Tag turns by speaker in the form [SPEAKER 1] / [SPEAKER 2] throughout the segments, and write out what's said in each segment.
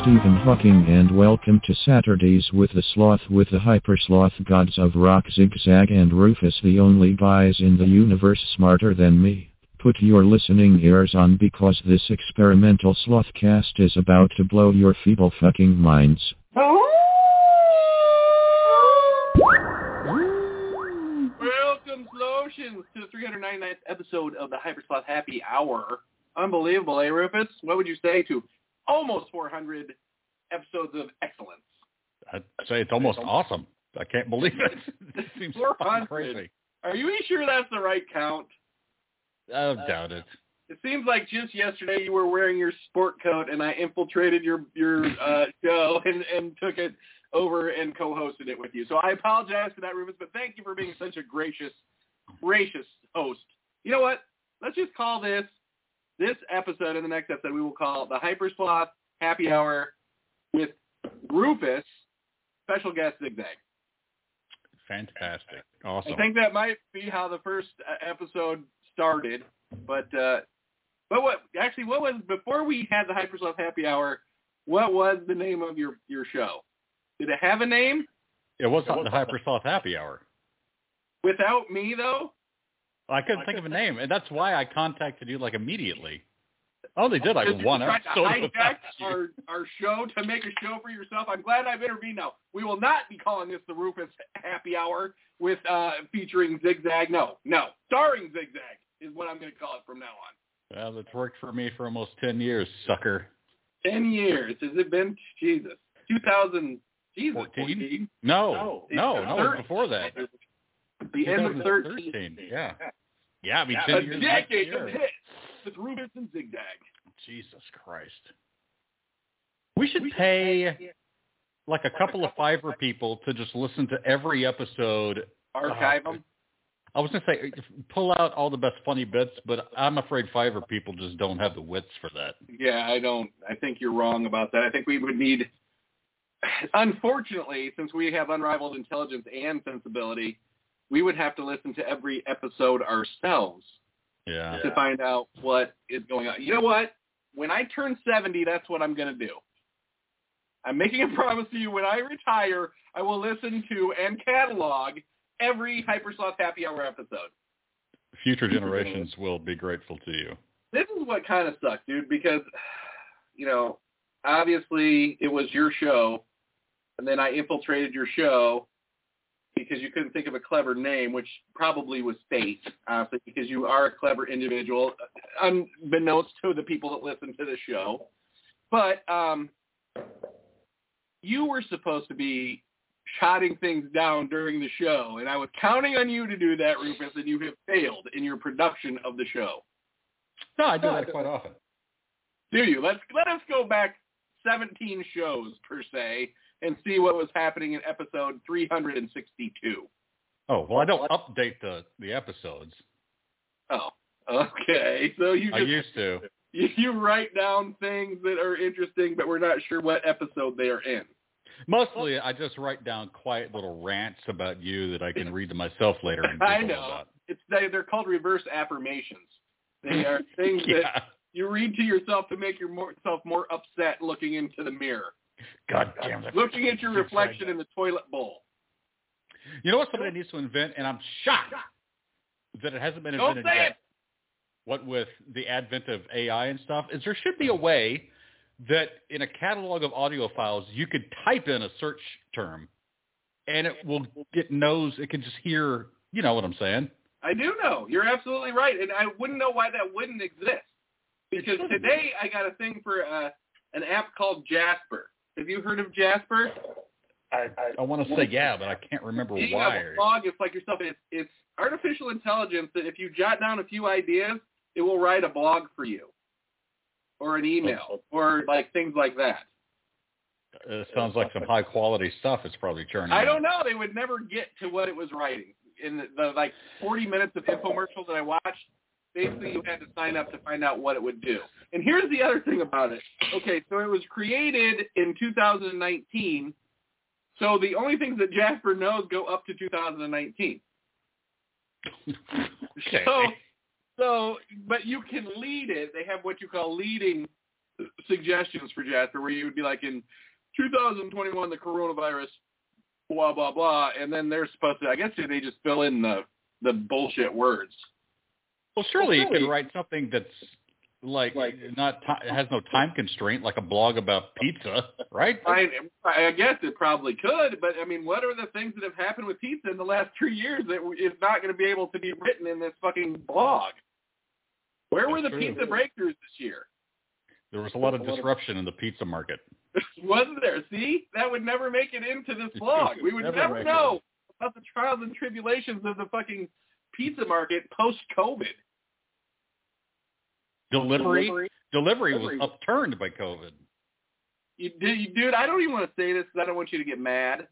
[SPEAKER 1] Stephen Hawking and welcome to Saturdays with the Sloth with the Hyper Sloth Gods of Rock Zigzag and Rufus the only guys in the universe smarter than me. Put your listening ears on because this experimental Slothcast is about to blow your feeble fucking minds.
[SPEAKER 2] Welcome Slotions to the 399th episode of the Hyper Sloth Happy Hour. Unbelievable, eh Rufus? What would you say to almost 400 episodes of excellence.
[SPEAKER 3] I'd say it's almost, it's almost awesome. I can't believe it. it
[SPEAKER 2] 400. Crazy. Are you sure that's the right count?
[SPEAKER 3] I uh, doubt it.
[SPEAKER 2] It seems like just yesterday you were wearing your sport coat and I infiltrated your your uh, show and, and took it over and co-hosted it with you. So I apologize for that, Rufus, but thank you for being such a gracious, gracious host. You know what? Let's just call this this episode and the next episode we will call the Hyper Sloth Happy Hour with Rufus, special guest Zigzag.
[SPEAKER 3] Fantastic. Awesome.
[SPEAKER 2] I think that might be how the first uh, episode started, but uh, but what actually what was before we had the Hyper Sloth Happy Hour? What was the name of your your show? Did it have a name?
[SPEAKER 3] It was not the Hyper Sloth Happy Hour.
[SPEAKER 2] Without me though.
[SPEAKER 3] I couldn't think of a name, and that's why I contacted you like immediately. I only did like one episode.
[SPEAKER 2] I our our show to make a show for yourself. I'm glad I've intervened. Now we will not be calling this the Rufus Happy Hour with uh, featuring Zigzag. No, no, starring Zigzag is what I'm going to call it from now on.
[SPEAKER 3] Well, it's worked for me for almost ten years, sucker.
[SPEAKER 2] Ten years has it been? Jesus, 2000. Jesus, 14? 14?
[SPEAKER 3] No, no, no, no, it was before that.
[SPEAKER 2] The end of 13. 13
[SPEAKER 3] yeah. Yeah, I mean, yeah, 10
[SPEAKER 2] a decade of hits with Rubens and Zigzag.
[SPEAKER 3] Jesus Christ. We should, we should pay, pay like a couple of Fiverr people to just listen to every episode.
[SPEAKER 2] Archive them.
[SPEAKER 3] Uh, I was going to say, pull out all the best funny bits, but I'm afraid Fiverr people just don't have the wits for that.
[SPEAKER 2] Yeah, I don't. I think you're wrong about that. I think we would need, unfortunately, since we have unrivaled intelligence and sensibility, we would have to listen to every episode ourselves
[SPEAKER 3] yeah.
[SPEAKER 2] to find out what is going on. You know what? When I turn 70, that's what I'm going to do. I'm making a promise to you. When I retire, I will listen to and catalog every Hypersoft Happy Hour episode.
[SPEAKER 3] Future generations will be grateful to you.
[SPEAKER 2] This is what kind of sucks, dude, because, you know, obviously it was your show, and then I infiltrated your show, because you couldn't think of a clever name, which probably was fate, honestly, because you are a clever individual, unbeknownst to the people that listen to the show. But um, you were supposed to be shotting things down during the show, and I was counting on you to do that, Rufus, and you have failed in your production of the show.
[SPEAKER 3] No, I do no, that quite often.
[SPEAKER 2] Do you? Let's let us go back 17 shows per se and see what was happening in episode 362.
[SPEAKER 3] Oh, well, I don't update the, the episodes.
[SPEAKER 2] Oh, okay. So you just, I
[SPEAKER 3] used to.
[SPEAKER 2] you, you write down things that are interesting, but we're not sure what episode they are in.
[SPEAKER 3] Mostly, I just write down quiet little rants about you that I can read to myself later. And
[SPEAKER 2] I
[SPEAKER 3] giggle
[SPEAKER 2] know
[SPEAKER 3] About.
[SPEAKER 2] it's they, they're called reverse affirmations. They are things that
[SPEAKER 3] Yeah.
[SPEAKER 2] you read to yourself to make yourself more upset looking into the mirror,
[SPEAKER 3] God damn it.
[SPEAKER 2] looking at your reflection in the toilet bowl.
[SPEAKER 3] You know what somebody needs to invent, and I'm shocked that it hasn't been
[SPEAKER 2] Don't
[SPEAKER 3] invented
[SPEAKER 2] say
[SPEAKER 3] yet.
[SPEAKER 2] it.
[SPEAKER 3] What with the advent of AI and stuff, is there should be a way that in a catalog of audio files you could type in a search term, and it will it knows it can just hear. You know what I'm saying?
[SPEAKER 2] I do know. You're absolutely right, and I wouldn't know why that wouldn't exist. Because today I got a thing for uh, an app called Jasper. Have you heard of Jasper?
[SPEAKER 3] I want to say yeah, but I can't remember
[SPEAKER 2] You have
[SPEAKER 3] why.
[SPEAKER 2] a blog. It's like yourself. It's, it's artificial intelligence that if you jot down a few ideas, it will write a blog for you, or an email, or like things like that.
[SPEAKER 3] It sounds like some high quality stuff. It's probably churning.
[SPEAKER 2] I
[SPEAKER 3] out.
[SPEAKER 2] don't know. They would never get to what it was writing. In the, the like 40 minutes of infomercial that I watched, basically you had to sign up to find out what it would do. And here's the other thing about it. Okay, so it was created in 2019. So the only things that Jasper knows go up to 2019.
[SPEAKER 3] Okay.
[SPEAKER 2] So, so, but you can lead it. They have what you call leading suggestions for Jasper, where you would be like, in 2021, the coronavirus, blah blah blah, and then they're supposed to. I guess they just fill in the the bullshit words.
[SPEAKER 3] Well, surely you
[SPEAKER 2] surely-
[SPEAKER 3] can write something that's like, not ti has no time constraint, like a blog about pizza, right?
[SPEAKER 2] I, I guess it probably could, but I mean, what are the things that have happened with pizza in the last three years that is not going to be able to be written in this fucking blog? Where were the
[SPEAKER 3] That's true.
[SPEAKER 2] pizza breakthroughs this year?
[SPEAKER 3] There was a lot of disruption in the pizza market.
[SPEAKER 2] wasn't there. See, that would never make it into this blog. We would
[SPEAKER 3] Never
[SPEAKER 2] never,
[SPEAKER 3] make
[SPEAKER 2] know about the trials and tribulations of the fucking pizza market post COVID.
[SPEAKER 3] Delivery, delivery, was upturned by COVID.
[SPEAKER 2] You, dude, you- dude, I don't even want to say this because I don't want you to get mad,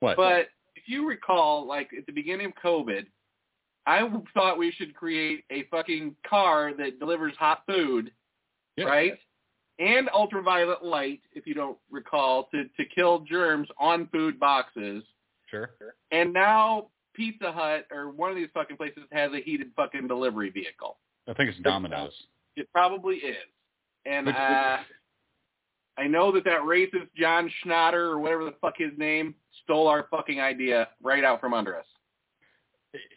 [SPEAKER 3] What?
[SPEAKER 2] but if you recall, like at the beginning of COVID, I thought we should create a fucking car that delivers hot food,
[SPEAKER 3] Yeah.
[SPEAKER 2] right? And ultraviolet light, if you don't recall, to, to kill germs on food boxes.
[SPEAKER 3] Sure.
[SPEAKER 2] And now Pizza Hut or one of these fucking places has a heated fucking delivery vehicle.
[SPEAKER 3] I think it's Domino's.
[SPEAKER 2] It probably is. And
[SPEAKER 3] Which- which-
[SPEAKER 2] uh, I know that that racist John Schnatter or whatever the fuck his name stole our fucking idea right out from under us.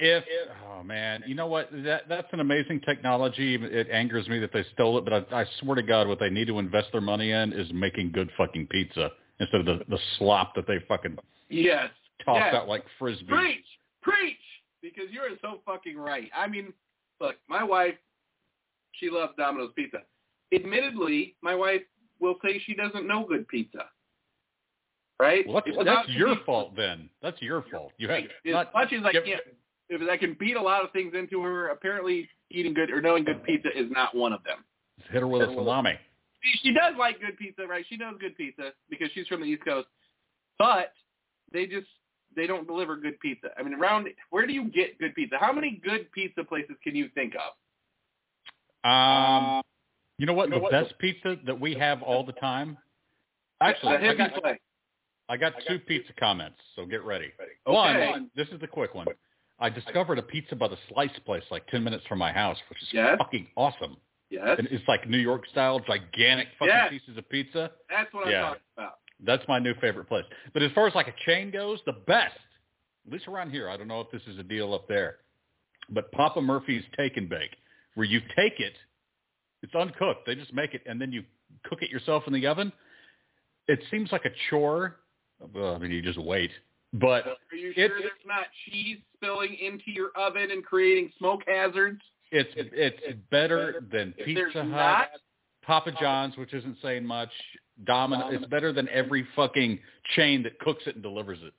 [SPEAKER 3] If oh man, you know what? That that's an amazing technology. It angers me that they stole it, but I, I swear to God, what they need to invest their money in is making good fucking pizza instead of the the slop that they fucking
[SPEAKER 2] Yes.
[SPEAKER 3] toss
[SPEAKER 2] Yes.
[SPEAKER 3] out like frisbees.
[SPEAKER 2] Preach. Preach. Because you're so fucking right. I mean, look, my wife, she loves Domino's Pizza. Admittedly, my wife will say she doesn't know good pizza. Right?
[SPEAKER 3] Well, that's,
[SPEAKER 2] It's about
[SPEAKER 3] that's
[SPEAKER 2] to
[SPEAKER 3] your
[SPEAKER 2] be-
[SPEAKER 3] fault then. That's your fault. You had
[SPEAKER 2] Right. As
[SPEAKER 3] not
[SPEAKER 2] much as I
[SPEAKER 3] give-
[SPEAKER 2] can, if I can beat a lot of things into her, apparently eating good or knowing good pizza is not one of them.
[SPEAKER 3] hit her with a salami.
[SPEAKER 2] See, She does like good pizza, right? She knows good pizza because she's from the East Coast, but they just they don't deliver good pizza. I mean, around where do you get good pizza? How many good pizza places can you think of?
[SPEAKER 3] Um, you know what?
[SPEAKER 2] you know
[SPEAKER 3] the
[SPEAKER 2] what?
[SPEAKER 3] best pizza that we have all the time. Actually,
[SPEAKER 2] the
[SPEAKER 3] I got,
[SPEAKER 2] hippie place.
[SPEAKER 3] I got two pizza comments, so get ready.
[SPEAKER 2] Okay.
[SPEAKER 3] One, this is the quick one. I discovered a pizza by the slice place like 10 minutes from my house, which is
[SPEAKER 2] Yes.
[SPEAKER 3] fucking awesome.
[SPEAKER 2] Yes,
[SPEAKER 3] And it's like New York style, gigantic fucking
[SPEAKER 2] Yes.
[SPEAKER 3] pieces of pizza.
[SPEAKER 2] that's what I'm
[SPEAKER 3] Yeah.
[SPEAKER 2] talking about.
[SPEAKER 3] That's my new favorite place. But as far as like a chain goes, the best, at least around here, I don't know if this is a deal up there, but Papa Murphy's Take and Bake, where you take it, it's uncooked. They just make it and then you cook it yourself in the oven. It seems like a chore. Well, I mean, you just wait. But
[SPEAKER 2] Are you
[SPEAKER 3] It-
[SPEAKER 2] sure there's not cheese spilling into your oven and creating smoke hazards?
[SPEAKER 3] it's it's better than
[SPEAKER 2] If there's
[SPEAKER 3] Pizza
[SPEAKER 2] not,
[SPEAKER 3] Hut, Papa John's, which isn't saying much. Domino. It's better than every fucking chain that cooks it and delivers it.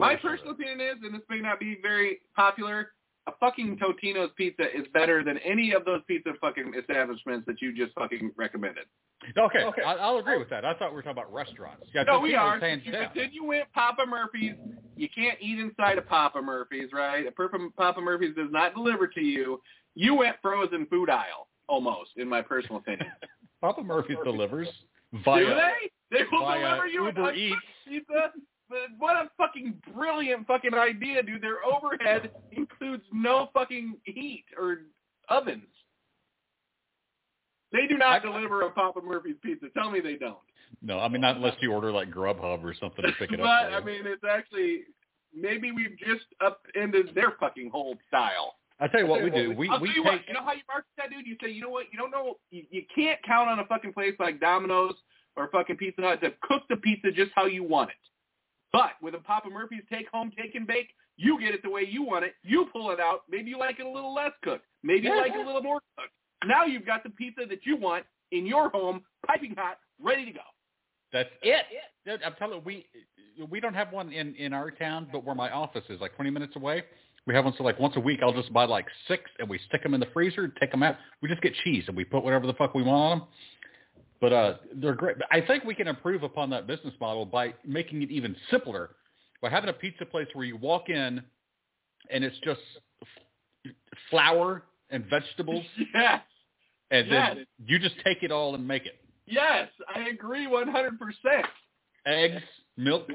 [SPEAKER 2] My personal opinion is, and this may not be very popular, a fucking Totino's pizza is better than any of those pizza fucking establishments that you just fucking recommended.
[SPEAKER 3] Okay,
[SPEAKER 2] Okay. Oh.
[SPEAKER 3] I, I'll agree with that. I thought we were talking about restaurants. Yeah,
[SPEAKER 2] no, we
[SPEAKER 3] Totino's
[SPEAKER 2] are.
[SPEAKER 3] Hands
[SPEAKER 2] You-
[SPEAKER 3] down.
[SPEAKER 2] Then you went Papa Murphy's. You can't eat inside of Papa Murphy's, right? A Purp- Papa Murphy's does not deliver to you. You went frozen food aisle. almost, in my personal opinion.
[SPEAKER 3] Papa Murphy's delivers via.
[SPEAKER 2] Do they? They will
[SPEAKER 3] via
[SPEAKER 2] deliver you
[SPEAKER 3] Uber
[SPEAKER 2] a
[SPEAKER 3] Eats.
[SPEAKER 2] pizza. But What a fucking brilliant fucking idea, dude. Their overhead includes no fucking heat or ovens. They do not
[SPEAKER 3] I-
[SPEAKER 2] deliver a Papa Murphy's pizza. Tell me they don't.
[SPEAKER 3] No, I mean not unless you order like Grubhub or something to pick it
[SPEAKER 2] But
[SPEAKER 3] up. for you.
[SPEAKER 2] I mean, it's actually maybe we've just upended their fucking whole style.
[SPEAKER 3] I tell you what we do.
[SPEAKER 2] I'll
[SPEAKER 3] We
[SPEAKER 2] tell
[SPEAKER 3] we
[SPEAKER 2] you what,
[SPEAKER 3] take
[SPEAKER 2] you know how you market that dude? You say, you know what? You don't know. You, you can't count on a fucking place like Domino's or fucking Pizza Hut to cook the pizza just how you want it. But with a Papa Murphy's take home, take and bake, you get it the way you want it. You pull it out. Maybe you like it a little less cooked. Maybe you like it a little more cooked. Now you've got the pizza that you want in your home, piping hot, ready to go.
[SPEAKER 3] that's it. Dude, I'm telling you, we we don't have one in in our town, but where my office is, like 20 minutes away, we have one. So like once a week, I'll just buy like six, and we stick them in the freezer, take them out. We just get cheese, and we put whatever the fuck we want on them. But uh, they're great. But I think we can improve upon that business model by making it even simpler, by having a pizza place where you walk in, and it's just f- flour and vegetables,
[SPEAKER 2] Yes.
[SPEAKER 3] and
[SPEAKER 2] Yes.
[SPEAKER 3] then you just take it all and make it.
[SPEAKER 2] Yes. I agree 100%.
[SPEAKER 3] Eggs, milk,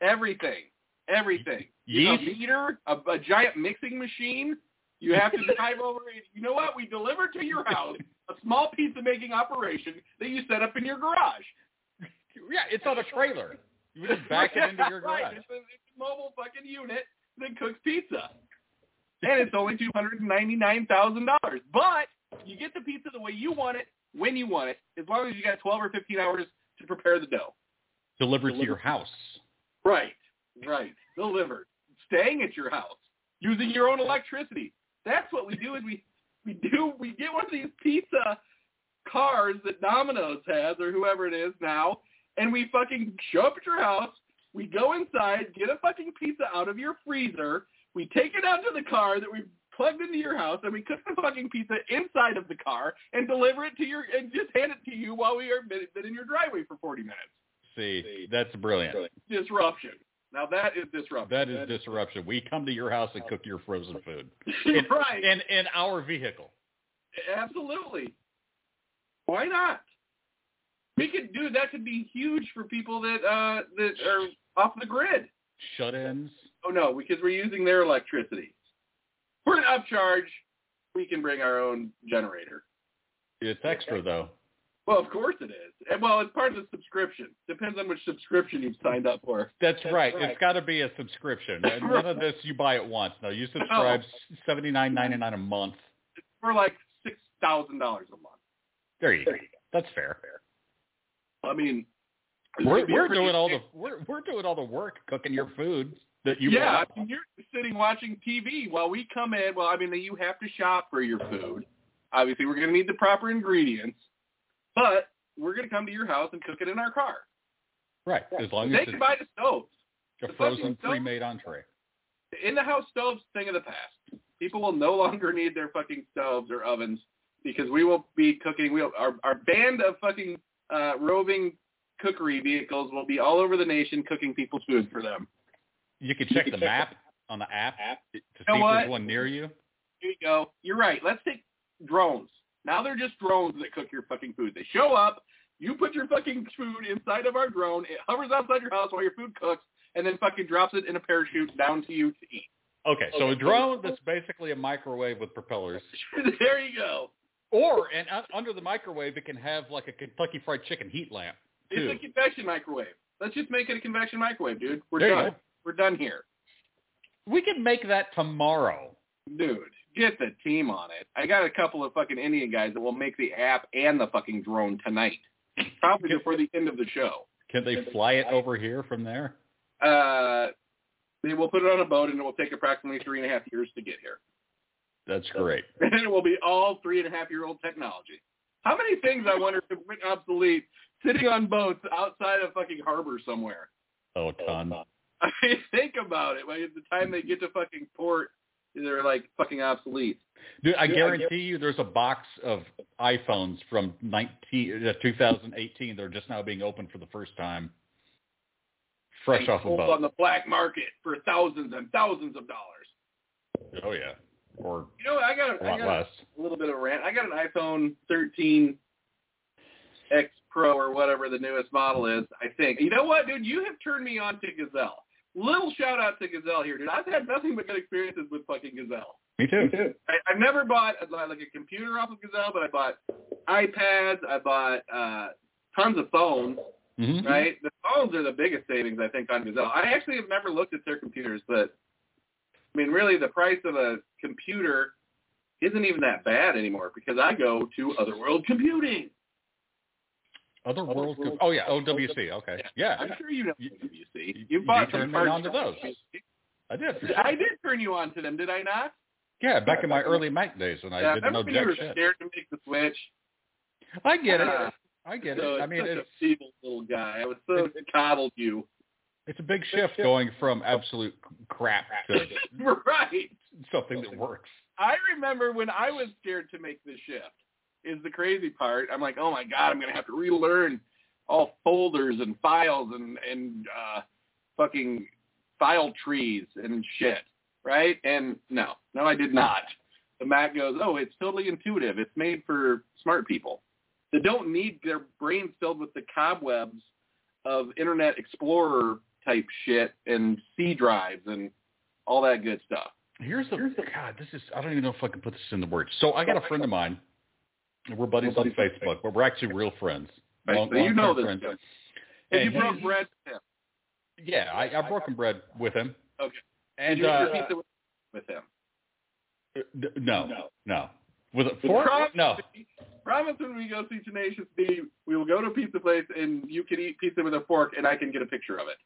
[SPEAKER 2] Everything. Everything. a
[SPEAKER 3] yeast.
[SPEAKER 2] meter, a, a giant mixing machine. You have to drive over. and- You know what? We deliver to your house a small pizza making operation that you set up in your garage.
[SPEAKER 3] Yeah, it's on a trailer. You would just back it into your
[SPEAKER 2] right.
[SPEAKER 3] garage.
[SPEAKER 2] It's a, it's a mobile fucking unit that cooks pizza, and it's only two hundred ninety nine thousand dollars. But you get the pizza the way you want it, when you want it, as long as you got twelve or fifteen hours to prepare the dough.
[SPEAKER 3] Delivered to your house.
[SPEAKER 2] Right, right. Delivered. Staying at your house. Using your own electricity. That's what we do is we we do we get one of these pizza cars that Domino's has or whoever it is now and we fucking show up at your house, we go inside, get a fucking pizza out of your freezer, we take it out to the car that we plugged into your house and we cook the fucking pizza inside of the car and deliver it to your and just hand it to you while we are been been in your driveway for 40 minutes
[SPEAKER 3] See, that's brilliant.
[SPEAKER 2] disruption. Now that is disruption.
[SPEAKER 3] That is disruption. We come to your house and cook your frozen food.
[SPEAKER 2] disruption. right.
[SPEAKER 3] In in our vehicle.
[SPEAKER 2] Absolutely. Why not? We could do that. Could be huge for people that uh that are off the grid.
[SPEAKER 3] Shut ins.
[SPEAKER 2] Oh no, because we're using their electricity. For an upcharge, we can bring our own generator.
[SPEAKER 3] It's extra though.
[SPEAKER 2] Well, of course it is. And, Well, it's part of the subscription. Depends on which subscription you've signed up for.
[SPEAKER 3] That's,
[SPEAKER 2] right.
[SPEAKER 3] right. It's gotta be a subscription. None of this you buy at once. No, you subscribe seventy nine ninety nine a month.
[SPEAKER 2] For like six thousand dollars a month.
[SPEAKER 3] There you go. That's fair.
[SPEAKER 2] I mean, it's
[SPEAKER 3] We're
[SPEAKER 2] gonna be
[SPEAKER 3] we're
[SPEAKER 2] pretty
[SPEAKER 3] doing all the
[SPEAKER 2] big-
[SPEAKER 3] we're we're doing all the work cooking your food that you
[SPEAKER 2] yeah,
[SPEAKER 3] want.
[SPEAKER 2] I mean, you're sitting watching TV while we come in. Well, I mean, you have to shop for your food. Obviously, we're going to need the proper ingredients, but we're going to come to your house and cook it in our car.
[SPEAKER 3] Right. As long as
[SPEAKER 2] They can
[SPEAKER 3] it's
[SPEAKER 2] buy the stoves.
[SPEAKER 3] a
[SPEAKER 2] the fucking
[SPEAKER 3] frozen
[SPEAKER 2] stuff.
[SPEAKER 3] pre made entree.
[SPEAKER 2] The in-the-house stoves thing of the past. People will no longer need their fucking stoves or ovens because we will be cooking. We'll, our, our band of fucking uh, roving cookery vehicles will be all over the nation cooking people's food for them.
[SPEAKER 3] You can check the map on the app to see
[SPEAKER 2] know
[SPEAKER 3] if
[SPEAKER 2] what?
[SPEAKER 3] there's one near you.
[SPEAKER 2] Here you go. You're right. Let's take drones. Now they're just drones that cook your fucking food. They show up. You put your fucking food inside of our drone. It hovers outside your house while your food cooks, and then fucking drops it in a parachute down to you to eat.
[SPEAKER 3] Okay, so a drone that's basically a microwave with propellers,
[SPEAKER 2] there you go.
[SPEAKER 3] or and un- under the microwave it can have like a Kentucky Fried Chicken heat lamp too.
[SPEAKER 2] It's a convection microwave. Let's just make it a convection microwave, dude. We're
[SPEAKER 3] There you
[SPEAKER 2] done.
[SPEAKER 3] go.
[SPEAKER 2] We're done here,
[SPEAKER 3] We can make that tomorrow.
[SPEAKER 2] dude. Get the team on it. I got a couple of fucking Indian guys that will make the app and the fucking drone tonight, probably before the end of the show.
[SPEAKER 3] Can they fly it over here from there?
[SPEAKER 2] uh, they will put it on a boat and it will take approximately three and a half years to get here.
[SPEAKER 3] That's great.
[SPEAKER 2] And it will be all three and a half year old technology. How many things I wonder have went obsolete sitting on boats outside a fucking harbor somewhere?
[SPEAKER 3] Oh, a ton.
[SPEAKER 2] I mean, think about it. Like, at the time they get to fucking port, they're like fucking obsolete.
[SPEAKER 3] Dude, I guarantee you, there's a box of iPhones from 19, uh, 2018 that are just now being opened for the first time, fresh off a
[SPEAKER 2] Sold
[SPEAKER 3] boat.
[SPEAKER 2] on the black market for thousands and thousands of dollars.
[SPEAKER 3] Oh yeah. or
[SPEAKER 2] You know, I got,
[SPEAKER 3] a
[SPEAKER 2] I
[SPEAKER 3] lot
[SPEAKER 2] got
[SPEAKER 3] less.
[SPEAKER 2] a little bit of a rant. I got an iPhone 13 X Pro or whatever the newest model is. I think. You know what, dude? You have turned me on to Gazelle. Little shout out to Gazelle here, dude. I've had nothing but good experiences with fucking Gazelle.
[SPEAKER 3] Me too.
[SPEAKER 2] I, I've never bought a, like a computer off of Gazelle, but I bought iPads. I bought uh, tons of phones.
[SPEAKER 3] Mhm.
[SPEAKER 2] Right, the phones are the biggest savings I think on Gazelle. I actually have never looked at their computers, but I mean, really, the price of a computer isn't even that bad anymore because I go to Otherworld Computing.
[SPEAKER 3] Other world.
[SPEAKER 2] world-
[SPEAKER 3] Oh yeah, OWC. Okay. Yeah,
[SPEAKER 2] I'm sure you know
[SPEAKER 3] You-
[SPEAKER 2] WC.
[SPEAKER 3] you
[SPEAKER 2] You bought
[SPEAKER 3] turned
[SPEAKER 2] some
[SPEAKER 3] me
[SPEAKER 2] parts
[SPEAKER 3] on to
[SPEAKER 2] from
[SPEAKER 3] those. I did. for
[SPEAKER 2] WC.
[SPEAKER 3] sure.
[SPEAKER 2] I did turn you on to them, did I not?
[SPEAKER 3] Yeah, back in my early Mac days when I
[SPEAKER 2] yeah,
[SPEAKER 3] didn't know
[SPEAKER 2] remember when you
[SPEAKER 3] jack
[SPEAKER 2] were
[SPEAKER 3] shit.
[SPEAKER 2] scared to make the switch.
[SPEAKER 3] I get it.
[SPEAKER 2] Ah,
[SPEAKER 3] I get
[SPEAKER 2] so
[SPEAKER 3] it. I mean,
[SPEAKER 2] such
[SPEAKER 3] it's
[SPEAKER 2] a feeble little guy. I was so coddled you.
[SPEAKER 3] it's a big shift going from absolute crap to
[SPEAKER 2] right.
[SPEAKER 3] something that works.
[SPEAKER 2] I remember when I was scared to make this shift is the crazy part. I'm like, oh my god, I'm gonna have to relearn all folders and files and and uh, fucking file trees and shit, right? And no, no, I did not. The Mac goes, oh, it's totally intuitive. It's made for smart people that don't need their brains filled with the cobwebs of Internet Explorer type shit and C drives and all that good stuff.
[SPEAKER 3] Here's the, God. This is I don't even know if I can put this in the words. So I got a friend of mine. and We're buddies on Facebook, but we're actually real friends.
[SPEAKER 2] Right,
[SPEAKER 3] Long-
[SPEAKER 2] so you know
[SPEAKER 3] long-term
[SPEAKER 2] this
[SPEAKER 3] friends.
[SPEAKER 2] guy.
[SPEAKER 3] And
[SPEAKER 2] If you
[SPEAKER 3] he-
[SPEAKER 2] broke bread with him,
[SPEAKER 3] Yeah, I, I've broken bread with him.
[SPEAKER 2] Okay.
[SPEAKER 3] And
[SPEAKER 2] you eat
[SPEAKER 3] uh,
[SPEAKER 2] your pizza with- with him.
[SPEAKER 3] d- no, no, With a
[SPEAKER 2] The
[SPEAKER 3] fork?
[SPEAKER 2] promise-
[SPEAKER 3] No.
[SPEAKER 2] Promise when we go see Tenacious D, we will go to a pizza place and you can eat pizza with a fork and I can get a picture of it.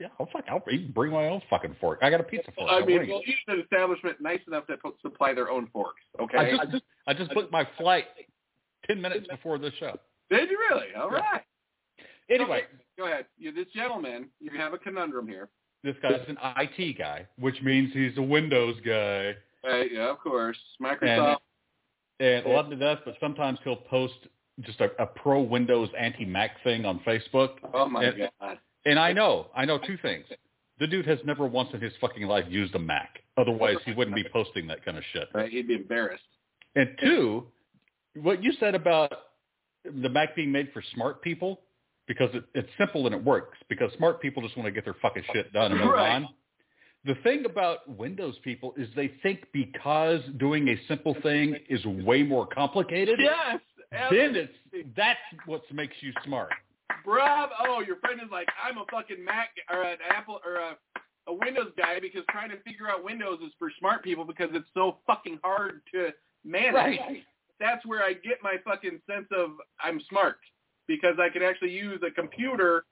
[SPEAKER 3] Yeah, I'll fuck. I'll even bring my own fucking fork. I got a pizza fork.
[SPEAKER 2] I
[SPEAKER 3] I'll
[SPEAKER 2] mean,
[SPEAKER 3] bring it.
[SPEAKER 2] we'll eat at an establishment nice enough to put, supply their own forks. Okay.
[SPEAKER 3] I just, I just booked my flight ten minutes before the show.
[SPEAKER 2] Did you really? All right.
[SPEAKER 3] Anyway,
[SPEAKER 2] Okay, Go ahead. You, this gentleman, you have a conundrum here.
[SPEAKER 3] this guy's an IT guy, which means he's a Windows guy.
[SPEAKER 2] Uh, yeah, of course. Microsoft.
[SPEAKER 3] And I love him to death, but sometimes he'll post just a, a pro Windows anti Mac thing on Facebook.
[SPEAKER 2] oh my
[SPEAKER 3] and-
[SPEAKER 2] God.
[SPEAKER 3] And I know, I know two things. The dude has never once in his fucking life used a Mac. Otherwise, he wouldn't be posting that kind of shit.
[SPEAKER 2] Right? He'd be embarrassed.
[SPEAKER 3] And two, what you said about the Mac being made for smart people, because it, it's simple and it works, because smart people just want to get their fucking shit done and move
[SPEAKER 2] Right.
[SPEAKER 3] on. The thing about Windows people is they think because doing a simple thing is way more complicated,
[SPEAKER 2] Yes.
[SPEAKER 3] then it's, that's what makes you smart.
[SPEAKER 2] Bravo! Oh, your friend is like, I'm a fucking Mac or an Apple or a, a Windows guy because trying to figure out Windows is for smart people because it's so fucking hard to manage.
[SPEAKER 3] Right.
[SPEAKER 2] That's where I get my fucking sense of I'm smart because I can actually use a computer,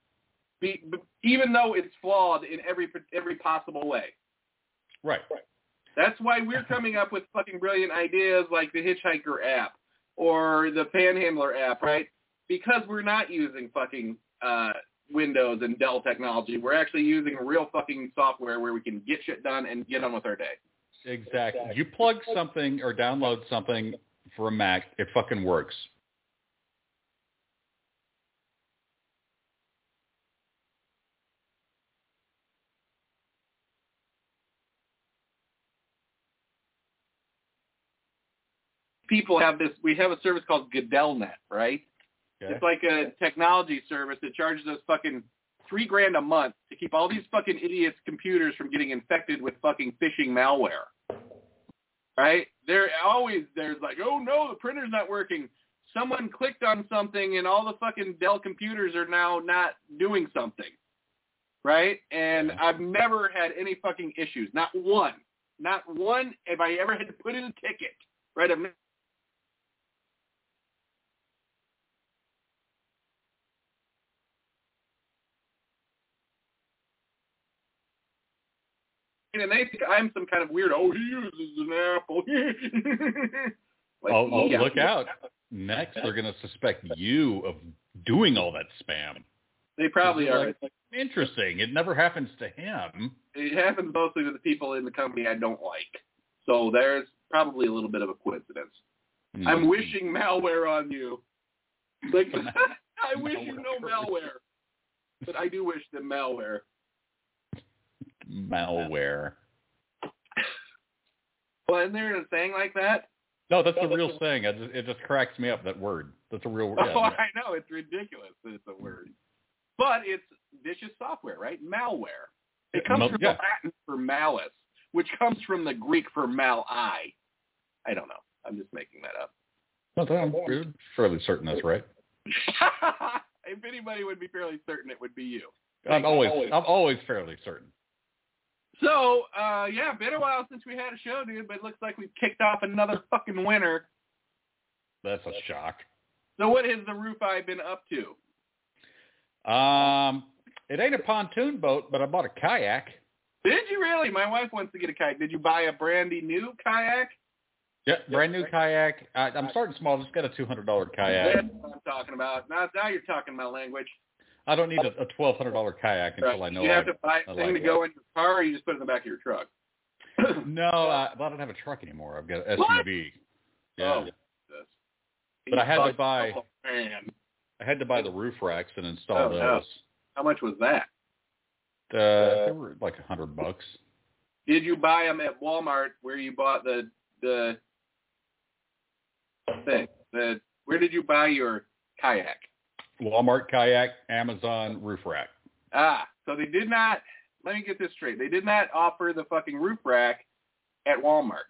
[SPEAKER 2] be, b- even though it's flawed in every every possible way.
[SPEAKER 3] Right.
[SPEAKER 2] That's why we're coming up with fucking brilliant ideas like the Hitchhiker app or the Panhandler app, right? Because we're not using fucking uh, Windows and Dell technology. We're actually using real fucking software where we can get shit done and get on with our day.
[SPEAKER 3] Exactly. You plug something or download something for a Mac, it fucking works.
[SPEAKER 2] People have this. We have a service called GoodellNet, right?
[SPEAKER 3] Okay?
[SPEAKER 2] It's like a technology service that charges us fucking three grand a month to keep all these fucking idiots' computers from getting infected with fucking phishing malware. Right? They're always there's like, oh no, the printer's not working. Someone clicked on something and all the fucking Dell computers are now not doing something. Right? And
[SPEAKER 3] Yeah.
[SPEAKER 2] I've never had any fucking issues. Not one. Not one have I ever had to put in a ticket. Right? I've and they think I'm some kind of weird. Oh, he uses an apple. Like,
[SPEAKER 3] oh, oh,
[SPEAKER 2] yeah.
[SPEAKER 3] look out. Next, they're going to suspect you of doing all that spam.
[SPEAKER 2] They probably are.
[SPEAKER 3] Like, Interesting. It never happens to him.
[SPEAKER 2] It happens mostly to the people in the company I don't like. So there's probably a little bit of a coincidence.
[SPEAKER 3] Hmm.
[SPEAKER 2] I'm wishing malware on you. Like I wish you no malware, but I do wish them malware.
[SPEAKER 3] malware.
[SPEAKER 2] Well, isn't there a saying like that?
[SPEAKER 3] No, that's the real thing. I just, it just cracks me up that word. That's a real word. Yeah,
[SPEAKER 2] oh,
[SPEAKER 3] yeah.
[SPEAKER 2] I know it's ridiculous. that It's a word, but it's vicious software, right? Malware. It
[SPEAKER 3] Yeah,
[SPEAKER 2] comes
[SPEAKER 3] mal-
[SPEAKER 2] from
[SPEAKER 3] yeah.
[SPEAKER 2] the Latin for malice, which comes from the Greek for malai. I don't know. I'm just making that up.
[SPEAKER 3] That's- I'm pretty- fairly certain that's right.
[SPEAKER 2] if anybody would be fairly certain, it would be you.
[SPEAKER 3] I'm always
[SPEAKER 2] Always.
[SPEAKER 3] I'm always fairly certain.
[SPEAKER 2] So, uh, yeah, been a while since we had a show, dude, but it looks like we've kicked off another fucking winter.
[SPEAKER 3] That's a shock.
[SPEAKER 2] So what has the roof I been up to?
[SPEAKER 3] Um, it ain't a pontoon boat, but I bought a kayak.
[SPEAKER 2] Did you really? My wife wants to get a kayak. Did you buy a brandy new kayak?
[SPEAKER 3] Yeah, brand new kayak. I, I'm starting small. Just got a two hundred dollar kayak.
[SPEAKER 2] That's what I'm talking about. Now, now you're talking my language.
[SPEAKER 3] I don't need a, a twelve hundred dollar kayak until I know.
[SPEAKER 2] you have
[SPEAKER 3] I,
[SPEAKER 2] to buy
[SPEAKER 3] I
[SPEAKER 2] a thing
[SPEAKER 3] like
[SPEAKER 2] to go in your car, or you just put it in the back of your truck.
[SPEAKER 3] no, I, but I don't have a truck anymore. I've got an
[SPEAKER 2] What?
[SPEAKER 3] SUV. Yeah,
[SPEAKER 2] Oh, Jesus.
[SPEAKER 3] But I had to
[SPEAKER 2] Fuck.
[SPEAKER 3] buy-
[SPEAKER 2] Oh, man,
[SPEAKER 3] I had to buy the roof racks and install
[SPEAKER 2] Oh, no.
[SPEAKER 3] those.
[SPEAKER 2] how much was that?
[SPEAKER 3] Uh, they were like a hundred bucks.
[SPEAKER 2] Did you buy them at Walmart where you bought the the thing? The where did you buy your kayak?
[SPEAKER 3] Walmart kayak, Amazon roof rack.
[SPEAKER 2] Ah, so they did not. Let me get this straight. They did not offer the fucking roof rack at Walmart.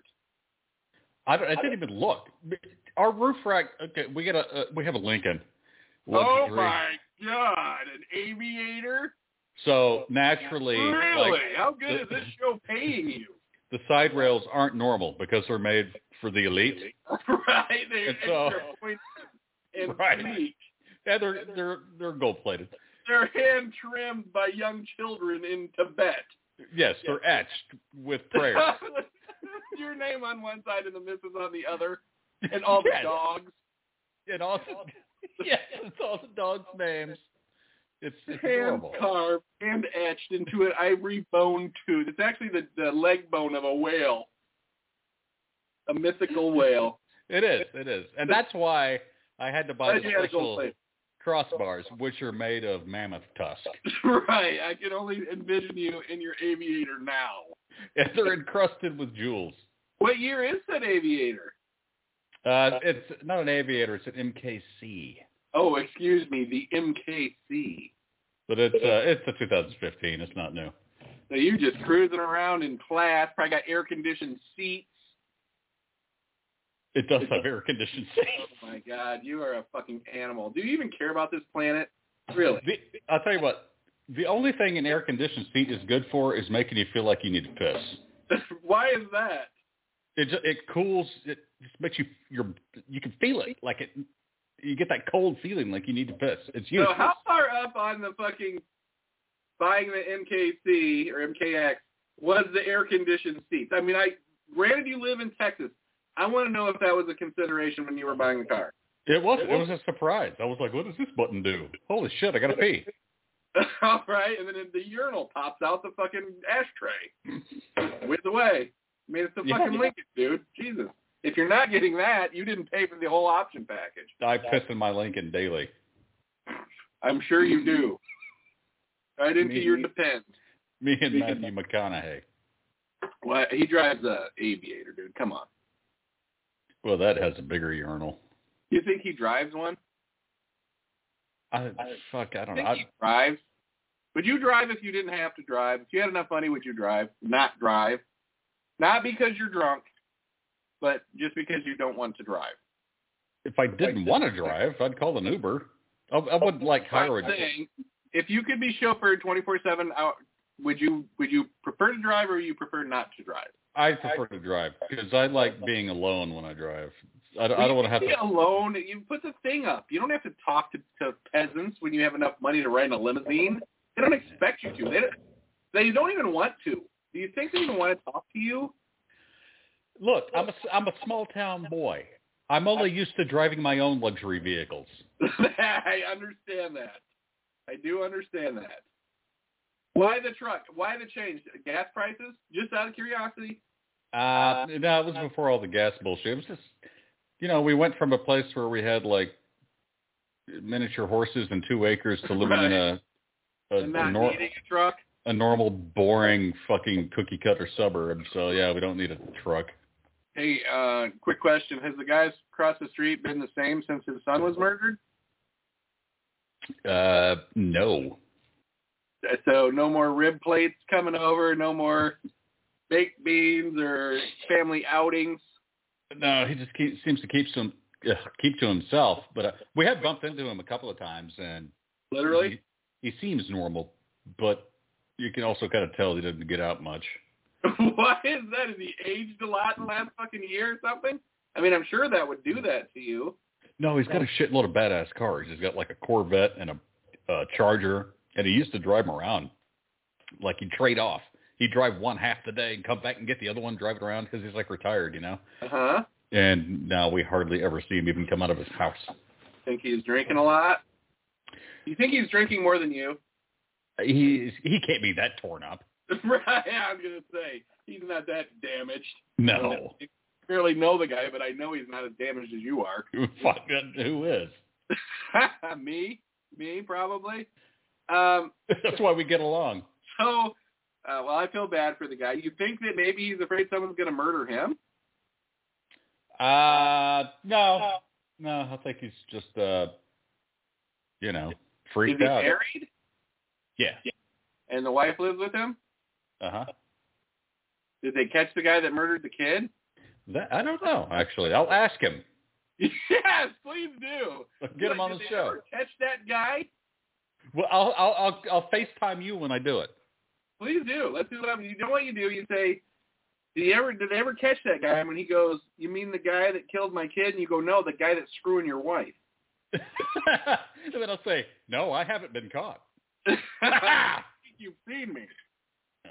[SPEAKER 3] I, don't, I didn't even look. Our roof rack. Okay, we got a uh, we have a Lincoln.
[SPEAKER 2] Oh
[SPEAKER 3] Luxury.
[SPEAKER 2] my god, an aviator!
[SPEAKER 3] So naturally,
[SPEAKER 2] Really?
[SPEAKER 3] like,
[SPEAKER 2] How good is this show paying you?
[SPEAKER 3] the side rails aren't normal because they're made for the elite.
[SPEAKER 2] right? They
[SPEAKER 3] And so-
[SPEAKER 2] extra points and
[SPEAKER 3] Right.
[SPEAKER 2] bleach.
[SPEAKER 3] Yeah, they're they're they're gold plated.
[SPEAKER 2] They're hand trimmed by young children in Tibet.
[SPEAKER 3] Yes, they're etched with prayers.
[SPEAKER 2] Your name on one side and the missus on the other, and all the
[SPEAKER 3] Yes.
[SPEAKER 2] dogs.
[SPEAKER 3] It also yes, it's all the dogs' names. It's, it's
[SPEAKER 2] hand
[SPEAKER 3] adorable.
[SPEAKER 2] carved, hand etched into an ivory bone tooth. It's actually the, the leg bone of a whale, a mythical whale.
[SPEAKER 3] It is. It is, and that's why I had to buy
[SPEAKER 2] Glad
[SPEAKER 3] the
[SPEAKER 2] you had a gold
[SPEAKER 3] special crossbars, which are made of mammoth tusk.
[SPEAKER 2] plate. right. I can only envision you in your aviator now.
[SPEAKER 3] And they're encrusted with jewels.
[SPEAKER 2] What year is that aviator?
[SPEAKER 3] Uh, it's not an aviator; it's an MKC.
[SPEAKER 2] Oh, excuse me, the MKC.
[SPEAKER 3] But it's uh, it's a 2015. It's not new.
[SPEAKER 2] So you just cruising around in class, probably got air conditioned seats.
[SPEAKER 3] It does have air conditioned seats.
[SPEAKER 2] Oh my God, you are a fucking animal. Do you even care about this planet? Really?
[SPEAKER 3] The, I'll tell you what. The only thing an air conditioned seat is good for is making you feel like you need to piss.
[SPEAKER 2] Why is that?
[SPEAKER 3] It just, it cools. It just makes you you're you can feel it like it. You get that cold feeling like you need to piss. It's
[SPEAKER 2] So
[SPEAKER 3] useless.
[SPEAKER 2] how far up on the fucking buying the MKC or MKX was the air conditioned seats? I mean, I granted you live in Texas. I want to know if that was a consideration when you were buying the car.
[SPEAKER 3] it was it was a surprise. I was like, what does this button do? Holy shit! I gotta pee.
[SPEAKER 2] All right, and then the urinal pops out the fucking ashtray. With the way. I mean, it's the
[SPEAKER 3] Yeah,
[SPEAKER 2] fucking
[SPEAKER 3] yeah.
[SPEAKER 2] Lincoln, dude. Jesus. If you're not getting that, you didn't pay for the whole option package.
[SPEAKER 3] I piss in my Lincoln daily.
[SPEAKER 2] I'm sure you do. Right into
[SPEAKER 3] Me-
[SPEAKER 2] your depends.
[SPEAKER 3] Me and Matthew McConaughey.
[SPEAKER 2] Well, he drives a aviator, dude. Come on.
[SPEAKER 3] Well, that has a bigger urinal.
[SPEAKER 2] You think he drives one?
[SPEAKER 3] I, fuck, I don't know.
[SPEAKER 2] think
[SPEAKER 3] Oh, I,
[SPEAKER 2] he drives. Would you drive if you didn't have to drive? If you had enough money, would you drive? Not drive. Not because you're drunk, but just because you don't want to drive.
[SPEAKER 3] if I didn't want to drive, I'd call an Uber. I, I wouldn't like hire a.
[SPEAKER 2] I'm saying, if you could be chauffeured 24/7, hour, would you would you prefer to drive or you prefer not to drive?
[SPEAKER 3] I prefer to drive because I like being alone when I drive. I don't, I don't want to have
[SPEAKER 2] be
[SPEAKER 3] to.
[SPEAKER 2] alone. You put the thing up. You don't have to talk to, to peasants when you have enough money to ride in a limousine. They don't expect you to. They don't, they don't even want to. Do you think they even want to talk to you?
[SPEAKER 3] Look, I'm a s- I'm a small town boy. I'm only used to driving my own luxury vehicles.
[SPEAKER 2] I understand that. I do understand that. Why the truck? Why the change? Gas prices? Just out of curiosity.
[SPEAKER 3] Uh, no, it was before all the gas bullshit. It was just, you know, we went from a place where we had like miniature horses and two acres to living in a a,
[SPEAKER 2] And not
[SPEAKER 3] a, Uh, nor-
[SPEAKER 2] needing a truck.
[SPEAKER 3] a normal, boring, fucking cookie cutter suburb. So yeah, we don't need a truck.
[SPEAKER 2] Hey, uh, quick question: Has the guy across the street been the same since his son was murdered?
[SPEAKER 3] Uh, no.
[SPEAKER 2] So no more rib plates coming over, no more baked beans or family outings.
[SPEAKER 3] No, he just keep, seems to keep some uh, keep to himself. But uh, we have bumped into him a couple of times, and
[SPEAKER 2] Literally,
[SPEAKER 3] he, he seems normal, but you can also kind of tell he doesn't get out much.
[SPEAKER 2] what is that? Has he aged a lot in the last fucking year or something? I mean, I'm sure that would do that to you.
[SPEAKER 3] No, he's got a shitload of badass cars. He's got like a Corvette and a uh, Charger, and he used to drive them around. Like he'd trade off. He'd drive one half the day and come back and get the other one, drive it around because he's like retired, you know.
[SPEAKER 2] Uh huh.
[SPEAKER 3] And now we hardly ever see him even come out of his house.
[SPEAKER 2] Think he's drinking a lot. You think he's drinking more than you?
[SPEAKER 3] He he can't be that torn up.
[SPEAKER 2] right. I'm gonna say he's not that damaged.
[SPEAKER 3] No,
[SPEAKER 2] I barely know the guy, but I know he's not as damaged as you are.
[SPEAKER 3] fuck that- who is?
[SPEAKER 2] me, me probably. Um,
[SPEAKER 3] That's why we get along.
[SPEAKER 2] so, uh, well, I feel bad for the guy. You think that maybe he's afraid someone's going to murder him?
[SPEAKER 3] Uh no, no, I think he's just uh, you know,
[SPEAKER 2] Is
[SPEAKER 3] freaked
[SPEAKER 2] he
[SPEAKER 3] out.
[SPEAKER 2] married?
[SPEAKER 3] Yeah.
[SPEAKER 2] And the wife lives with him?
[SPEAKER 3] Uh huh.
[SPEAKER 2] Did they catch the guy that murdered the kid?
[SPEAKER 3] That, I don't know. Actually, I'll ask him.
[SPEAKER 2] yes, please do.
[SPEAKER 3] Get him on the
[SPEAKER 2] Did they
[SPEAKER 3] show.
[SPEAKER 2] ever catch that guy?
[SPEAKER 3] Well, I'll I'll I'll, I'll FaceTime you when I do it.
[SPEAKER 2] Please do. Let's do what I'm. You know what you do? You say, "Did you ever? Did they ever catch that guy?" And when he goes, "You mean the guy that killed my kid?" And you go, "No, the guy that's screwing your wife."
[SPEAKER 3] and then I'll say, no, I haven't been caught.
[SPEAKER 2] You've seen me.
[SPEAKER 3] Yeah.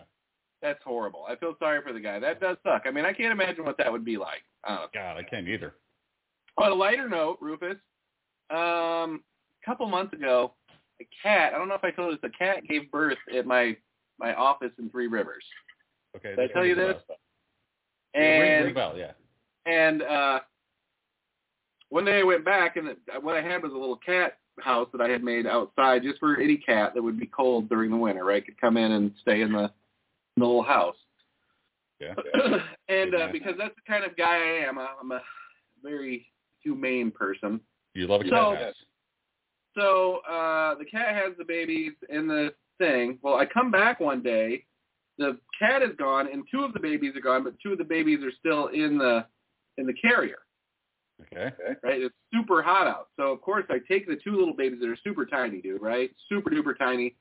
[SPEAKER 2] That's horrible. I feel sorry for the guy. That does suck. I mean, I can't imagine what that would be like. Uh,
[SPEAKER 3] God, I can't either.
[SPEAKER 2] on a lighter note, Rufus, um, a couple months ago, a cat. I don't know if I told you this. A cat gave birth at my my office in Three Rivers.
[SPEAKER 3] Okay.
[SPEAKER 2] Did I
[SPEAKER 3] that
[SPEAKER 2] tell you
[SPEAKER 3] rings a
[SPEAKER 2] this?
[SPEAKER 3] bell. It rings
[SPEAKER 2] And
[SPEAKER 3] a bell, yeah.
[SPEAKER 2] And uh, one day I went back, and it- what I had was a little cat house that I had made outside just for any cat that would be cold during the winter, right? Could come in and stay in the, in the little house.
[SPEAKER 3] Yeah.
[SPEAKER 2] and uh,
[SPEAKER 3] Yeah.
[SPEAKER 2] because that's the kind of guy I am, I'm a very humane person.
[SPEAKER 3] You love a cat
[SPEAKER 2] So-
[SPEAKER 3] house.
[SPEAKER 2] So uh, the cat has the babies in the thing. Well, I come back one day, the cat is gone, and two of the babies are gone, but two of the babies are still in the in the carrier.
[SPEAKER 3] Okay.
[SPEAKER 2] right? It's super hot out. So of course I take the two little babies that are super tiny, dude, right? Super duper tiny.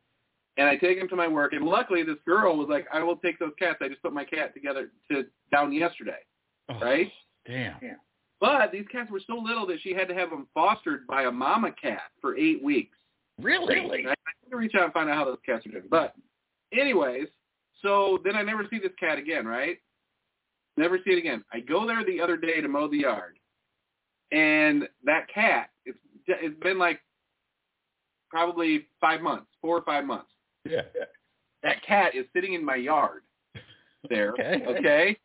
[SPEAKER 2] And I take them to my work. And luckily this girl was like, I will take those cats. I just put my cat together to down yesterday,
[SPEAKER 3] Oh,
[SPEAKER 2] right?
[SPEAKER 3] Damn.
[SPEAKER 2] But these cats were so little that she had to have them fostered by a mama cat for eight weeks.
[SPEAKER 3] Really?
[SPEAKER 2] I, I need to reach out and find out how those cats are doing. But anyways, so then I never see this cat again, right? Never see it again. I go there the other day to mow the yard, and that cat, it's, it's been like probably five months, four or five months.
[SPEAKER 3] Yeah.
[SPEAKER 2] That cat is sitting in my yard there,
[SPEAKER 3] Okay.
[SPEAKER 2] okay?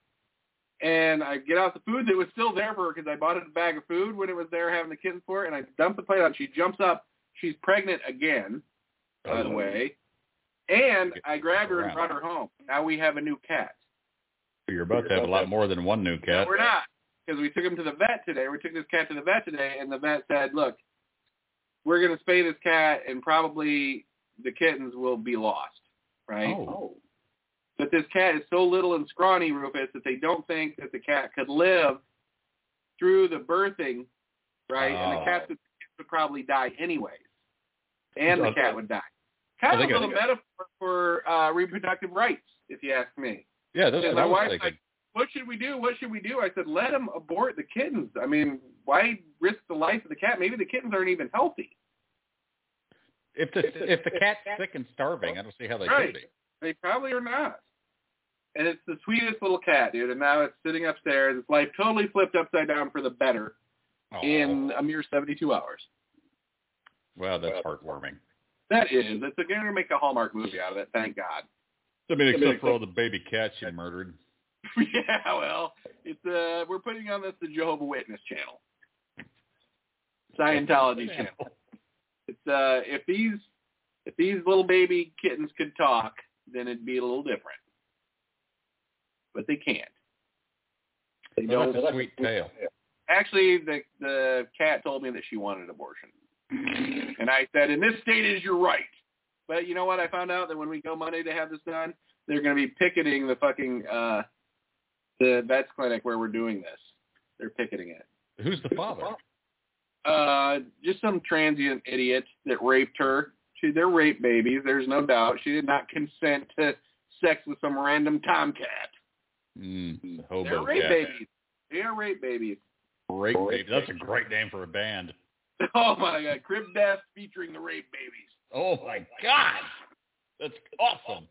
[SPEAKER 2] And I get out the food that was still there for her because I bought a bag of food when it was there having the kittens for it, and I dump the plate out. She jumps up. She's pregnant again by
[SPEAKER 3] Uh,
[SPEAKER 2] the way. And I grabbed her and brought her home. Now we have a new cat.
[SPEAKER 3] You're about to have a lot more than one new
[SPEAKER 2] No,
[SPEAKER 3] cat.
[SPEAKER 2] we're not because we took him to the vet today. We took this cat to the vet today, and the vet said, "Look, we're going to spay this cat, and probably the kittens will be lost, right?"
[SPEAKER 3] Oh.
[SPEAKER 2] But this cat is so little and scrawny, Rufus, that they don't think that the cat could live through the birthing, right? And
[SPEAKER 3] Oh.
[SPEAKER 2] the cat would, would probably die anyways, and the
[SPEAKER 3] Okay.
[SPEAKER 2] cat would die.
[SPEAKER 3] I
[SPEAKER 2] Kind of
[SPEAKER 3] think
[SPEAKER 2] a
[SPEAKER 3] I
[SPEAKER 2] little
[SPEAKER 3] think I-
[SPEAKER 2] metaphor for uh, reproductive rights, if you ask me.
[SPEAKER 3] Yeah, that's
[SPEAKER 2] Yeah,
[SPEAKER 3] what
[SPEAKER 2] my
[SPEAKER 3] I was
[SPEAKER 2] wife's
[SPEAKER 3] thinking.
[SPEAKER 2] like- What should we do? What should we do? I said, let them abort the kittens. I mean, why risk the life of the cat? Maybe the kittens aren't even healthy.
[SPEAKER 3] If the if the cat's sick and starving, I don't see how they
[SPEAKER 2] Right.
[SPEAKER 3] could be.
[SPEAKER 2] They probably are not. And it's the sweetest little cat, dude. And now it's sitting upstairs. Its life totally flipped upside down for the better
[SPEAKER 3] Oh,
[SPEAKER 2] in a mere 72 hours.
[SPEAKER 3] well, that's heartwarming.
[SPEAKER 2] That is. It's going to make a Hallmark movie out of it. Thank God.
[SPEAKER 3] I mean, except for all the baby cats you murdered.
[SPEAKER 2] yeah, well, it's uh, we're putting on this the Jehovah Witness channel, Scientology channel. It's uh, if these if these little baby kittens could talk, then it'd be a little different. But they can't. They
[SPEAKER 3] Well,
[SPEAKER 2] don't.
[SPEAKER 3] that's a sweet tale.
[SPEAKER 2] Actually, the the cat told me that she wanted an abortion, and I said, "In this state, is your right." But you know what? I found out that when we go Monday to have this done, they're going to be picketing the fucking uh, the vets clinic where we're doing this. They're picketing it.
[SPEAKER 3] Who's the father?
[SPEAKER 2] Uh, just some transient idiot that raped her. She, they're rape babies. There's no doubt. She did not consent to sex with some random tomcat.
[SPEAKER 3] Mm,
[SPEAKER 2] They're
[SPEAKER 3] hobo
[SPEAKER 2] rape
[SPEAKER 3] cat.
[SPEAKER 2] babies. They're rape babies.
[SPEAKER 3] Rape baby. That's a great name for a band.
[SPEAKER 2] Oh my god, Crib Death featuring the Rape Babies.
[SPEAKER 3] Oh my god, that's awesome.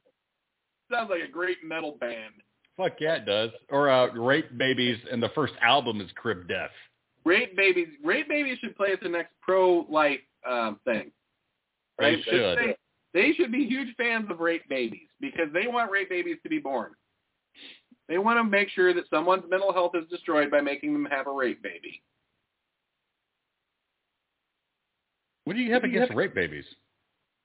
[SPEAKER 2] Sounds like a great metal band.
[SPEAKER 3] Fuck yeah, it does. Or uh, Rape Babies, and the first album is Crib Death.
[SPEAKER 2] Rape Babies. Rape Babies should play at the next pro life um, thing.
[SPEAKER 3] They
[SPEAKER 2] Right?
[SPEAKER 3] should.
[SPEAKER 2] They, they should be huge fans of Rape Babies because they want Rape Babies to be born. They want to make sure that someone's mental health is destroyed by making them have a rape baby.
[SPEAKER 3] What do you have against Rape Babies?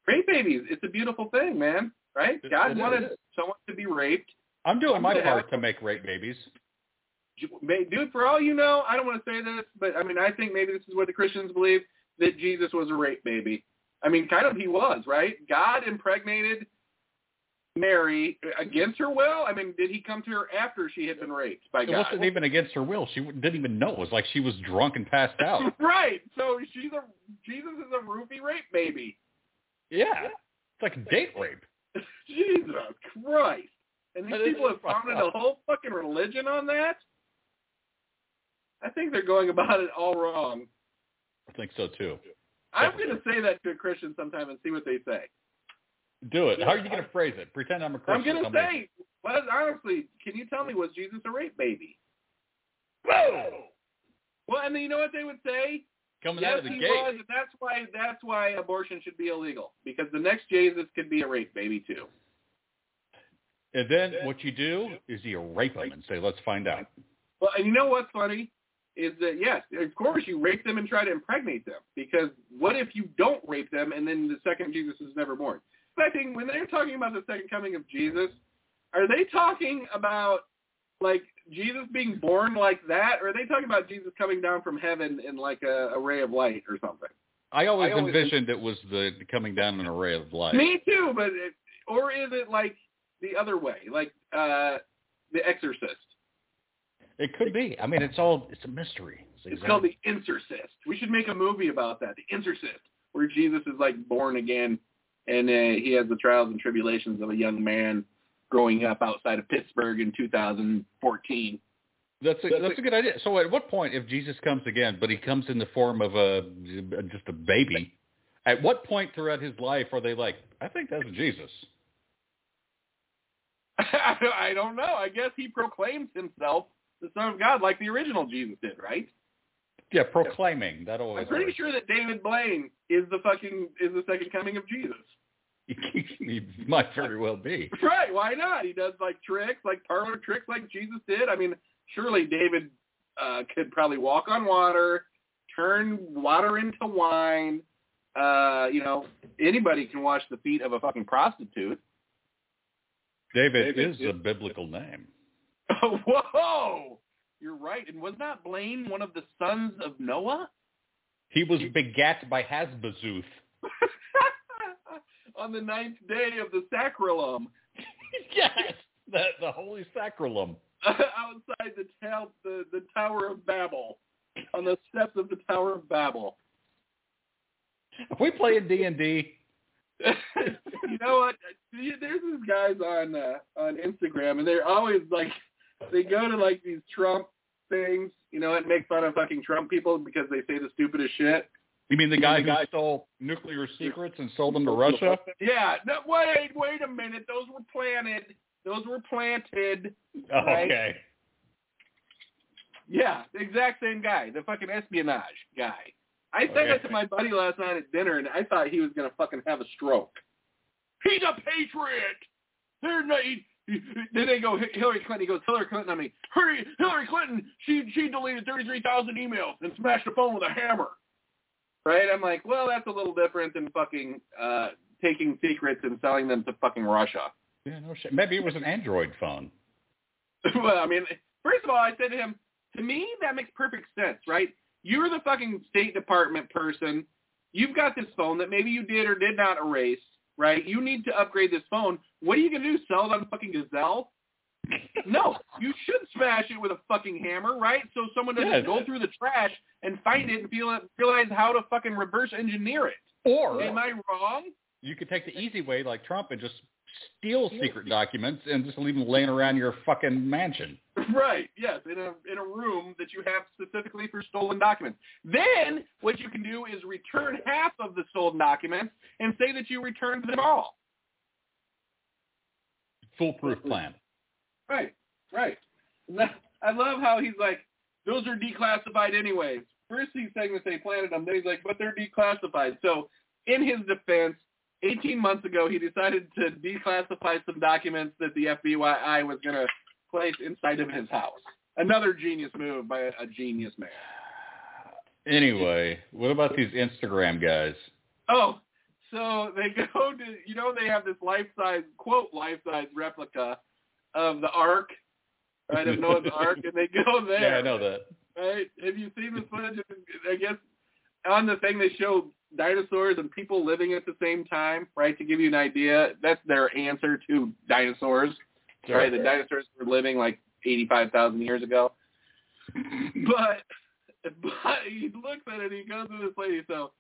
[SPEAKER 2] Rape babies, it's a beautiful thing, man. Right?
[SPEAKER 3] It-
[SPEAKER 2] God
[SPEAKER 3] it
[SPEAKER 2] wanted
[SPEAKER 3] is.
[SPEAKER 2] someone to be raped.
[SPEAKER 3] I'm doing my
[SPEAKER 2] Yeah.
[SPEAKER 3] part to make Rape Babies.
[SPEAKER 2] May- dude, for all you know, I don't want to say this, but I mean, I think maybe this is what the Christians believe that Jesus was a rape baby. I mean, kind of he was, right? God impregnated Mary against her will. I mean, did he come to her after she had been raped by
[SPEAKER 3] It
[SPEAKER 2] God?
[SPEAKER 3] wasn't even against her will. She w- didn't even know. It was like she was drunk and passed out.
[SPEAKER 2] right. So she's a Jesus is a roofy rape baby.
[SPEAKER 3] yeah, it's like date rape.
[SPEAKER 2] Jesus Christ. And these
[SPEAKER 3] That is
[SPEAKER 2] people have
[SPEAKER 3] fucked
[SPEAKER 2] founded a
[SPEAKER 3] up.
[SPEAKER 2] whole fucking religion on that. I think they're going about it all wrong.
[SPEAKER 3] I think so too.
[SPEAKER 2] I'm going to say that to a Christian sometime and see what they say.
[SPEAKER 3] Do it. How are you going to phrase it? Pretend I'm a
[SPEAKER 2] I'm
[SPEAKER 3] Christian.
[SPEAKER 2] going to
[SPEAKER 3] Somebody-
[SPEAKER 2] say, well, honestly, can you tell me, was Jesus a rape baby?
[SPEAKER 3] Whoa!
[SPEAKER 2] Well, and then you know what they would say?
[SPEAKER 3] Coming
[SPEAKER 2] yes,
[SPEAKER 3] out of the
[SPEAKER 2] he
[SPEAKER 3] gate.
[SPEAKER 2] was. And that's why that's why abortion should be illegal because the next Jesus could be a rape baby too.
[SPEAKER 3] And then what you do is you rape them and say, let's find out.
[SPEAKER 2] Well, and you know what's funny is that yes, of course you rape them and try to impregnate them because what if you don't rape them and then the second Jesus is never born? But I think when they're talking about the second coming of Jesus, are they talking about like Jesus being born like that, or are they talking about Jesus coming down from heaven in like a, a ray of light or something?
[SPEAKER 3] I always,
[SPEAKER 2] I always-
[SPEAKER 3] envisioned it was the coming down an array of light.
[SPEAKER 2] Me too, but it, or is it like the other way, like uh The Exorcist?
[SPEAKER 3] It could be. I mean, it's all, it's a mystery.
[SPEAKER 2] It's called The Exorcist. We should make a movie about that, The Exorcist, where Jesus is like born again, and uh, he has the trials and tribulations of a young man growing up outside of Pittsburgh in 2014.
[SPEAKER 3] That's a, that's a good idea. So at what point, if Jesus comes again, but he comes in the form of a just a baby, at what point throughout his life are they like, I think that's Jesus?
[SPEAKER 2] I don't know. I guess he proclaims himself the Son of God like the original Jesus did, right?
[SPEAKER 3] Yeah, proclaiming. That always.
[SPEAKER 2] I'm pretty sure that David Blaine is the fucking is the second coming of Jesus.
[SPEAKER 3] he might very well be.
[SPEAKER 2] Right? Why not? He does like tricks, like parlor tricks, like Jesus did. I mean, surely David uh, could probably walk on water, turn water into wine. Uh, you know, anybody can wash the feet of a fucking prostitute.
[SPEAKER 3] David, is a biblical name.
[SPEAKER 2] Whoa! You're right. And was not Blaine one of the sons of Noah?
[SPEAKER 3] He was begat by Hasbazuth.
[SPEAKER 2] on the ninth day of the sacrilum,
[SPEAKER 3] yes, the, the holy sacralum.
[SPEAKER 2] outside the, tow- the the Tower of Babel, on the steps of the Tower of Babel.
[SPEAKER 3] If we play in D and D,
[SPEAKER 2] you know what? See, There's these guys on uh, on Instagram, and they're always like, they go to like these Trump things, you know, and make fun of fucking Trump people because they say the stupidest shit.
[SPEAKER 3] you mean the guy who stole nuclear secrets and sold them to Russia?
[SPEAKER 2] Yeah. No, wait, wait a minute. Those were planted. Those were planted.
[SPEAKER 3] Oh,
[SPEAKER 2] Right.
[SPEAKER 3] okay.
[SPEAKER 2] Yeah, the exact same guy, the fucking espionage guy. I said that to my buddy last night at dinner, and I thought he was gonna fucking have a stroke. He's a patriot. They're not. He, he- then they go "Hi- Hillary Clinton. He goes Hillary Clinton. I mean, Hillary, Hillary Clinton. She she deleted thirty three thousand emails and smashed a phone with a hammer. Right? I'm like, well, that's a little different than fucking uh taking secrets and selling them to fucking Russia.
[SPEAKER 3] Yeah, no shit. Maybe it was an Android phone.
[SPEAKER 2] well, I mean, first of all, I said to him, to me, that makes perfect sense, right? You're the fucking State Department person. You've got this phone that maybe you did or did not erase, right? You need to upgrade this phone. What are you gonna do? Sell it on fucking Gazelle? no, you should smash it with a fucking hammer, right? So someone doesn't
[SPEAKER 3] Yeah.
[SPEAKER 2] go through the trash and find it and feel, realize how to fucking reverse engineer it.
[SPEAKER 3] Or
[SPEAKER 2] Am I wrong?
[SPEAKER 3] you could take the easy way, like Trump, and just steal secret documents and just leave them laying around your fucking mansion.
[SPEAKER 2] Right. Yes, in a in a room that you have specifically for stolen documents. Then what you can do is return half of the stolen documents and say that you returned them all.
[SPEAKER 3] Foolproof plan.
[SPEAKER 2] Right. Right. I love how he's like, those are declassified anyways. First he's saying that they planted them. Then he's like, but they're declassified. So in his defense, 18 months ago, he decided to declassify some documents that the FBI was going to place inside of his house. Another genius move by a, a genius man.
[SPEAKER 3] Anyway, what about these Instagram guys?
[SPEAKER 2] Oh, so they go to you know they have this life size quote life size replica of the Ark, right? Of Noah's Ark, and they go there.
[SPEAKER 3] Yeah, I know that.
[SPEAKER 2] Right? Have you seen the footage? of- I guess on the thing they show dinosaurs and people living at the same time, right? To give you an idea, that's their answer to dinosaurs. Right? The dinosaurs were living like eighty-five thousand years ago. But but he looks at it. He goes to this lady. So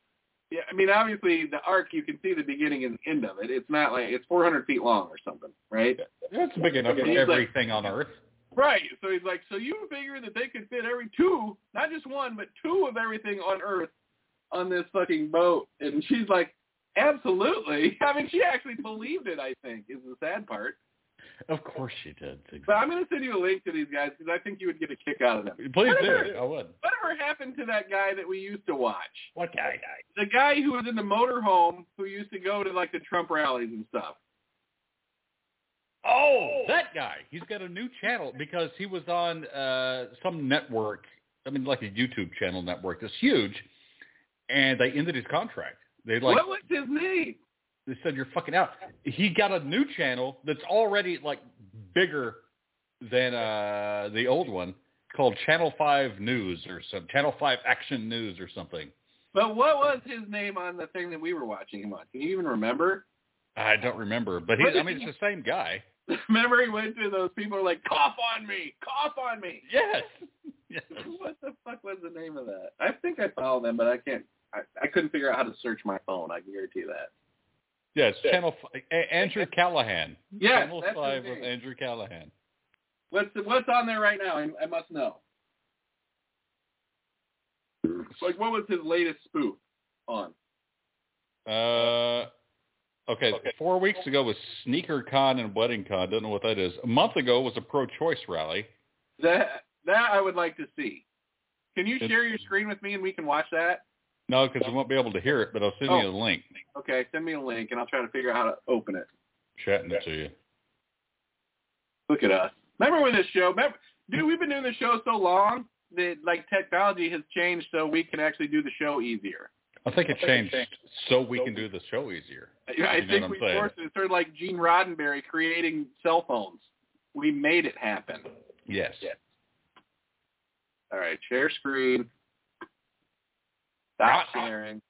[SPEAKER 2] yeah, I mean, obviously the arc you can see the beginning and end of it. It's not like it's four hundred feet long or something, right?
[SPEAKER 3] That's big enough for
[SPEAKER 2] He's like-
[SPEAKER 3] everything on Earth.
[SPEAKER 2] Right. So he's like, so you figure that they could fit every two, not just one, but two of everything on Earth on this fucking boat. And she's like, absolutely. I mean, she actually believed it, I think, is the sad part.
[SPEAKER 3] Of course you did.
[SPEAKER 2] But I'm going to send you a link to these guys because I think you would get a kick out of them.
[SPEAKER 3] Please
[SPEAKER 2] Whatever.
[SPEAKER 3] do. I would.
[SPEAKER 2] Whatever happened to that guy that we used to watch?
[SPEAKER 3] What guy?
[SPEAKER 2] The guy who was in the motorhome who used to go to like the Trump rallies and stuff.
[SPEAKER 3] Oh, that guy. He's got a new channel because he was on uh, some network. I mean, like a YouTube channel network that's huge, and they ended his contract. They like
[SPEAKER 2] what was his name?
[SPEAKER 3] they said you're fucking out. He got a new channel that's already like bigger than uh, the old one called Channel Five News or some Channel Five Action News or something.
[SPEAKER 2] But what was his name on the thing that we were watching him on? Can you even remember?
[SPEAKER 3] I don't remember, but he, I mean, it's the same guy.
[SPEAKER 2] Remember he went to those people were like, cough on me, cough on me.
[SPEAKER 3] Yes. yes.
[SPEAKER 2] What the fuck was the name of that? I think I follow them, but I can't. I, I couldn't figure out how to search my phone. I can guarantee that.
[SPEAKER 3] Yes, Channel f- A- Andrew Callahan.
[SPEAKER 2] Yes,
[SPEAKER 3] Channel
[SPEAKER 2] that's his
[SPEAKER 3] Five with
[SPEAKER 2] name.
[SPEAKER 3] Andrew Callahan.
[SPEAKER 2] What's what's on there right now? I, I must know. Like, what was his latest spoof on?
[SPEAKER 3] Uh, okay, four weeks ago was Sneaker Con and Wedding Con. Don't know what that is. A month ago was a pro-choice rally.
[SPEAKER 2] That that I would like to see. Can you
[SPEAKER 3] It's-
[SPEAKER 2] share your screen with me and we can watch that?
[SPEAKER 3] No, because we won't be able to hear it, but I'll send
[SPEAKER 2] Oh.
[SPEAKER 3] you a link.
[SPEAKER 2] Okay, send me a link and I'll try to figure out how to open it.
[SPEAKER 3] Chatting it to you.
[SPEAKER 2] Look at us. Remember when this show, remember, dude, we've been doing this show so long that like technology has changed so we can actually do the show easier.
[SPEAKER 3] I think it changed so we can do the show easier.
[SPEAKER 2] I, I
[SPEAKER 3] You know what
[SPEAKER 2] think
[SPEAKER 3] I'm
[SPEAKER 2] we
[SPEAKER 3] saying.
[SPEAKER 2] forced it. It's sort of like Gene Roddenberry creating cell phones. We made it happen.
[SPEAKER 3] Yes.
[SPEAKER 2] Yeah. All right, share screen.
[SPEAKER 3] Ah,
[SPEAKER 2] Stop
[SPEAKER 3] ah.
[SPEAKER 2] sharing.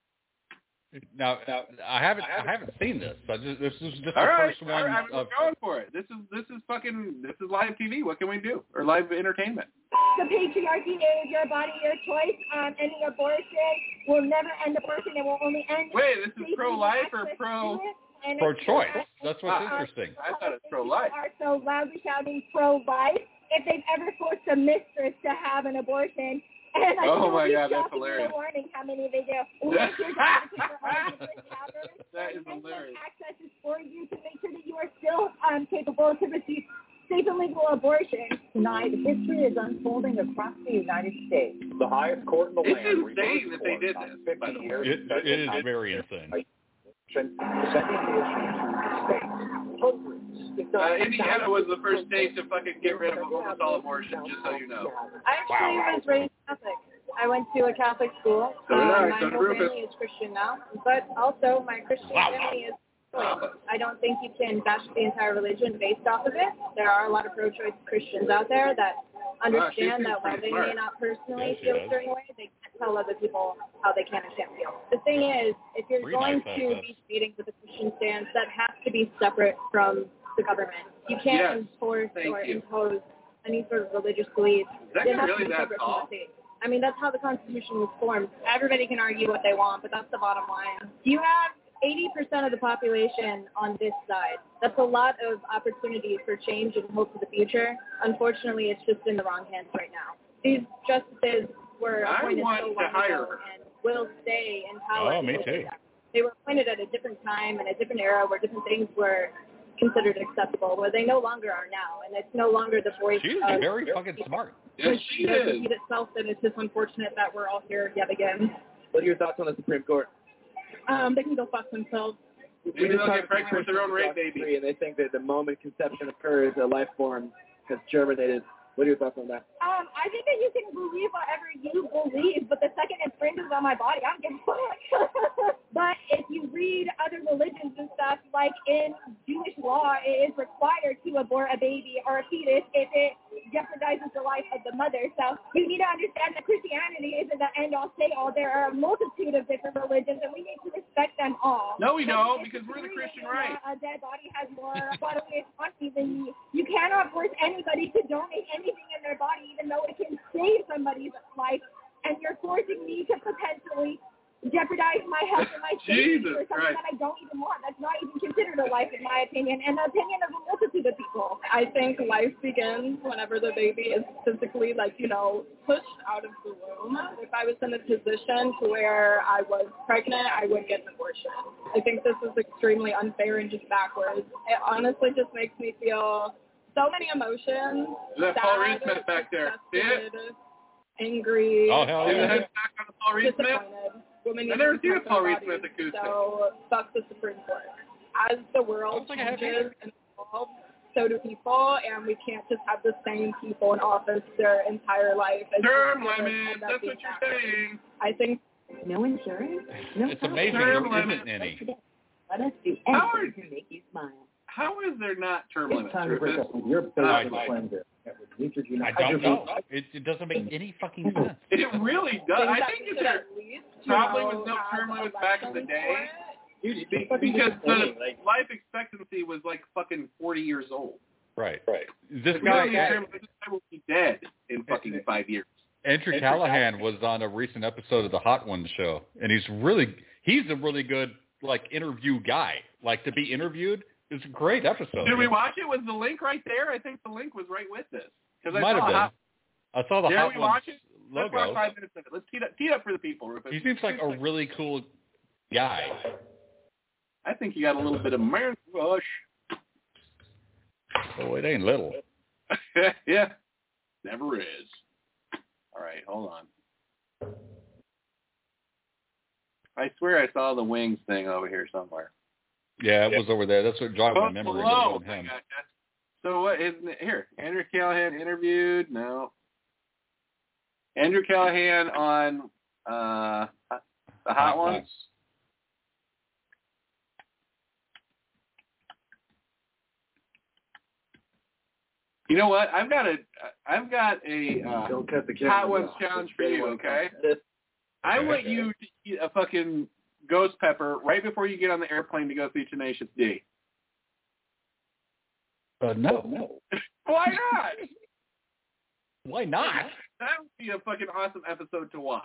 [SPEAKER 3] Now, now I haven't I haven't seen this. I just, this is just
[SPEAKER 2] All
[SPEAKER 3] the
[SPEAKER 2] right,
[SPEAKER 3] first
[SPEAKER 2] all
[SPEAKER 3] one.
[SPEAKER 2] right, I'm
[SPEAKER 3] of-
[SPEAKER 2] going for it. This is this is fucking this is live TV. What can we do? Or live entertainment.
[SPEAKER 4] the patriarchy is your body, your choice. Um, ending abortion will never end abortion. It will only end.
[SPEAKER 2] Wait, this is
[SPEAKER 4] if
[SPEAKER 2] pro
[SPEAKER 4] you
[SPEAKER 2] life
[SPEAKER 4] access
[SPEAKER 2] or
[SPEAKER 4] to
[SPEAKER 2] pro?
[SPEAKER 4] it. And if you
[SPEAKER 3] pro-choice.
[SPEAKER 4] are-
[SPEAKER 3] That's what's
[SPEAKER 2] Ah.
[SPEAKER 3] interesting.
[SPEAKER 2] I thought it was
[SPEAKER 4] if
[SPEAKER 2] pro-life.
[SPEAKER 4] You are so loudly shouting pro-life. If they've ever forced a mistress to have an abortion. And I
[SPEAKER 2] Oh
[SPEAKER 4] will
[SPEAKER 2] my
[SPEAKER 4] be
[SPEAKER 2] God, that's
[SPEAKER 4] shocking in the
[SPEAKER 2] hilarious.
[SPEAKER 4] Warning how many they do. We make sure that you are all different genders.
[SPEAKER 2] That is
[SPEAKER 4] We make sure
[SPEAKER 2] hilarious.
[SPEAKER 4] Access is for you to make sure that you are still um, capable to receive safe and legal abortion.
[SPEAKER 5] Tonight, history is unfolding across the United States. The highest court in the
[SPEAKER 2] It's
[SPEAKER 5] land.
[SPEAKER 2] insane
[SPEAKER 5] reversed
[SPEAKER 2] that they did
[SPEAKER 5] course on
[SPEAKER 2] this, by
[SPEAKER 5] 50
[SPEAKER 2] the way.
[SPEAKER 5] years
[SPEAKER 3] It,
[SPEAKER 5] of
[SPEAKER 3] it is
[SPEAKER 5] sentence
[SPEAKER 3] very insane.
[SPEAKER 5] on sending the issue to the states.
[SPEAKER 2] Uh, Indiana was the first state to fucking get rid of overall abortion, just so you know.
[SPEAKER 6] I actually was raised Catholic. I went to a Catholic school.
[SPEAKER 2] So did I,
[SPEAKER 6] my
[SPEAKER 2] so did
[SPEAKER 6] whole
[SPEAKER 2] Rufus.
[SPEAKER 6] family is Christian now, but also my Christian
[SPEAKER 3] Wow.
[SPEAKER 6] family is. I don't think you can bash the entire religion based off of it. There are a lot of pro-choice Christians out there that
[SPEAKER 2] seems
[SPEAKER 7] understand that while
[SPEAKER 2] Ah, pretty
[SPEAKER 7] they may
[SPEAKER 2] smart.
[SPEAKER 7] not personally
[SPEAKER 3] Yeah, she
[SPEAKER 7] feel a
[SPEAKER 3] does.
[SPEAKER 7] certain way, they can't tell other people how they can and can't feel. The thing is, if you're
[SPEAKER 3] Pretty
[SPEAKER 7] going
[SPEAKER 3] nice,
[SPEAKER 7] to
[SPEAKER 3] that's-
[SPEAKER 7] be meetings with a Christian stance, that has to be separate from the government. You can't
[SPEAKER 2] Yes.
[SPEAKER 7] enforce
[SPEAKER 2] Thank
[SPEAKER 7] or
[SPEAKER 2] you.
[SPEAKER 7] impose any sort of religious belief.
[SPEAKER 2] Is that
[SPEAKER 7] It has
[SPEAKER 2] really
[SPEAKER 7] to be
[SPEAKER 2] that
[SPEAKER 7] separate from
[SPEAKER 2] tall?
[SPEAKER 7] the state. I mean, that's how the Constitution was formed. Everybody can argue what they want, but that's the bottom line. You have 80% of the population on this side. That's a lot of opportunity for change and hope for the future. Unfortunately, it's just in the wrong hands right now. These justices were
[SPEAKER 2] I
[SPEAKER 7] appointed
[SPEAKER 2] want
[SPEAKER 7] so
[SPEAKER 2] to
[SPEAKER 7] long
[SPEAKER 2] hire
[SPEAKER 7] ago
[SPEAKER 2] her.
[SPEAKER 7] and will stay in power.
[SPEAKER 3] Oh, me
[SPEAKER 7] because of
[SPEAKER 3] too.
[SPEAKER 7] that. They were appointed at a different time and a different era where different things were considered acceptable, where they no longer are now, and it's no longer the voice
[SPEAKER 3] She's
[SPEAKER 7] of
[SPEAKER 3] very fucking smart.
[SPEAKER 2] Yes,
[SPEAKER 7] which
[SPEAKER 2] she
[SPEAKER 7] does
[SPEAKER 2] is.
[SPEAKER 7] repeat itself, and it's just unfortunate that we're all here yet again.
[SPEAKER 8] What are your thoughts on the Supreme Court?
[SPEAKER 7] Um, they can go fuck themselves.
[SPEAKER 2] Maybe
[SPEAKER 8] We
[SPEAKER 2] they'll
[SPEAKER 8] talked
[SPEAKER 2] get pregnant with their own rape baby.
[SPEAKER 8] And they think that the moment conception occurs, a life form has germinated. What are your thoughts on that?
[SPEAKER 4] Um, I think that you can believe whatever you believe, but the second it fringes on my body, I'm getting fucked. but if you read other religions and stuff, like in Jewish law, it is required to abort a baby or a fetus if it jeopardizes the life of the mother. So you need to understand that Christianity isn't the end all say all. There are a multitude of different religions, and we need to respect them all.
[SPEAKER 2] No, we
[SPEAKER 4] But
[SPEAKER 2] don't,
[SPEAKER 4] if
[SPEAKER 2] because
[SPEAKER 4] you
[SPEAKER 2] we're the
[SPEAKER 4] believe
[SPEAKER 2] Christian
[SPEAKER 4] that
[SPEAKER 2] right.
[SPEAKER 4] A dead body has more bodily autonomy than you. You cannot force anybody to donate anything in their body, even though it can save somebody's life. And you're forcing me to potentially jeopardize my health and my safety
[SPEAKER 2] Jesus
[SPEAKER 4] for
[SPEAKER 2] Christ.
[SPEAKER 4] something that I don't even want. That's not even considered a life, in my opinion, and the opinion of a multitude of people.
[SPEAKER 7] I think life begins whenever the baby is physically, like, you know, pushed out of the womb. If I was in a position to where I was pregnant, I would get an abortion. I think this is extremely unfair and just backwards. It honestly just makes me feel so many emotions.
[SPEAKER 2] That Paul
[SPEAKER 7] sad,
[SPEAKER 2] Reed Smith back there. See it?
[SPEAKER 7] disgusted, Angry.
[SPEAKER 3] Oh, hell
[SPEAKER 2] See the
[SPEAKER 3] yeah.
[SPEAKER 2] head back on the Paul Reed Smith?
[SPEAKER 7] Women
[SPEAKER 2] I've never
[SPEAKER 7] need to
[SPEAKER 2] seen a
[SPEAKER 7] protect
[SPEAKER 2] Paul
[SPEAKER 7] their
[SPEAKER 2] Reed Smith
[SPEAKER 7] bodies,
[SPEAKER 2] acoustic.
[SPEAKER 7] So fuck the Supreme Court. As the world
[SPEAKER 3] I don't think I have
[SPEAKER 7] changes and evolves, so do people, and we can't just have the same people in office their entire life. It's
[SPEAKER 2] Term
[SPEAKER 7] just gonna
[SPEAKER 2] limit.
[SPEAKER 7] end up
[SPEAKER 2] That's
[SPEAKER 7] being
[SPEAKER 2] what you're
[SPEAKER 7] backwards.
[SPEAKER 2] saying.
[SPEAKER 7] I think
[SPEAKER 9] No insurance? No
[SPEAKER 3] It's
[SPEAKER 9] problem.
[SPEAKER 3] amazing
[SPEAKER 2] Term
[SPEAKER 3] there
[SPEAKER 2] limit.
[SPEAKER 3] isn't any.
[SPEAKER 9] Let us do
[SPEAKER 2] Howard.
[SPEAKER 9] anything to make you smile.
[SPEAKER 2] How is there not term limits?
[SPEAKER 8] It's time to break
[SPEAKER 2] Rufus?
[SPEAKER 8] up with your
[SPEAKER 2] I-
[SPEAKER 8] basic cleanser. Richard, you know,
[SPEAKER 3] I
[SPEAKER 8] how do
[SPEAKER 3] don't
[SPEAKER 8] you-
[SPEAKER 3] know. It, it doesn't make any fucking sense.
[SPEAKER 2] It really does. I think
[SPEAKER 7] that
[SPEAKER 2] if
[SPEAKER 7] should
[SPEAKER 2] there
[SPEAKER 7] at least, you
[SPEAKER 2] probably
[SPEAKER 7] know,
[SPEAKER 2] was no
[SPEAKER 7] have
[SPEAKER 2] term limits back in the
[SPEAKER 7] elections
[SPEAKER 2] day.
[SPEAKER 7] for it.
[SPEAKER 8] Dude, it's
[SPEAKER 2] Be-
[SPEAKER 8] fucking
[SPEAKER 2] because the
[SPEAKER 8] disappointing. Like,
[SPEAKER 2] life expectancy was like fucking 40 years old.
[SPEAKER 3] Right. Right. This
[SPEAKER 2] If we
[SPEAKER 3] guy,
[SPEAKER 2] don't need term limits, I will be dead in fucking five years.
[SPEAKER 3] Andrew Callahan was on a recent episode of the Hot Ones show, and he's really he's a really good like interview guy. Like to be interviewed is a great episode.
[SPEAKER 2] Did we watch it? Was the link right there? I think the link was right with this. Because I
[SPEAKER 3] Might
[SPEAKER 2] saw
[SPEAKER 3] have been.
[SPEAKER 2] Hot-
[SPEAKER 3] I saw the
[SPEAKER 2] Did
[SPEAKER 3] Hot
[SPEAKER 2] we
[SPEAKER 3] Ones
[SPEAKER 2] watch it? Let's watch
[SPEAKER 3] logo.
[SPEAKER 2] five minutes of it. Let's tee it up, tee it up for the people, Rufus.
[SPEAKER 3] He seems like a really cool guy.
[SPEAKER 2] I think you got a little bit of man rush.
[SPEAKER 3] Oh, it ain't little.
[SPEAKER 2] yeah, never is. All right, hold on. I swear I saw the wings thing over here somewhere.
[SPEAKER 3] Yeah, it was over there. That's what jogged my
[SPEAKER 2] Oh,
[SPEAKER 3] memory.
[SPEAKER 2] hello.
[SPEAKER 3] was on him.
[SPEAKER 2] Gotcha. So what isn't it here? Andrew Callahan interviewed? No. Andrew Callahan on uh the hot
[SPEAKER 3] Hot
[SPEAKER 2] ones.
[SPEAKER 3] Ones.
[SPEAKER 2] You know what? I've got a I've got a uh,
[SPEAKER 8] don't cut the camera.
[SPEAKER 2] Hot Ones
[SPEAKER 8] off.
[SPEAKER 2] challenge for
[SPEAKER 8] They
[SPEAKER 2] you,
[SPEAKER 8] won't
[SPEAKER 2] okay?
[SPEAKER 8] cut this.
[SPEAKER 2] I
[SPEAKER 3] Okay.
[SPEAKER 2] want you to eat a fucking ghost pepper right before you get on the airplane to go see Tenacious D.
[SPEAKER 3] Uh, no, no.
[SPEAKER 2] Why not?
[SPEAKER 3] Why not?
[SPEAKER 2] that would be a fucking awesome episode to watch.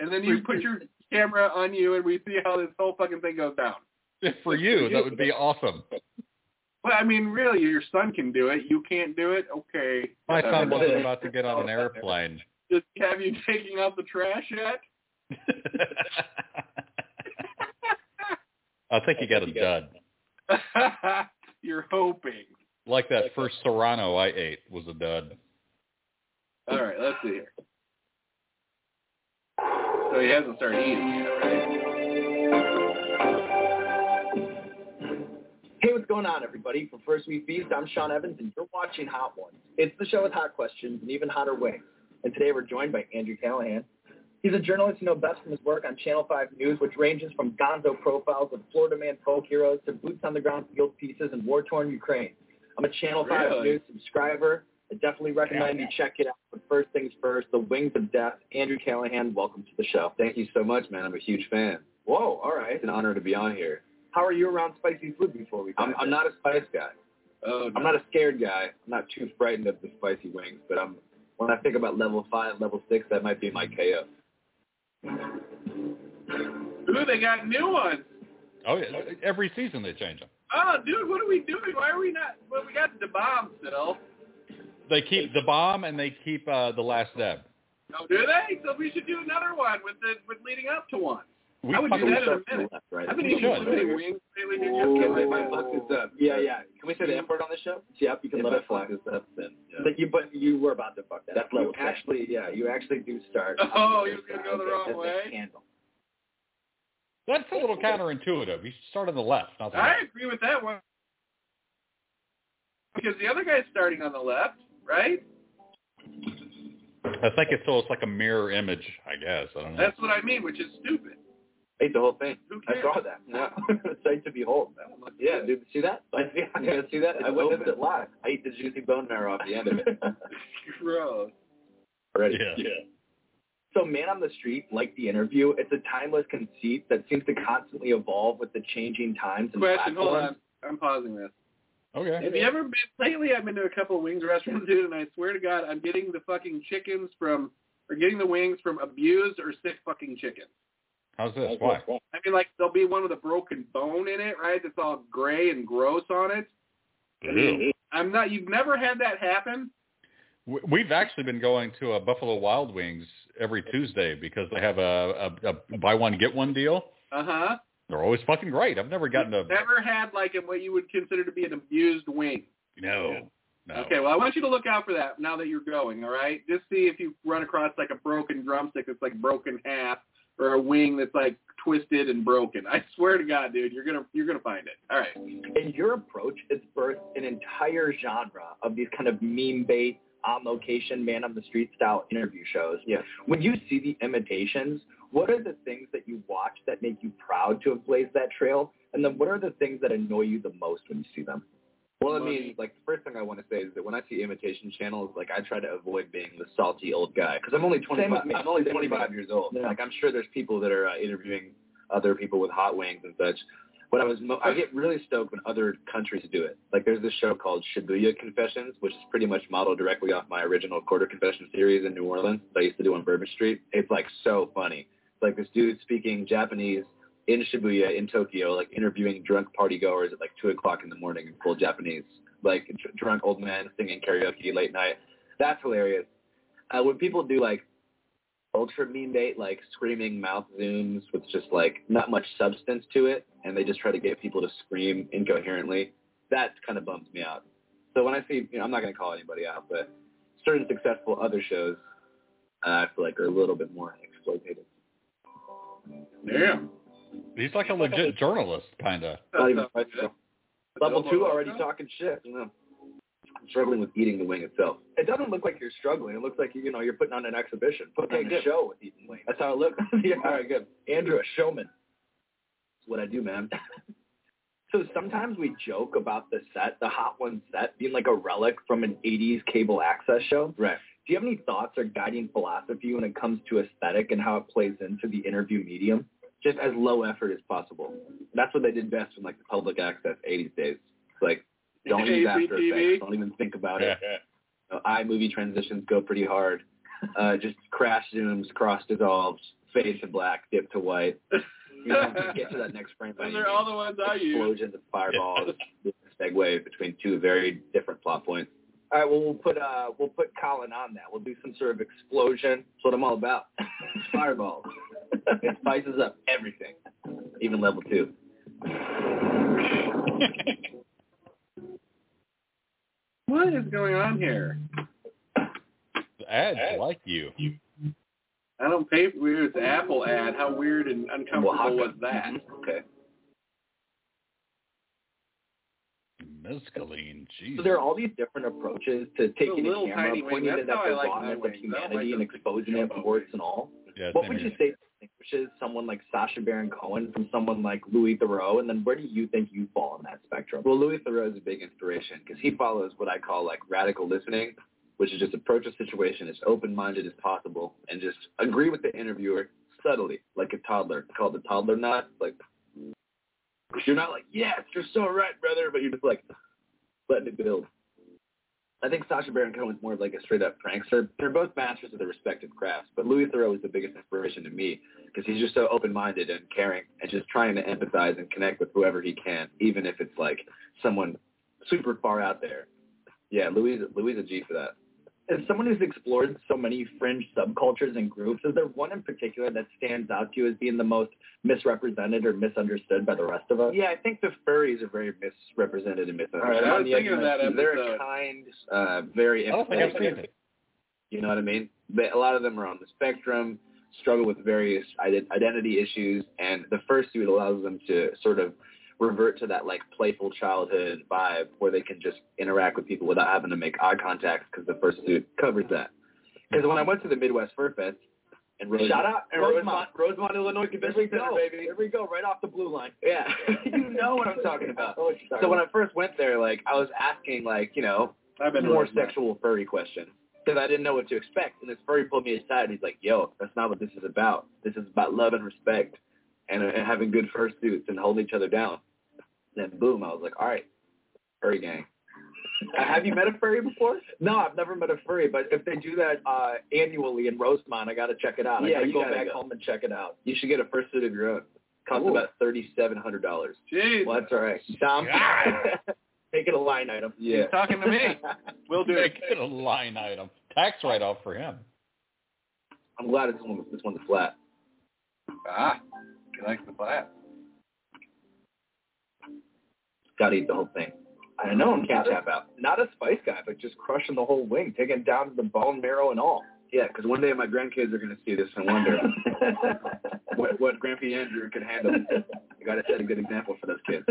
[SPEAKER 2] And then you put your camera on you and we see how this whole fucking thing goes down.
[SPEAKER 3] For you, that would be awesome.
[SPEAKER 2] Well, I mean, really, your son can do it. You can't do it. Okay.
[SPEAKER 3] My
[SPEAKER 2] whatever.
[SPEAKER 3] son wasn't about to get on an airplane.
[SPEAKER 2] Does he have you taking out the trash yet?
[SPEAKER 3] I think you got a dud.
[SPEAKER 2] You're hoping.
[SPEAKER 3] Like that first Serrano I ate was a dud.
[SPEAKER 2] All right, let's see here. So he hasn't started eating yet, right?
[SPEAKER 8] Hey, what's going on, everybody? From First Week Feast, I'm Sean Evans, and you're watching Hot Ones. It's the show with hot questions and even hotter wings. And today we're joined by Andrew Callahan. He's a journalist you know best from his work on Channel 5 News, which ranges from gonzo profiles of Florida man folk heroes to boots on the ground field pieces in war-torn Ukraine. I'm a Channel 5
[SPEAKER 2] Really?
[SPEAKER 8] News subscriber,
[SPEAKER 10] I definitely recommend you check it out. But first things first, The Wings of Death. Andrew Callahan, welcome to the show.
[SPEAKER 8] Thank you so much, man. I'm a huge fan.
[SPEAKER 10] Whoa, all right.
[SPEAKER 8] It's an honor to be on here.
[SPEAKER 10] How are you around spicy food before we
[SPEAKER 8] I'm, I'm not a spice guy.
[SPEAKER 2] Oh,
[SPEAKER 8] I'm not a scared guy. I'm not too frightened of the spicy wings, but I'm when I think about level five, level six, that might be my KO.
[SPEAKER 2] Ooh, they got new ones.
[SPEAKER 3] Oh, yeah. Every season they change them.
[SPEAKER 2] Oh, dude, what are we doing? Why are we not? Well, we got the bomb still.
[SPEAKER 3] They keep the bomb and they keep uh, the last dab.
[SPEAKER 2] Oh, do they? So we should do another one with the with leading up to one.
[SPEAKER 3] We
[SPEAKER 2] I would
[SPEAKER 3] fucking
[SPEAKER 2] do that in
[SPEAKER 8] Sharp
[SPEAKER 2] a
[SPEAKER 8] to the
[SPEAKER 2] minute.
[SPEAKER 8] left, right?
[SPEAKER 2] I've been
[SPEAKER 3] We
[SPEAKER 2] eating
[SPEAKER 3] should.
[SPEAKER 2] so many wings lately. dude.
[SPEAKER 8] Ooh.
[SPEAKER 2] Can't wait
[SPEAKER 8] my
[SPEAKER 2] my-
[SPEAKER 8] fuck this up.
[SPEAKER 10] Yeah, yeah.
[SPEAKER 8] Can we say the F word on the show?
[SPEAKER 10] Yep, you can
[SPEAKER 8] If
[SPEAKER 10] let
[SPEAKER 8] I
[SPEAKER 10] it fly.
[SPEAKER 8] fuck this up, then yeah.
[SPEAKER 10] But you, but you were about to fuck that.
[SPEAKER 8] that's
[SPEAKER 10] up.
[SPEAKER 8] level
[SPEAKER 10] You
[SPEAKER 8] six.
[SPEAKER 10] actually, yeah, you actually do start.
[SPEAKER 2] Oh, you was gonna go the
[SPEAKER 10] Okay,
[SPEAKER 2] wrong
[SPEAKER 10] that's a
[SPEAKER 2] way?
[SPEAKER 10] Candle.
[SPEAKER 3] That's a little counterintuitive. You should start on the left, not the
[SPEAKER 2] I
[SPEAKER 3] right.
[SPEAKER 2] agree with that one because the other guy's starting on the left, right?
[SPEAKER 3] I think it's so it's like a mirror image, I guess. I don't know.
[SPEAKER 2] That's what I mean, which is stupid.
[SPEAKER 8] Ate the whole thing.
[SPEAKER 2] Who cares?
[SPEAKER 8] I saw that.
[SPEAKER 2] Yeah.
[SPEAKER 8] Sight to behold. Yeah, dude, see that?
[SPEAKER 10] But yeah,
[SPEAKER 8] You guys see that?
[SPEAKER 10] It's
[SPEAKER 8] I witnessed
[SPEAKER 10] open.
[SPEAKER 8] it live. I ate the juicy bone marrow off the end of it.
[SPEAKER 2] Gross.
[SPEAKER 8] Already.
[SPEAKER 3] Yeah.
[SPEAKER 10] So Man on the Street, like the interview, it's a timeless conceit that seems to constantly evolve with the changing times and
[SPEAKER 2] Question. Hold
[SPEAKER 10] platforms.
[SPEAKER 2] on. I'm pausing this.
[SPEAKER 3] Okay.
[SPEAKER 2] Have you ever been lately? I've been to a couple of wings restaurants, dude, and I swear to God, I'm getting the fucking chickens from, or getting the wings from abused or sick fucking chickens.
[SPEAKER 3] How's this? Why?
[SPEAKER 2] I mean, like there'll be one with a broken bone in it, right? That's all gray and gross on it.
[SPEAKER 3] Ew.
[SPEAKER 2] I'm not. You've never had that happen.
[SPEAKER 3] We- We've actually been going to uh, Buffalo Wild Wings every Tuesday because they have a, a, a buy one get one deal.
[SPEAKER 2] Uh huh.
[SPEAKER 3] They're always fucking great. I've never gotten a
[SPEAKER 2] Never had like a, what you would consider to be an abused wing.
[SPEAKER 3] no. No.
[SPEAKER 2] Okay, well, I want you to look out for that now that you're going, all right? Just see if you run across like a broken drumstick that's like broken half or a wing that's like twisted and broken. I swear to God, dude, you're going to you're going to find it. All right.
[SPEAKER 10] In your approach, it's birthed an entire genre of these kind of meme bait, on location, man on the street style interview shows.
[SPEAKER 8] Yeah.
[SPEAKER 10] When you see the imitations, what are the things that you watch that make you proud to have blazed that trail? And then what are the things that annoy you the most when you see them?
[SPEAKER 8] Well, I
[SPEAKER 2] Money.
[SPEAKER 8] mean, like the first thing I want to say is that when I see imitation channels, like I try to avoid being the salty old guy because I'm only 25.
[SPEAKER 10] with me.
[SPEAKER 8] I'm only
[SPEAKER 10] Same with me.
[SPEAKER 8] 25 years old.
[SPEAKER 10] Yeah.
[SPEAKER 8] Like I'm sure there's people that are uh, interviewing other people with hot wings and such. But I was mo- I get really stoked when other countries do it. Like there's this show called Shibuya Confessions, which is pretty much modeled directly off my original Quarter Confession series in New Orleans that I used to do on Bourbon Street. It's like so funny. It's like this dude speaking Japanese in Shibuya in Tokyo, like interviewing drunk party goers at like two o'clock in the morning in full Japanese, like dr- drunk old man singing karaoke late night. That's hilarious. Uh, when people do like ultra meme bait, like screaming mouth zooms with just like not much substance to it, and they just try to get people to scream incoherently, that kind of bums me out. So when I see, you know, I'm not going to call anybody out, but certain successful other shows, uh, I feel like are a little bit more exploitative.
[SPEAKER 2] Damn.
[SPEAKER 3] He's like a legit journalist, kind of.
[SPEAKER 8] Not even
[SPEAKER 2] That's good.
[SPEAKER 8] Level two already
[SPEAKER 2] Adobo.
[SPEAKER 8] talking shit. You know. I'm struggling with eating the wing itself.
[SPEAKER 10] It doesn't look like you're struggling. It looks like you know you're putting on an exhibition, putting
[SPEAKER 8] Okay,
[SPEAKER 10] on a
[SPEAKER 8] good.
[SPEAKER 10] show with Ethan Lane.
[SPEAKER 8] That's how it looks.
[SPEAKER 10] yeah.
[SPEAKER 8] All right, good.
[SPEAKER 10] Andrew, a showman.
[SPEAKER 8] That's what I do, man.
[SPEAKER 10] So sometimes we joke about the set, the Hot One set, being like a relic from an 80s cable access show.
[SPEAKER 8] Right.
[SPEAKER 10] Do you have any thoughts or guiding philosophy when it comes to aesthetic and how it plays into the interview medium?
[SPEAKER 8] Just as low effort as possible. That's what they did best in like the public access 80s days. It's like don't use After
[SPEAKER 2] HGTV.
[SPEAKER 8] Effects. Don't even think about it. You know, iMovie transitions go pretty hard. Uh, just crash zooms, cross dissolves, fade to black, dip to white. You know, get to that next frame. by
[SPEAKER 2] Those
[SPEAKER 8] any
[SPEAKER 2] are all the ones I use.
[SPEAKER 8] explosions of fireballs with a segue between two very different plot points.
[SPEAKER 10] All right, well we'll put uh we'll put Colin on that. We'll do some sort of explosion.
[SPEAKER 8] That's what I'm all about. Fireballs. It spices up everything, even level two.
[SPEAKER 2] What is going on here?
[SPEAKER 3] The ads like you.
[SPEAKER 2] I don't pay for it. It's an Apple ad. How weird and uncomfortable
[SPEAKER 8] Oaxaca.
[SPEAKER 2] was that?
[SPEAKER 8] Mm-hmm. Okay.
[SPEAKER 3] Mescaline.
[SPEAKER 10] So
[SPEAKER 3] Jesus.
[SPEAKER 10] there are all these different approaches to taking a,
[SPEAKER 2] little
[SPEAKER 10] camera,
[SPEAKER 2] tiny wing.
[SPEAKER 10] pointing
[SPEAKER 2] That's
[SPEAKER 10] it at
[SPEAKER 2] how I
[SPEAKER 10] the
[SPEAKER 2] like my
[SPEAKER 10] rawness of
[SPEAKER 2] wings. I don't like
[SPEAKER 10] humanity and
[SPEAKER 2] those
[SPEAKER 10] exposing
[SPEAKER 2] big
[SPEAKER 10] it
[SPEAKER 2] jumbo
[SPEAKER 10] with words and all.
[SPEAKER 3] yeah,
[SPEAKER 10] What
[SPEAKER 3] same
[SPEAKER 10] would you
[SPEAKER 3] here.
[SPEAKER 10] say distinguishes someone like Sasha Baron Cohen from someone like Louis Theroux? And then where do you think you fall in that spectrum?
[SPEAKER 8] Well, Louis Theroux is a big inspiration because he follows what I call like radical listening. which is just approach a situation as open-minded as possible and just agree with the interviewer subtly, like a toddler. It's called the toddler knot. Like you're not like, yes, you're so right, brother, but you're just like letting it build. I think Sasha Baron Cohen is more of like a straight-up prankster. They're both masters of their respective crafts, but Louis Theroux is the biggest inspiration to me because he's just so open-minded and caring and just trying to empathize and connect with whoever he can, even if it's like someone super far out there. Yeah, Louis Louis is a G for that.
[SPEAKER 10] As someone who's explored so many fringe subcultures and groups, is there one in particular that stands out to you as being the most misrepresented or misunderstood by the rest of us?
[SPEAKER 8] Yeah, I think the furries are very misrepresented and misunderstood.
[SPEAKER 2] All right, I
[SPEAKER 8] On
[SPEAKER 2] was
[SPEAKER 8] the other
[SPEAKER 2] thinking of
[SPEAKER 8] hand,
[SPEAKER 2] that
[SPEAKER 8] They're
[SPEAKER 2] episode.
[SPEAKER 8] kind, uh, very
[SPEAKER 3] Oh, I don't think I've seen
[SPEAKER 8] empathetic.
[SPEAKER 3] it.
[SPEAKER 8] You know what I mean? They, a lot of them are on the spectrum, struggle with various ident- identity issues, and the fursuit allows them to sort of revert to that like playful childhood vibe where they can just interact with people without having to make eye contact because the fursuit covers that. Because when I went to the Midwest Fur Fest, and Rosemont,
[SPEAKER 10] Shout out
[SPEAKER 8] and Rosemont,
[SPEAKER 10] Rosemont.
[SPEAKER 8] Rosemont, Illinois Convention Center, baby.
[SPEAKER 10] There we go, right off the blue line.
[SPEAKER 8] Yeah, you know what I'm talking about. So when I first went there, like I was asking, like you know,
[SPEAKER 2] I've been to
[SPEAKER 8] more
[SPEAKER 2] Rosemont.
[SPEAKER 8] sexual furry questions because I didn't know what to expect. And this furry pulled me aside and he's like, "Yo, that's not what this is about. This is about love and respect, and, and having good fursuits and holding each other down." And then boom, I was like, "All right, furry gang."
[SPEAKER 10] Uh, have you met a furry before? No, I've never met a furry, but if they do that uh, annually in Rosemont, I gotta check it out.
[SPEAKER 8] Yeah,
[SPEAKER 10] I gotta
[SPEAKER 8] you
[SPEAKER 10] go
[SPEAKER 8] gotta
[SPEAKER 10] back
[SPEAKER 8] go.
[SPEAKER 10] home and check it out.
[SPEAKER 8] You should get a fursuit of your own. Costs
[SPEAKER 10] Ooh.
[SPEAKER 8] about thirty-seven hundred dollars.
[SPEAKER 2] Jeez,
[SPEAKER 8] Well, that's all right.
[SPEAKER 10] Dom,
[SPEAKER 3] God.
[SPEAKER 10] make it a line item.
[SPEAKER 8] Yeah.
[SPEAKER 2] he's talking to me. We'll do it.
[SPEAKER 3] Make it a line item. Tax write-off for him.
[SPEAKER 8] I'm glad this one this one's flat.
[SPEAKER 2] Ah, he likes the flat.
[SPEAKER 8] Gotta eat the whole thing.
[SPEAKER 10] I know, I'm
[SPEAKER 8] Can't
[SPEAKER 10] not a,
[SPEAKER 8] tap out.
[SPEAKER 10] not a spice guy, but just crushing the whole wing, taking it down to the bone marrow and all.
[SPEAKER 8] Yeah, because one day my grandkids are going to see this and wonder what, what Grandpa Andrew could handle. You got to set a good example for those kids.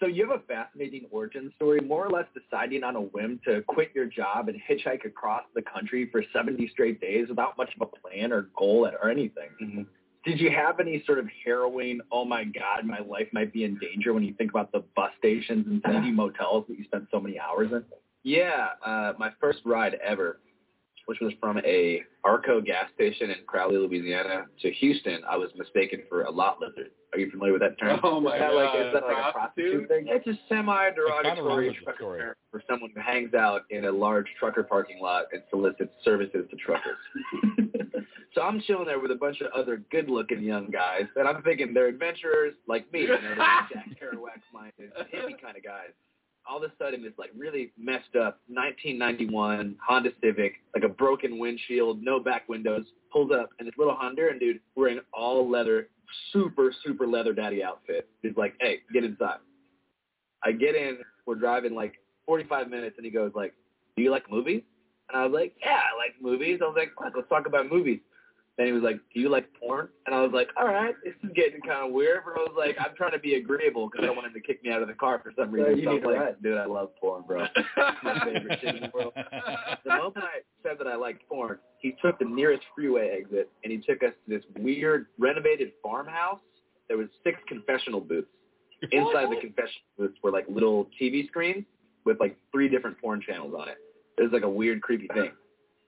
[SPEAKER 10] so you have a fascinating origin story, more or less deciding on a whim to quit your job and hitchhike across the country for 70 straight days without much of a plan or goal or anything.
[SPEAKER 8] Mhm.
[SPEAKER 10] Did you have any sort of harrowing, oh my God, my life might be in danger when you think about the bus stations and seedy motels that you spent so many hours in?
[SPEAKER 8] Yeah, uh, my first ride ever, which was from a Arco gas station in Crowley, Louisiana, to Houston. I was mistaken for a lot lizard. Are you familiar with that term?
[SPEAKER 2] Oh my
[SPEAKER 10] Is that like, is
[SPEAKER 2] god,
[SPEAKER 10] that like a
[SPEAKER 2] prostitute.
[SPEAKER 10] prostitute thing?
[SPEAKER 8] It's a
[SPEAKER 3] I kinda remember
[SPEAKER 8] semi-derogatory
[SPEAKER 3] the story.
[SPEAKER 8] term for someone who hangs out in a large trucker parking lot and solicits services to truckers. so I'm chilling there with a bunch of other good-looking young guys, and I'm thinking they're adventurers like me, you know, they're Jack Kerouac-minded, hippie kind of guys. All of a sudden, this like really messed up 1991 Honda Civic, like a broken windshield, no back windows, pulls up, and this little Honduran dude wearing all leather, super super leather daddy outfit is like, "Hey, get inside." I get in, we're driving like 45 minutes, and he goes like, "Do you like movies?" And I was like, "Yeah, I like movies." I was like, "Fuck, "Let's talk about movies." Then he was like, "Do you like porn?" And I was like, "All right, this is getting kind of weird." But I was like, "I'm trying to be agreeable because I don't want him to kick me out of the car for some
[SPEAKER 10] Yeah,
[SPEAKER 8] reason."
[SPEAKER 10] you
[SPEAKER 8] so I
[SPEAKER 10] need
[SPEAKER 8] was
[SPEAKER 10] to
[SPEAKER 8] like,
[SPEAKER 10] ride.
[SPEAKER 8] "Dude, I love porn, bro. My favorite shit in the world." The moment I said that I liked porn, he took the nearest freeway exit and he took us to this weird renovated farmhouse. There was six confessional booths. Inside the confessional booths were like little TV screens with like three different porn channels on it. It was like a weird, creepy thing.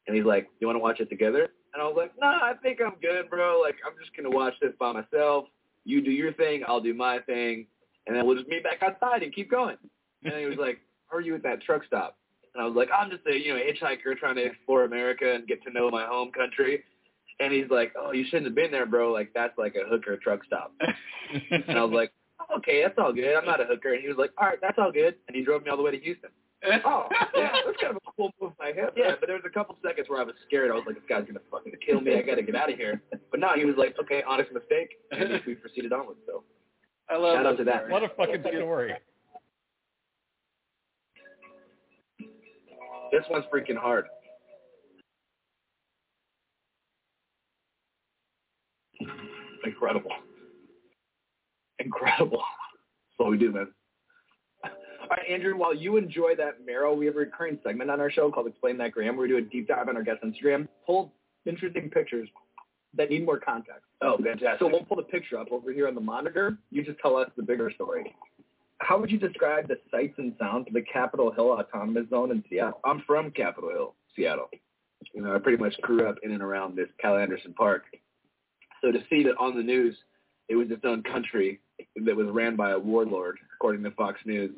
[SPEAKER 8] And he's like, "You want to watch it together?" And I was like, "Nah, I think I'm good, bro. Like, I'm just gonna watch this by myself. You do your thing, I'll do my thing, and then we'll just meet back outside and keep going." And he was like, "How are you at that truck stop?" And I was like, "I'm just a you know hitchhiker trying to explore America and get to know my home country." And he's like, "Oh, you shouldn't have been there, bro. Like, that's like a hooker truck stop." And I was like, "Okay, that's all good. I'm not a hooker." And he was like, "All right, that's all good." And he drove me all the way to Houston.
[SPEAKER 10] Oh,
[SPEAKER 8] yeah.
[SPEAKER 10] that's kind of a cool move by him.
[SPEAKER 8] Yeah, but there was a couple seconds where I was scared. I was like, this guy's gonna fucking kill me. I gotta get out of here. But no, he was like, okay, honest mistake, and we proceeded onward. So
[SPEAKER 2] I love
[SPEAKER 8] Shout out
[SPEAKER 2] those
[SPEAKER 8] to that.
[SPEAKER 2] stories.
[SPEAKER 3] what a fucking story.
[SPEAKER 8] this one's freaking hard.
[SPEAKER 10] Incredible. Incredible.
[SPEAKER 8] That's what we do, man.
[SPEAKER 10] All right, Andrew, while you enjoy that marrow, we have a recurring segment on our show called Explain That Gram, where we do a deep dive on our guests' Instagram, pull interesting pictures that need more context.
[SPEAKER 8] Oh, fantastic.
[SPEAKER 10] So we'll pull the picture up over here on the monitor. You just tell us the bigger story. how would you describe the sights and sounds of the Capitol Hill Autonomous Zone in Seattle?
[SPEAKER 8] I'm from Capitol Hill, Seattle. You know, I pretty much grew up in and around this Cal Anderson Park. So to see that on the news, it was its own country that was ran by a warlord, according to Fox News.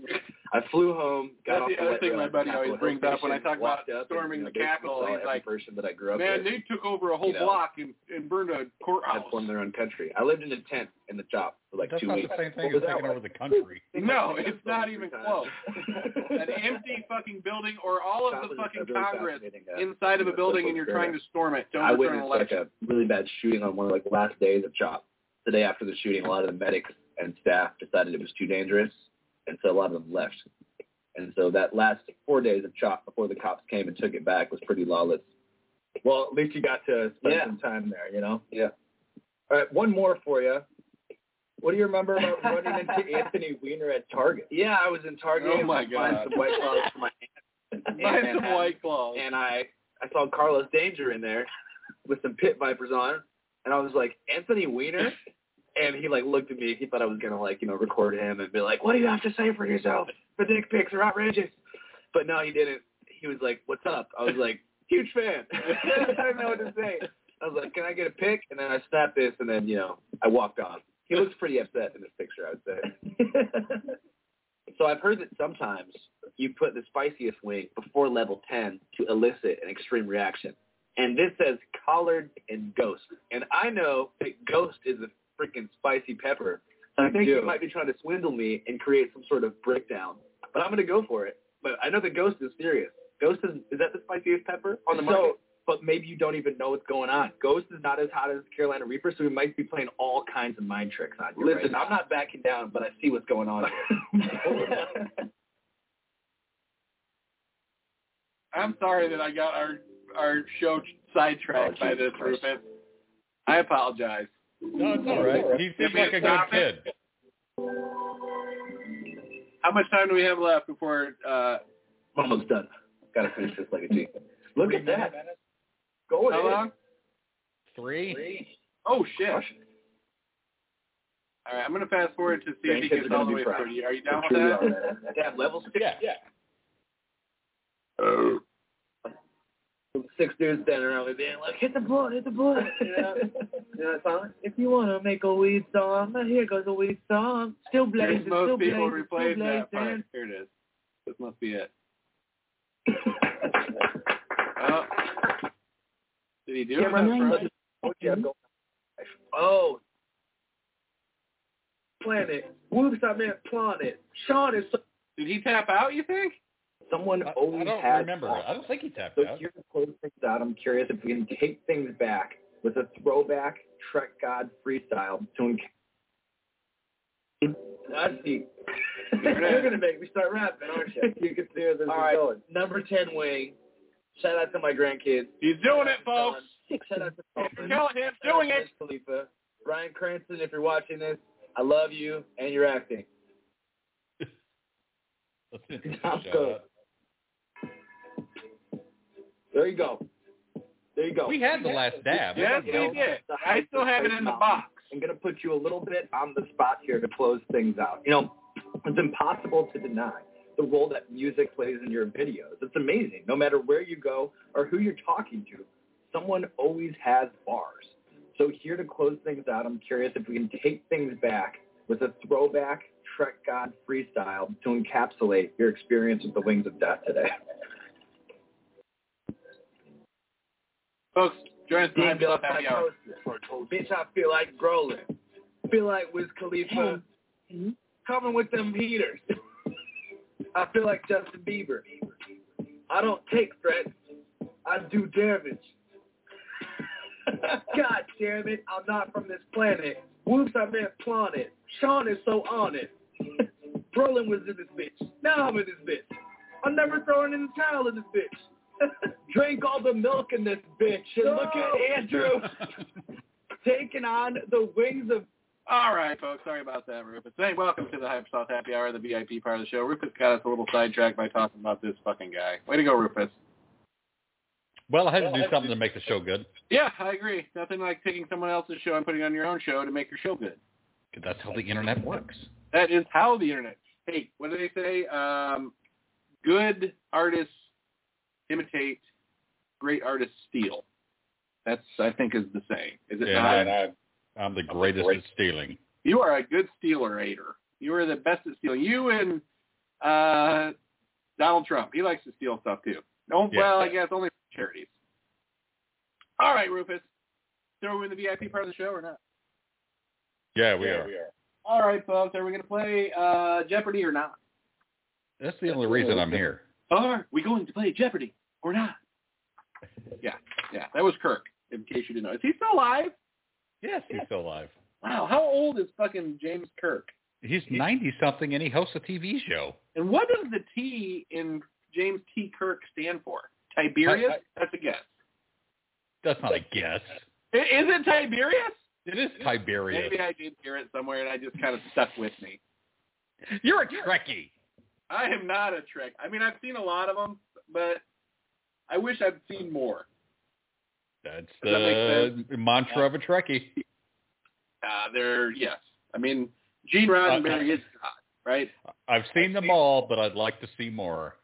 [SPEAKER 8] I flew home, got
[SPEAKER 2] That's
[SPEAKER 8] off
[SPEAKER 2] the
[SPEAKER 8] the
[SPEAKER 2] other
[SPEAKER 8] light
[SPEAKER 2] thing
[SPEAKER 8] rail
[SPEAKER 2] my
[SPEAKER 8] at
[SPEAKER 2] buddy
[SPEAKER 8] Capitol
[SPEAKER 2] always
[SPEAKER 8] Hill
[SPEAKER 2] brings up when I
[SPEAKER 8] Station,
[SPEAKER 2] talk about
[SPEAKER 8] walked up and,
[SPEAKER 2] storming
[SPEAKER 8] you know,
[SPEAKER 2] the
[SPEAKER 8] basically
[SPEAKER 2] Capitol.
[SPEAKER 8] saw
[SPEAKER 2] He's
[SPEAKER 8] every
[SPEAKER 2] like,
[SPEAKER 8] person that I grew up
[SPEAKER 2] Man,
[SPEAKER 8] with.
[SPEAKER 2] they took over a whole
[SPEAKER 8] You know.
[SPEAKER 2] block and, and burned a
[SPEAKER 8] had
[SPEAKER 2] courthouse.
[SPEAKER 8] formed their own country. I lived in a tent in the shop for like
[SPEAKER 3] That's
[SPEAKER 8] two
[SPEAKER 3] not
[SPEAKER 8] weeks.
[SPEAKER 3] the same
[SPEAKER 8] What
[SPEAKER 3] thing as
[SPEAKER 8] was that
[SPEAKER 3] taking
[SPEAKER 8] like?
[SPEAKER 3] over the country.
[SPEAKER 2] No, it's not even
[SPEAKER 8] Three
[SPEAKER 2] close.
[SPEAKER 8] times.
[SPEAKER 2] An empty fucking building or all of the
[SPEAKER 8] Chocolate is
[SPEAKER 2] fucking
[SPEAKER 8] really
[SPEAKER 2] Congress
[SPEAKER 8] fascinating, uh,
[SPEAKER 2] inside of
[SPEAKER 8] you
[SPEAKER 2] a
[SPEAKER 8] know,
[SPEAKER 2] building
[SPEAKER 8] social
[SPEAKER 2] and you're trying to
[SPEAKER 8] experiment.
[SPEAKER 2] storm it to
[SPEAKER 8] I
[SPEAKER 2] overturn an
[SPEAKER 8] witnessed like
[SPEAKER 2] election.
[SPEAKER 8] a really bad shooting on one of like the last days of CHOP. The day after the shooting, a lot of the medics and staff decided it was too dangerous, and so a lot of them left. And so that last four days of CHOP before the cops came and took it back was pretty lawless.
[SPEAKER 10] Well, at least you got to spend
[SPEAKER 8] Yeah.
[SPEAKER 10] some time there, you know?
[SPEAKER 8] Yeah.
[SPEAKER 10] All right, one more for you. What do you remember about running into Anthony Weiner at Target?
[SPEAKER 8] Yeah, I was in Target.
[SPEAKER 2] Oh, my
[SPEAKER 8] buying
[SPEAKER 2] God.
[SPEAKER 8] some white claws for my
[SPEAKER 2] Buy
[SPEAKER 8] Manhattan.
[SPEAKER 2] some white claws.
[SPEAKER 8] and uh, I I saw Carlos Danger in there with some pit vipers on, and I was like Anthony Weiner, and he like looked at me. He thought I was gonna like you know record him and be like, what do you have to say for yourself? The dick pics are outrageous, but no, he didn't. He was like, what's up? I was like, huge fan. I didn't know what to say. I was like, can I get a pic? And then I snapped this, and then you know I walked off. He looks pretty upset in this picture, I would say. so I've heard that sometimes you put the spiciest wing before level 10 to elicit an extreme reaction. And this says collard and ghost. And I know that ghost is a freaking spicy pepper. I think you might be trying to swindle me and create some sort of breakdown. But I'm going to go for it. But I know the ghost is serious. Ghost is, is that the spiciest pepper on the market?
[SPEAKER 10] So, but maybe you don't even know what's going on. Ghost is not as hot as Carolina Reaper, so we might be playing all kinds of mind tricks on you.
[SPEAKER 8] Listen,
[SPEAKER 10] right
[SPEAKER 8] I'm not backing down, but I see what's going on here.
[SPEAKER 2] I'm sorry that I got our our show sidetracked
[SPEAKER 8] Oh,
[SPEAKER 2] by
[SPEAKER 8] Jesus
[SPEAKER 2] this,
[SPEAKER 8] Christ.
[SPEAKER 2] Rufus. I apologize.
[SPEAKER 3] No, it's all right. He seems
[SPEAKER 2] me
[SPEAKER 3] like a good
[SPEAKER 2] stop
[SPEAKER 3] kid.
[SPEAKER 2] it. How much time do we have left before uh
[SPEAKER 8] I'm almost done. Got to finish this like a G. Look at that. Oh,
[SPEAKER 10] Go
[SPEAKER 2] how
[SPEAKER 10] ahead.
[SPEAKER 2] long?
[SPEAKER 3] Three.
[SPEAKER 2] Oh shit. All right, I'm gonna fast forward to see if he
[SPEAKER 8] Grandkids are
[SPEAKER 2] gets all
[SPEAKER 8] gonna
[SPEAKER 2] the
[SPEAKER 8] be
[SPEAKER 2] way
[SPEAKER 8] proud.
[SPEAKER 2] through. You- Are you down with
[SPEAKER 8] Truly
[SPEAKER 2] that?
[SPEAKER 8] all that. Damn, level six.
[SPEAKER 3] Yeah.
[SPEAKER 8] Six dudes standing around me being like, hit the blood, hit the blood. You know, you know that song? If you want to make a weed song, here goes a weed song. Still blazing,
[SPEAKER 2] Here's
[SPEAKER 8] still
[SPEAKER 2] most people
[SPEAKER 8] blazing, still
[SPEAKER 2] replace that part.
[SPEAKER 8] blazing.
[SPEAKER 2] Here it is. This must be it. Oh. Did he do it?
[SPEAKER 7] Cameron,
[SPEAKER 2] That's
[SPEAKER 7] nine
[SPEAKER 2] right.
[SPEAKER 10] What you
[SPEAKER 8] Mm-hmm.
[SPEAKER 10] have going on? Oh.
[SPEAKER 8] Planet. Whoops, I meant planet. Sean is...
[SPEAKER 2] Did he tap out? You think?
[SPEAKER 10] Someone
[SPEAKER 3] I, I
[SPEAKER 10] always
[SPEAKER 3] don't
[SPEAKER 10] has
[SPEAKER 3] remember.
[SPEAKER 10] fun.
[SPEAKER 3] I don't think he tapped
[SPEAKER 10] So
[SPEAKER 3] out.
[SPEAKER 10] here to close things out, I'm curious if we can take things back with a throwback Trek God freestyle to enc- I see.
[SPEAKER 8] You're going to make me start rapping, aren't you?
[SPEAKER 10] you can see where this
[SPEAKER 8] All
[SPEAKER 10] is
[SPEAKER 8] right.
[SPEAKER 10] going.
[SPEAKER 8] Number 10 wing. Shout out to my grandkids.
[SPEAKER 2] He's doing it, folks.
[SPEAKER 8] Shout out to Coleman.
[SPEAKER 2] Callahan's doing
[SPEAKER 8] Shout out
[SPEAKER 2] it.
[SPEAKER 8] to Wiz Khalifa. Brian Cranston, if you're watching this, I love you and your acting.
[SPEAKER 3] That's an interesting
[SPEAKER 10] I'm
[SPEAKER 3] shout
[SPEAKER 10] good.
[SPEAKER 3] out.
[SPEAKER 10] There you go. There you go.
[SPEAKER 3] We had the last dab.
[SPEAKER 2] Yes, we did. I still have it in the box.
[SPEAKER 10] I'm going to put you a little bit on the spot here to close things out. You know, it's impossible to deny the role that music plays in your videos. It's amazing. No matter where you go or who you're talking to, someone always has bars. So here to close things out, I'm curious if we can take things back with a throwback Trek God freestyle to encapsulate your experience with the Wings of Death today.
[SPEAKER 2] Folks, join us tonight for the happy hour.
[SPEAKER 8] Bitch, I feel like growling. Feel like Wiz Khalifa coming with them heaters. I feel like Justin Bieber. I don't take threats. I do damage. God damn it, I'm not from this planet. Whoops, I meant planet. Sean is so on it. Brolin was in this bitch. Now I'm in this bitch. I'm never throwing in the towel in this bitch. Drink all the milk in this bitch. And look at Andrew taking on the wings of
[SPEAKER 2] All right, folks. Sorry about that, Rufus. Hey, welcome to the Hypersouth Happy Hour, the VIP part of the show. Rufus got us a little sidetracked by talking about this fucking guy. Way to go, Rufus.
[SPEAKER 3] Well, I had to do something to make the show good.
[SPEAKER 2] Yeah, I agree. Nothing like taking someone else's show and putting it on your own show to make your show good.
[SPEAKER 3] 'Cause That's how the internet works.
[SPEAKER 2] That is how the internet hey, what do they say? Um, good artists imitate, great artists steal. That's I think is the saying. Is it
[SPEAKER 3] Yeah,
[SPEAKER 2] not?
[SPEAKER 3] and I, I'm the greatest
[SPEAKER 8] great.
[SPEAKER 3] at stealing.
[SPEAKER 2] You are a good stealer, Ader. You are the best at stealing. You and uh, Donald Trump. He likes to steal stuff too. No,
[SPEAKER 3] Yeah.
[SPEAKER 2] well, I guess only for charities. All right, Rufus. So are we in the VIP part of the show or not?
[SPEAKER 3] Yeah, we
[SPEAKER 8] Yeah,
[SPEAKER 3] are.
[SPEAKER 2] All right, folks. Are we going to play uh, Jeopardy or not?
[SPEAKER 3] That's the only reason I'm here.
[SPEAKER 2] Are we going to play Jeopardy or not? Yeah, yeah. That was Kirk. In case you didn't know, is he still alive?
[SPEAKER 3] Yes, he's still alive.
[SPEAKER 2] Wow, how old is fucking James Kirk?
[SPEAKER 3] He's 90 something and he hosts a TV show.
[SPEAKER 2] And what does the T in James T. Kirk stand for? Tiberius?
[SPEAKER 3] I- I-
[SPEAKER 2] That's a guess.
[SPEAKER 3] That's not a guess.
[SPEAKER 2] I- Is it Tiberius?
[SPEAKER 3] It is Tiberius.
[SPEAKER 2] Maybe I did hear it somewhere and I just kind of stuck with me.
[SPEAKER 3] You're a Trekkie.
[SPEAKER 2] I am not a Trek. I mean, I've seen a lot of them, but I wish I'd seen more.
[SPEAKER 3] That's
[SPEAKER 2] Does that make
[SPEAKER 3] the mantra of a Trekkie.
[SPEAKER 2] Uh, they're, yes. I mean, Gene Roddenberry
[SPEAKER 3] Uh,
[SPEAKER 2] is God, right?
[SPEAKER 3] I've seen them all, but I'd like to see more.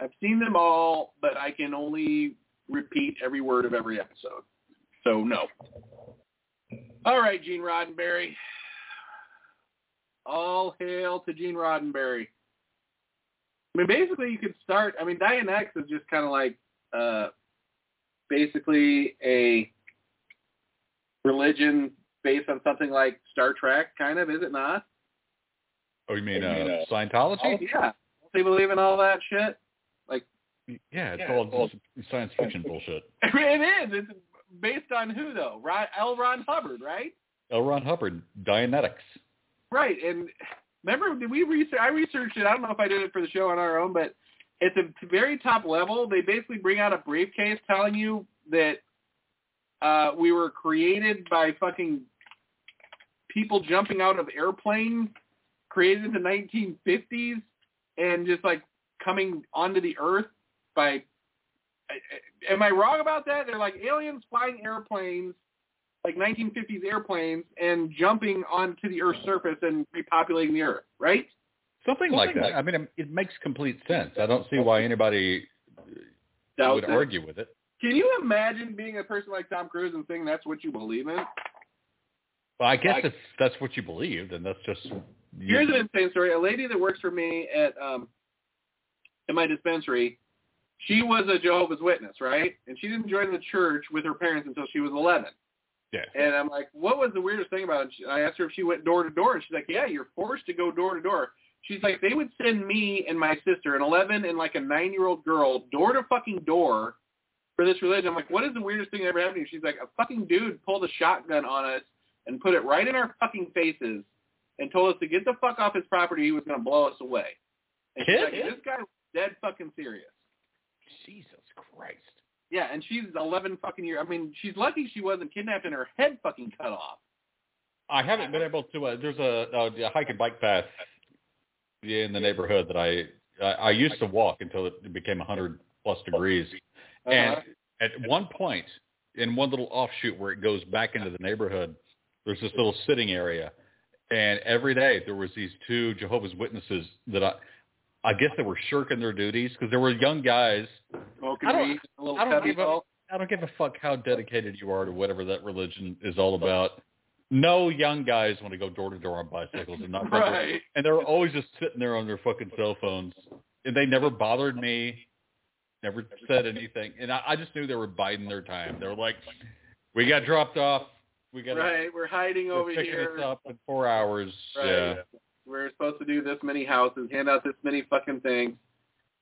[SPEAKER 2] I've seen them all, but I can only repeat every word of every episode. So no. All right, Gene Roddenberry. All hail to Gene Roddenberry. I mean, basically, you could start. I mean, Diane X is just kind of like uh, basically a religion based on something like Star Trek, kind of, is it not?
[SPEAKER 3] Oh, you mean
[SPEAKER 8] I mean,
[SPEAKER 3] uh,
[SPEAKER 8] uh,
[SPEAKER 3] Scientology?
[SPEAKER 2] yeah. They believe in all that shit.
[SPEAKER 3] Yeah, it's
[SPEAKER 8] Yeah,
[SPEAKER 3] all
[SPEAKER 8] it's all
[SPEAKER 3] just science fiction bullshit.
[SPEAKER 2] it is. It's based on who though? Ron, L. Ron Hubbard, right?
[SPEAKER 3] L. Ron Hubbard, Dianetics.
[SPEAKER 2] Right. And remember, did we research? I researched it. I don't know if I did it for the show on our own, but at the very top level, they basically bring out a briefcase telling you that uh, we were created by fucking people jumping out of airplanes, created in the 1950s, and just like coming onto the earth by. I- I- Am I wrong about that? They're like aliens flying airplanes like 1950s airplanes and jumping onto the Earth's surface and repopulating the Earth, right?
[SPEAKER 3] Something, like that. I mean, it- it makes complete sense. I don't see why anybody
[SPEAKER 2] Now,
[SPEAKER 3] would argue with it.
[SPEAKER 2] Can you imagine being a person like Tom Cruise and saying that's what you believe in?
[SPEAKER 3] Well, I guess
[SPEAKER 8] Like-
[SPEAKER 3] if that's what you believe, then that's just
[SPEAKER 2] Here's an insane story. A lady that works for me at um, at my dispensary, she was a Jehovah's Witness, right? And she didn't join the church with her parents until she was 11.
[SPEAKER 3] Yeah.
[SPEAKER 2] And I'm like, what was the weirdest thing about it? She- I asked her if she went door to door, and she's like, yeah, you're forced to go door to door. She's like, they would send me and my sister, an 11 and like a nine-year-old girl, door to fucking door for this religion. I'm like, what is the weirdest thing that ever happened? to you? She's like, a fucking dude pulled a shotgun on us and put it right in our fucking faces and told us to get the fuck off his property. He was going to blow us away. And she's
[SPEAKER 3] Kid?
[SPEAKER 2] like, this guy was dead fucking serious.
[SPEAKER 3] Jesus Christ.
[SPEAKER 2] Yeah, and she's 11 fucking years. I mean, she's lucky she wasn't kidnapped and her head fucking cut off.
[SPEAKER 3] I haven't been able to. Uh, there's a, a, a hike and bike path in the neighborhood that I I, I used to walk until it became 100 plus degrees, and
[SPEAKER 2] Uh-huh.
[SPEAKER 3] at one point in one little offshoot where it goes back into the neighborhood, there's this little sitting area, and every day there was these two Jehovah's Witnesses that I I guess they were shirking their duties because there were young guys
[SPEAKER 2] Smoking
[SPEAKER 3] I don't-
[SPEAKER 2] weed, a little
[SPEAKER 3] I don't give a-
[SPEAKER 2] Pepto.
[SPEAKER 3] I don't give a fuck how dedicated you are to whatever that religion is all about. No young guys want to go door to door on bicycles and not
[SPEAKER 2] Right.
[SPEAKER 3] and they're always just sitting there on their fucking cell phones. And they never bothered me, never said anything. And I, I just knew they were biding their time. They were like, "We got dropped off. We got
[SPEAKER 2] Right. We're hiding
[SPEAKER 3] we're
[SPEAKER 2] over
[SPEAKER 3] picking us
[SPEAKER 2] here.
[SPEAKER 3] up in four hours."
[SPEAKER 2] Right.
[SPEAKER 3] Yeah.
[SPEAKER 2] We're supposed to do this many houses, hand out this many fucking things.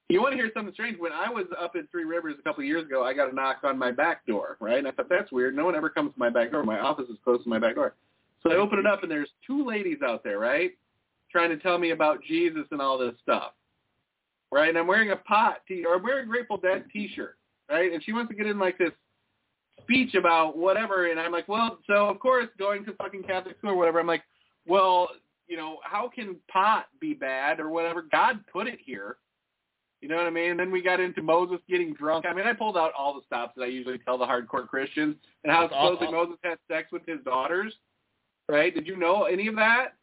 [SPEAKER 2] You want to hear something strange? When I was up at Three Rivers a couple of years ago, I got a knock on my back door, right? And I thought, that's weird. No one ever comes to my back door. My office is close to my back door. So I open it up, and there's two ladies out there, right? Trying to tell me about Jesus and all this stuff, right? And I'm wearing a pot, t- or I'm wearing a Grateful Dead t-shirt, right? And she wants to get in like this speech about whatever, and I'm like, well, so of course, going to fucking Catholic school or whatever, I'm like, well, you know, how can pot be bad or whatever? God put it here. You know what I mean? And then we got into Moses getting drunk. I mean, I pulled out all the stops that I usually tell the hardcore Christians and how
[SPEAKER 3] That's awful.
[SPEAKER 2] supposedly Moses had sex with his daughters. Right? Did you know any of that?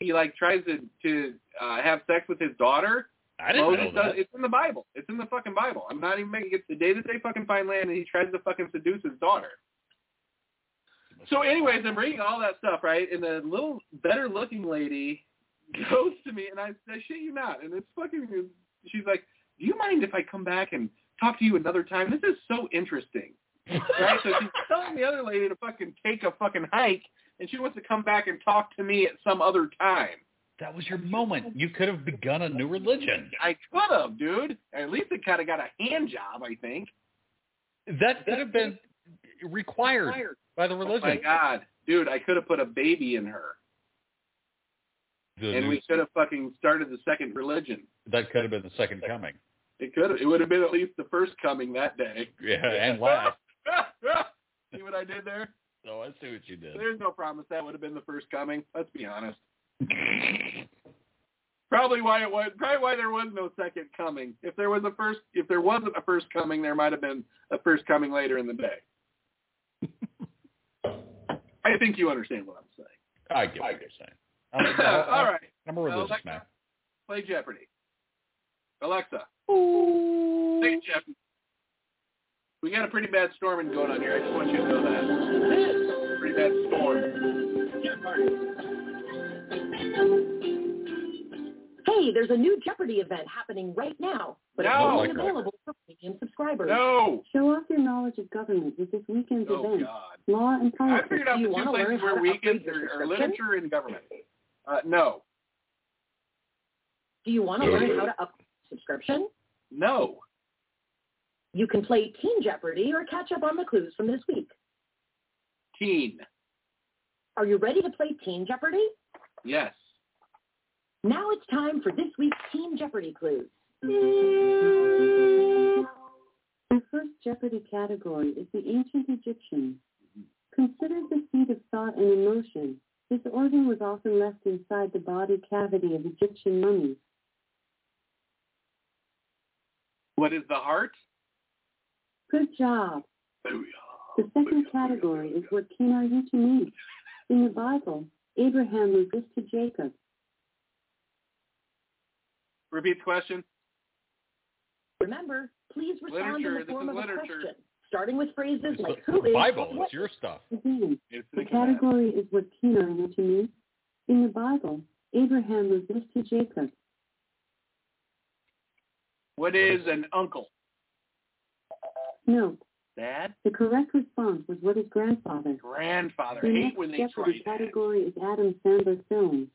[SPEAKER 2] He like tries to to uh, have sex with his daughter.
[SPEAKER 3] I didn't
[SPEAKER 2] Moses
[SPEAKER 3] know
[SPEAKER 2] does-
[SPEAKER 3] that.
[SPEAKER 2] Oh, It's in the Bible. It's in the fucking Bible. I'm not even making it. The day that they fucking find land, and he tries to fucking seduce his daughter. So, anyways, I'm reading all that stuff, right? And the little better-looking lady goes to me, and I, I shit you not, and it's fucking. She's like, "Do you mind if I come back and talk to you another time? This is so interesting." right? So she's telling the other lady to fucking take a fucking hike, and she wants to come back and talk to me at some other time.
[SPEAKER 3] That was your moment. You could have begun a new religion.
[SPEAKER 2] I could have, dude. At least it kind of got a hand job, I think.
[SPEAKER 3] That could have been required by the
[SPEAKER 2] Oh my
[SPEAKER 3] religion.
[SPEAKER 2] god, dude, I could have put a baby in her,
[SPEAKER 3] The
[SPEAKER 2] and
[SPEAKER 3] new-
[SPEAKER 2] we could have fucking started the second religion.
[SPEAKER 3] that could have been the second coming.
[SPEAKER 2] It could, have, it would have been at least the first coming that day.
[SPEAKER 3] Yeah, and last.
[SPEAKER 2] See what I did there?
[SPEAKER 3] So I see what you did.
[SPEAKER 2] There's no promise that would have been the first coming. Let's be honest. Probably why it was. Probably why there was no second coming. If there was a first, if there wasn't a first coming, there might have been a first coming later in the day. I think you understand what I'm saying.
[SPEAKER 3] I get what you're saying. I'm,
[SPEAKER 2] All right,
[SPEAKER 3] I'm a religious man.
[SPEAKER 2] play Jeopardy. Alexa, play Jeopardy. We got a pretty bad storm going on here. I just want you to know that. Pretty bad storm.
[SPEAKER 11] Hey, there's a new Jeopardy event happening right now, but
[SPEAKER 2] No.
[SPEAKER 11] it's only
[SPEAKER 3] Like that.
[SPEAKER 11] available for premium subscribers.
[SPEAKER 2] No.
[SPEAKER 7] Show off your knowledge of government with this weekend's
[SPEAKER 2] Oh
[SPEAKER 7] event,
[SPEAKER 2] God.
[SPEAKER 7] law and
[SPEAKER 2] I
[SPEAKER 7] politics.
[SPEAKER 2] figured out
[SPEAKER 7] Do
[SPEAKER 2] the
[SPEAKER 7] you
[SPEAKER 2] two
[SPEAKER 7] want to learn
[SPEAKER 2] places
[SPEAKER 7] how
[SPEAKER 2] where
[SPEAKER 7] to
[SPEAKER 2] weekends
[SPEAKER 7] upgrade your
[SPEAKER 2] are, are
[SPEAKER 7] subscription?
[SPEAKER 2] literature and government. Uh, no,
[SPEAKER 11] Do you want to learn how to upgrade your subscription?
[SPEAKER 2] no.
[SPEAKER 11] You can play Teen Jeopardy or catch up on the clues from this week.
[SPEAKER 2] Teen.
[SPEAKER 11] Are you ready to play Teen Jeopardy?
[SPEAKER 2] Yes.
[SPEAKER 11] Now it's time for this week's Teen Jeopardy clues.
[SPEAKER 7] The first Jeopardy category is the ancient Egyptian. Considered the seat of thought and emotion, this organ was often left inside the body cavity of Egyptian mummies.
[SPEAKER 2] What is the heart?
[SPEAKER 7] Good job.
[SPEAKER 2] Booyah.
[SPEAKER 7] The second category is what kin are you to me? In the Bible, Abraham was this to Jacob.
[SPEAKER 2] Repeat the question.
[SPEAKER 11] Remember, please respond
[SPEAKER 2] Literature,
[SPEAKER 11] in
[SPEAKER 2] this
[SPEAKER 11] the form of
[SPEAKER 2] is
[SPEAKER 11] a
[SPEAKER 2] literature.
[SPEAKER 11] question, starting with phrases
[SPEAKER 3] It's
[SPEAKER 11] like
[SPEAKER 3] the,
[SPEAKER 11] who
[SPEAKER 3] the
[SPEAKER 11] is
[SPEAKER 3] Bible.
[SPEAKER 11] what-
[SPEAKER 3] It's your stuff.
[SPEAKER 7] Again,
[SPEAKER 2] It's
[SPEAKER 7] the
[SPEAKER 2] thinking that.
[SPEAKER 7] category is what kin are you to me? In the Bible, Abraham was this to Jacob.
[SPEAKER 2] What is an uncle?
[SPEAKER 7] Note,
[SPEAKER 2] Dad?
[SPEAKER 7] the correct response was what is grandfather?
[SPEAKER 2] Grandfather.
[SPEAKER 7] The
[SPEAKER 2] hate when
[SPEAKER 7] next
[SPEAKER 2] they
[SPEAKER 7] step of
[SPEAKER 2] try
[SPEAKER 7] the
[SPEAKER 2] that.
[SPEAKER 7] category is Adam Sandler films.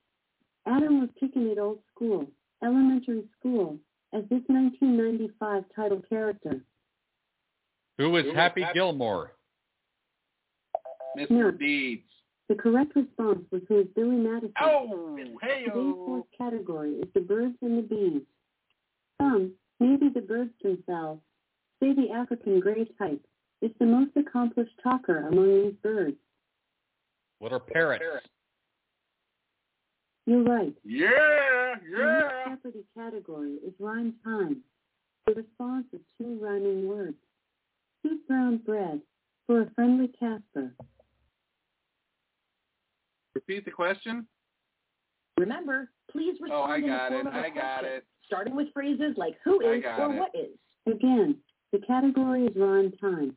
[SPEAKER 7] Adam was kicking it old school, elementary school, as this 1995 title character.
[SPEAKER 3] Who is
[SPEAKER 8] Who is
[SPEAKER 3] Happy
[SPEAKER 8] Happy-
[SPEAKER 3] Gilmore?
[SPEAKER 7] No.
[SPEAKER 2] Mr. Deeds.
[SPEAKER 7] The correct response was who is Billy Madison.
[SPEAKER 2] Oh, hey,
[SPEAKER 7] Today's fourth category is the birds and the bees. Some, maybe the birds themselves, say the African gray type is the most accomplished talker among these birds.
[SPEAKER 3] What are parrots?
[SPEAKER 7] You're right.
[SPEAKER 2] Yeah,
[SPEAKER 7] The next
[SPEAKER 2] yeah.
[SPEAKER 7] Jeopardy category is rhyme time. The response is two rhyming words. Sweet brown bread for a friendly Casper.
[SPEAKER 2] Repeat the question.
[SPEAKER 11] Remember, please respond
[SPEAKER 2] Oh, I
[SPEAKER 11] in the
[SPEAKER 2] got it.
[SPEAKER 11] form of a
[SPEAKER 2] I got
[SPEAKER 11] question,
[SPEAKER 2] it.
[SPEAKER 11] starting with phrases like who
[SPEAKER 2] I
[SPEAKER 11] is
[SPEAKER 2] got
[SPEAKER 11] or
[SPEAKER 2] it.
[SPEAKER 11] what is.
[SPEAKER 7] Again, the category is rhyme time.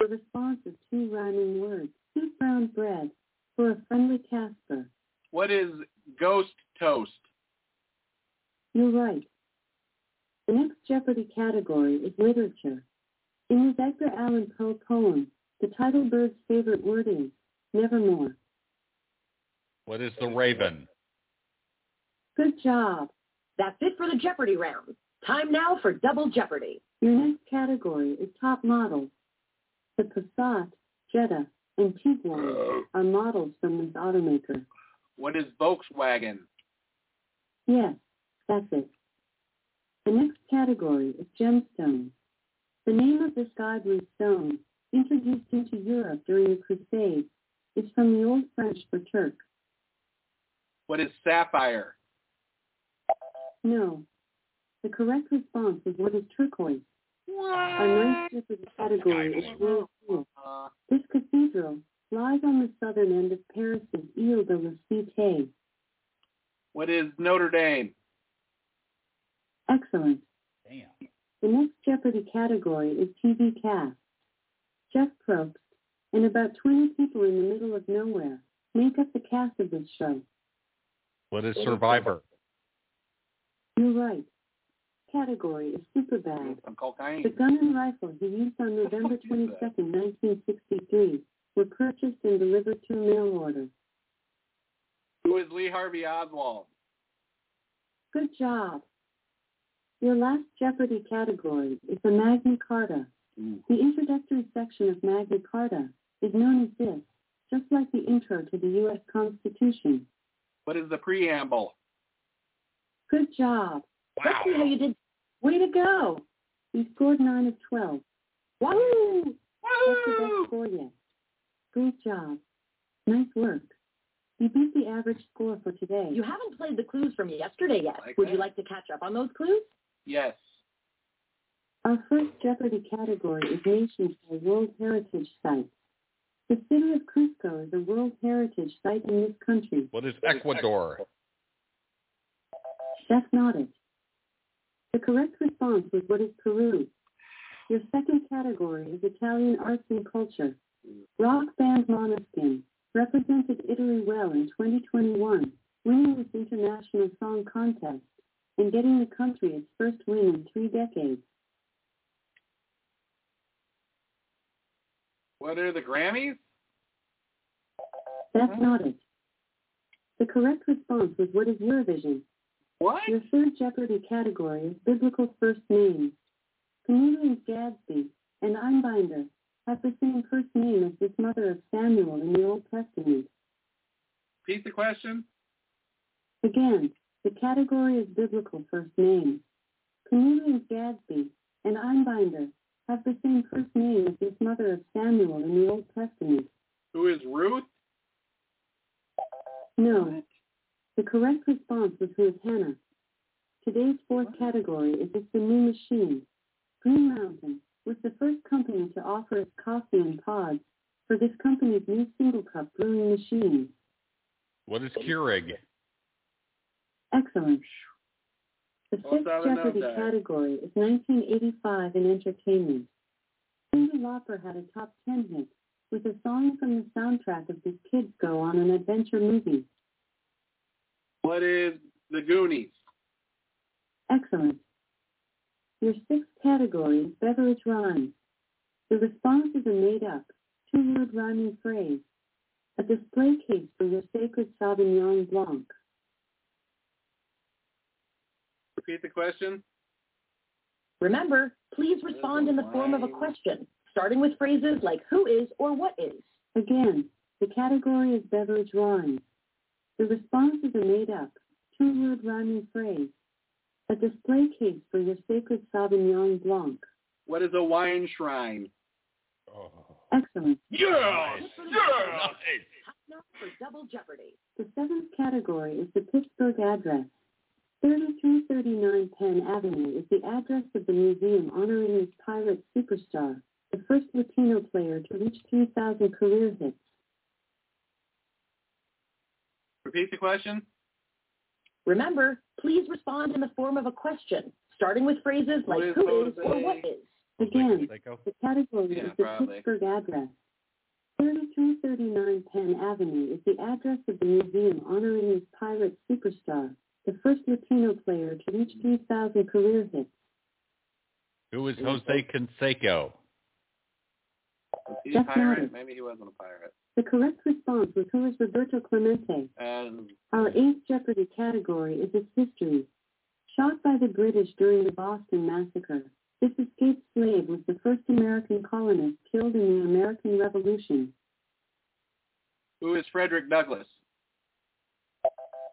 [SPEAKER 7] The response is two rhyming words. Sweet brown bread for a friendly Casper.
[SPEAKER 2] What is ghost toast?
[SPEAKER 7] You're right. The next Jeopardy category is literature. In his Edgar Allan Poe poem, the title bird's favorite word is nevermore.
[SPEAKER 3] What is the raven?
[SPEAKER 7] Good job.
[SPEAKER 11] That's it for the Jeopardy round. Time now for Double Jeopardy.
[SPEAKER 7] Your next category is top models. The Passat, Jetta, and Tiguan are models from this automaker.
[SPEAKER 2] What is Volkswagen?
[SPEAKER 7] Yes, that's it. The next category is gemstones. The name of this godly stone, introduced into Europe during the Crusades, is from the Old French for Turk.
[SPEAKER 2] What is sapphire?
[SPEAKER 7] No. The correct response is what is turquoise. Our ninth Jeopardy category is royal jewels.
[SPEAKER 2] Uh,
[SPEAKER 7] This cathedral lies on the southern end of Paris's Ile de la Cité.
[SPEAKER 2] what is Notre Dame?
[SPEAKER 7] Excellent.
[SPEAKER 3] Damn.
[SPEAKER 7] The next Jeopardy category is TV cast. Jeff Probst and about 20 people in the middle of nowhere make up the cast of this show.
[SPEAKER 3] What is Survivor?
[SPEAKER 7] You're right. Category is Superbad.
[SPEAKER 2] I'm cocaine.
[SPEAKER 7] The gun and rifle he used on November 22, 1963 were purchased and delivered through mail order.
[SPEAKER 2] Who is Lee Harvey Oswald?
[SPEAKER 7] Good job. Your last Jeopardy category is the Magna Carta.
[SPEAKER 2] Hmm.
[SPEAKER 7] The introductory section of Magna Carta is known as this, just like the intro to the U.S. Constitution.
[SPEAKER 2] What is the preamble?
[SPEAKER 7] Good job.
[SPEAKER 3] Wow.
[SPEAKER 11] See how you did.
[SPEAKER 7] Way to go. You scored 9 of 12.
[SPEAKER 11] Wahoo!
[SPEAKER 7] That's the best score yet. Great job. Nice work. You beat the average score for today.
[SPEAKER 11] You haven't played the clues from yesterday yet.
[SPEAKER 2] Like
[SPEAKER 11] Would
[SPEAKER 2] that.
[SPEAKER 11] you like to catch up on those clues?
[SPEAKER 2] Yes.
[SPEAKER 7] Our first Jeopardy category is Nations by World Heritage Sites. The city of Cusco is a World Heritage Site in this country.
[SPEAKER 3] What is Ecuador?
[SPEAKER 7] That's not it. The correct response was what is Peru. Your second category is Italian arts and culture. Rock band Måneskin represented Italy well in 2021, winning this international song contest and getting the country its first win in three decades.
[SPEAKER 2] What are the Grammys?
[SPEAKER 7] That's not it. The correct response was what is Eurovision?
[SPEAKER 2] What?
[SPEAKER 7] Your third Jeopardy category is biblical first names. Comedians Gadsby and Einbinder have the same first name as this mother of Samuel in the Old Testament.
[SPEAKER 2] Repeat the question.
[SPEAKER 7] Again, the category is biblical first names. Comedians Gadsby and Einbinder have the same first name as this mother of Samuel in the Old Testament.
[SPEAKER 2] Who is Ruth?
[SPEAKER 7] No. The correct response was who is Hannah. Today's fourth category is It's a New Machine. Green Mountain was the first company to offer its coffee in pods for this company's new single cup brewing machine.
[SPEAKER 3] What is Keurig?
[SPEAKER 7] Excellent. The
[SPEAKER 2] Well,
[SPEAKER 7] fifth
[SPEAKER 2] it's out of
[SPEAKER 7] Jeopardy
[SPEAKER 2] Novi.
[SPEAKER 7] category is 1985 in entertainment. Cyndi Lauper had a top 10 hit with a song from the soundtrack of this Kids Go on an Adventure movie.
[SPEAKER 2] What is the Goonies?
[SPEAKER 7] Excellent. Your sixth category is beverage rhymes. The responses are made up, two-word rhyming phrase, a display case for your sacred Sauvignon Blanc.
[SPEAKER 2] Repeat the question.
[SPEAKER 11] Remember, please respond in the form of a question, starting with phrases like who is or what is.
[SPEAKER 7] Again, the category is beverage rhymes. The responses are made up, two-word rhyming phrase, a display case for your sacred Sauvignon Blanc.
[SPEAKER 2] What is a wine shrine?
[SPEAKER 3] Oh.
[SPEAKER 7] Excellent.
[SPEAKER 3] Yes! Yes!
[SPEAKER 11] Now for double jeopardy.
[SPEAKER 7] The seventh category is the Pittsburgh address. 3339 Penn Avenue is the address of the museum honoring this pirate superstar, the first Latino player to reach 3,000 career hits.
[SPEAKER 2] Repeat the question.
[SPEAKER 11] Remember, please respond in the form of a question, starting with phrases like
[SPEAKER 2] What is
[SPEAKER 11] who is or
[SPEAKER 2] Jose?
[SPEAKER 11] what is.
[SPEAKER 7] Again,
[SPEAKER 3] Seiko?
[SPEAKER 7] the category
[SPEAKER 2] Yeah,
[SPEAKER 7] is the
[SPEAKER 2] probably.
[SPEAKER 7] Pittsburgh address. 3339 Penn Avenue is the address of the museum honoring this pirate superstar, the first Latino player to reach 3,000 career hits.
[SPEAKER 3] Who is Jose Canseco?
[SPEAKER 2] Was he a
[SPEAKER 7] That's not
[SPEAKER 2] pirate?
[SPEAKER 7] it.
[SPEAKER 2] Maybe he wasn't a pirate.
[SPEAKER 7] The correct response was who is Roberto Clemente?
[SPEAKER 2] Um,
[SPEAKER 7] Our eighth Jeopardy category is its history. Shot by the British during the Boston Massacre, this escaped slave was the first American colonist killed in the American Revolution.
[SPEAKER 2] who is Frederick Douglass?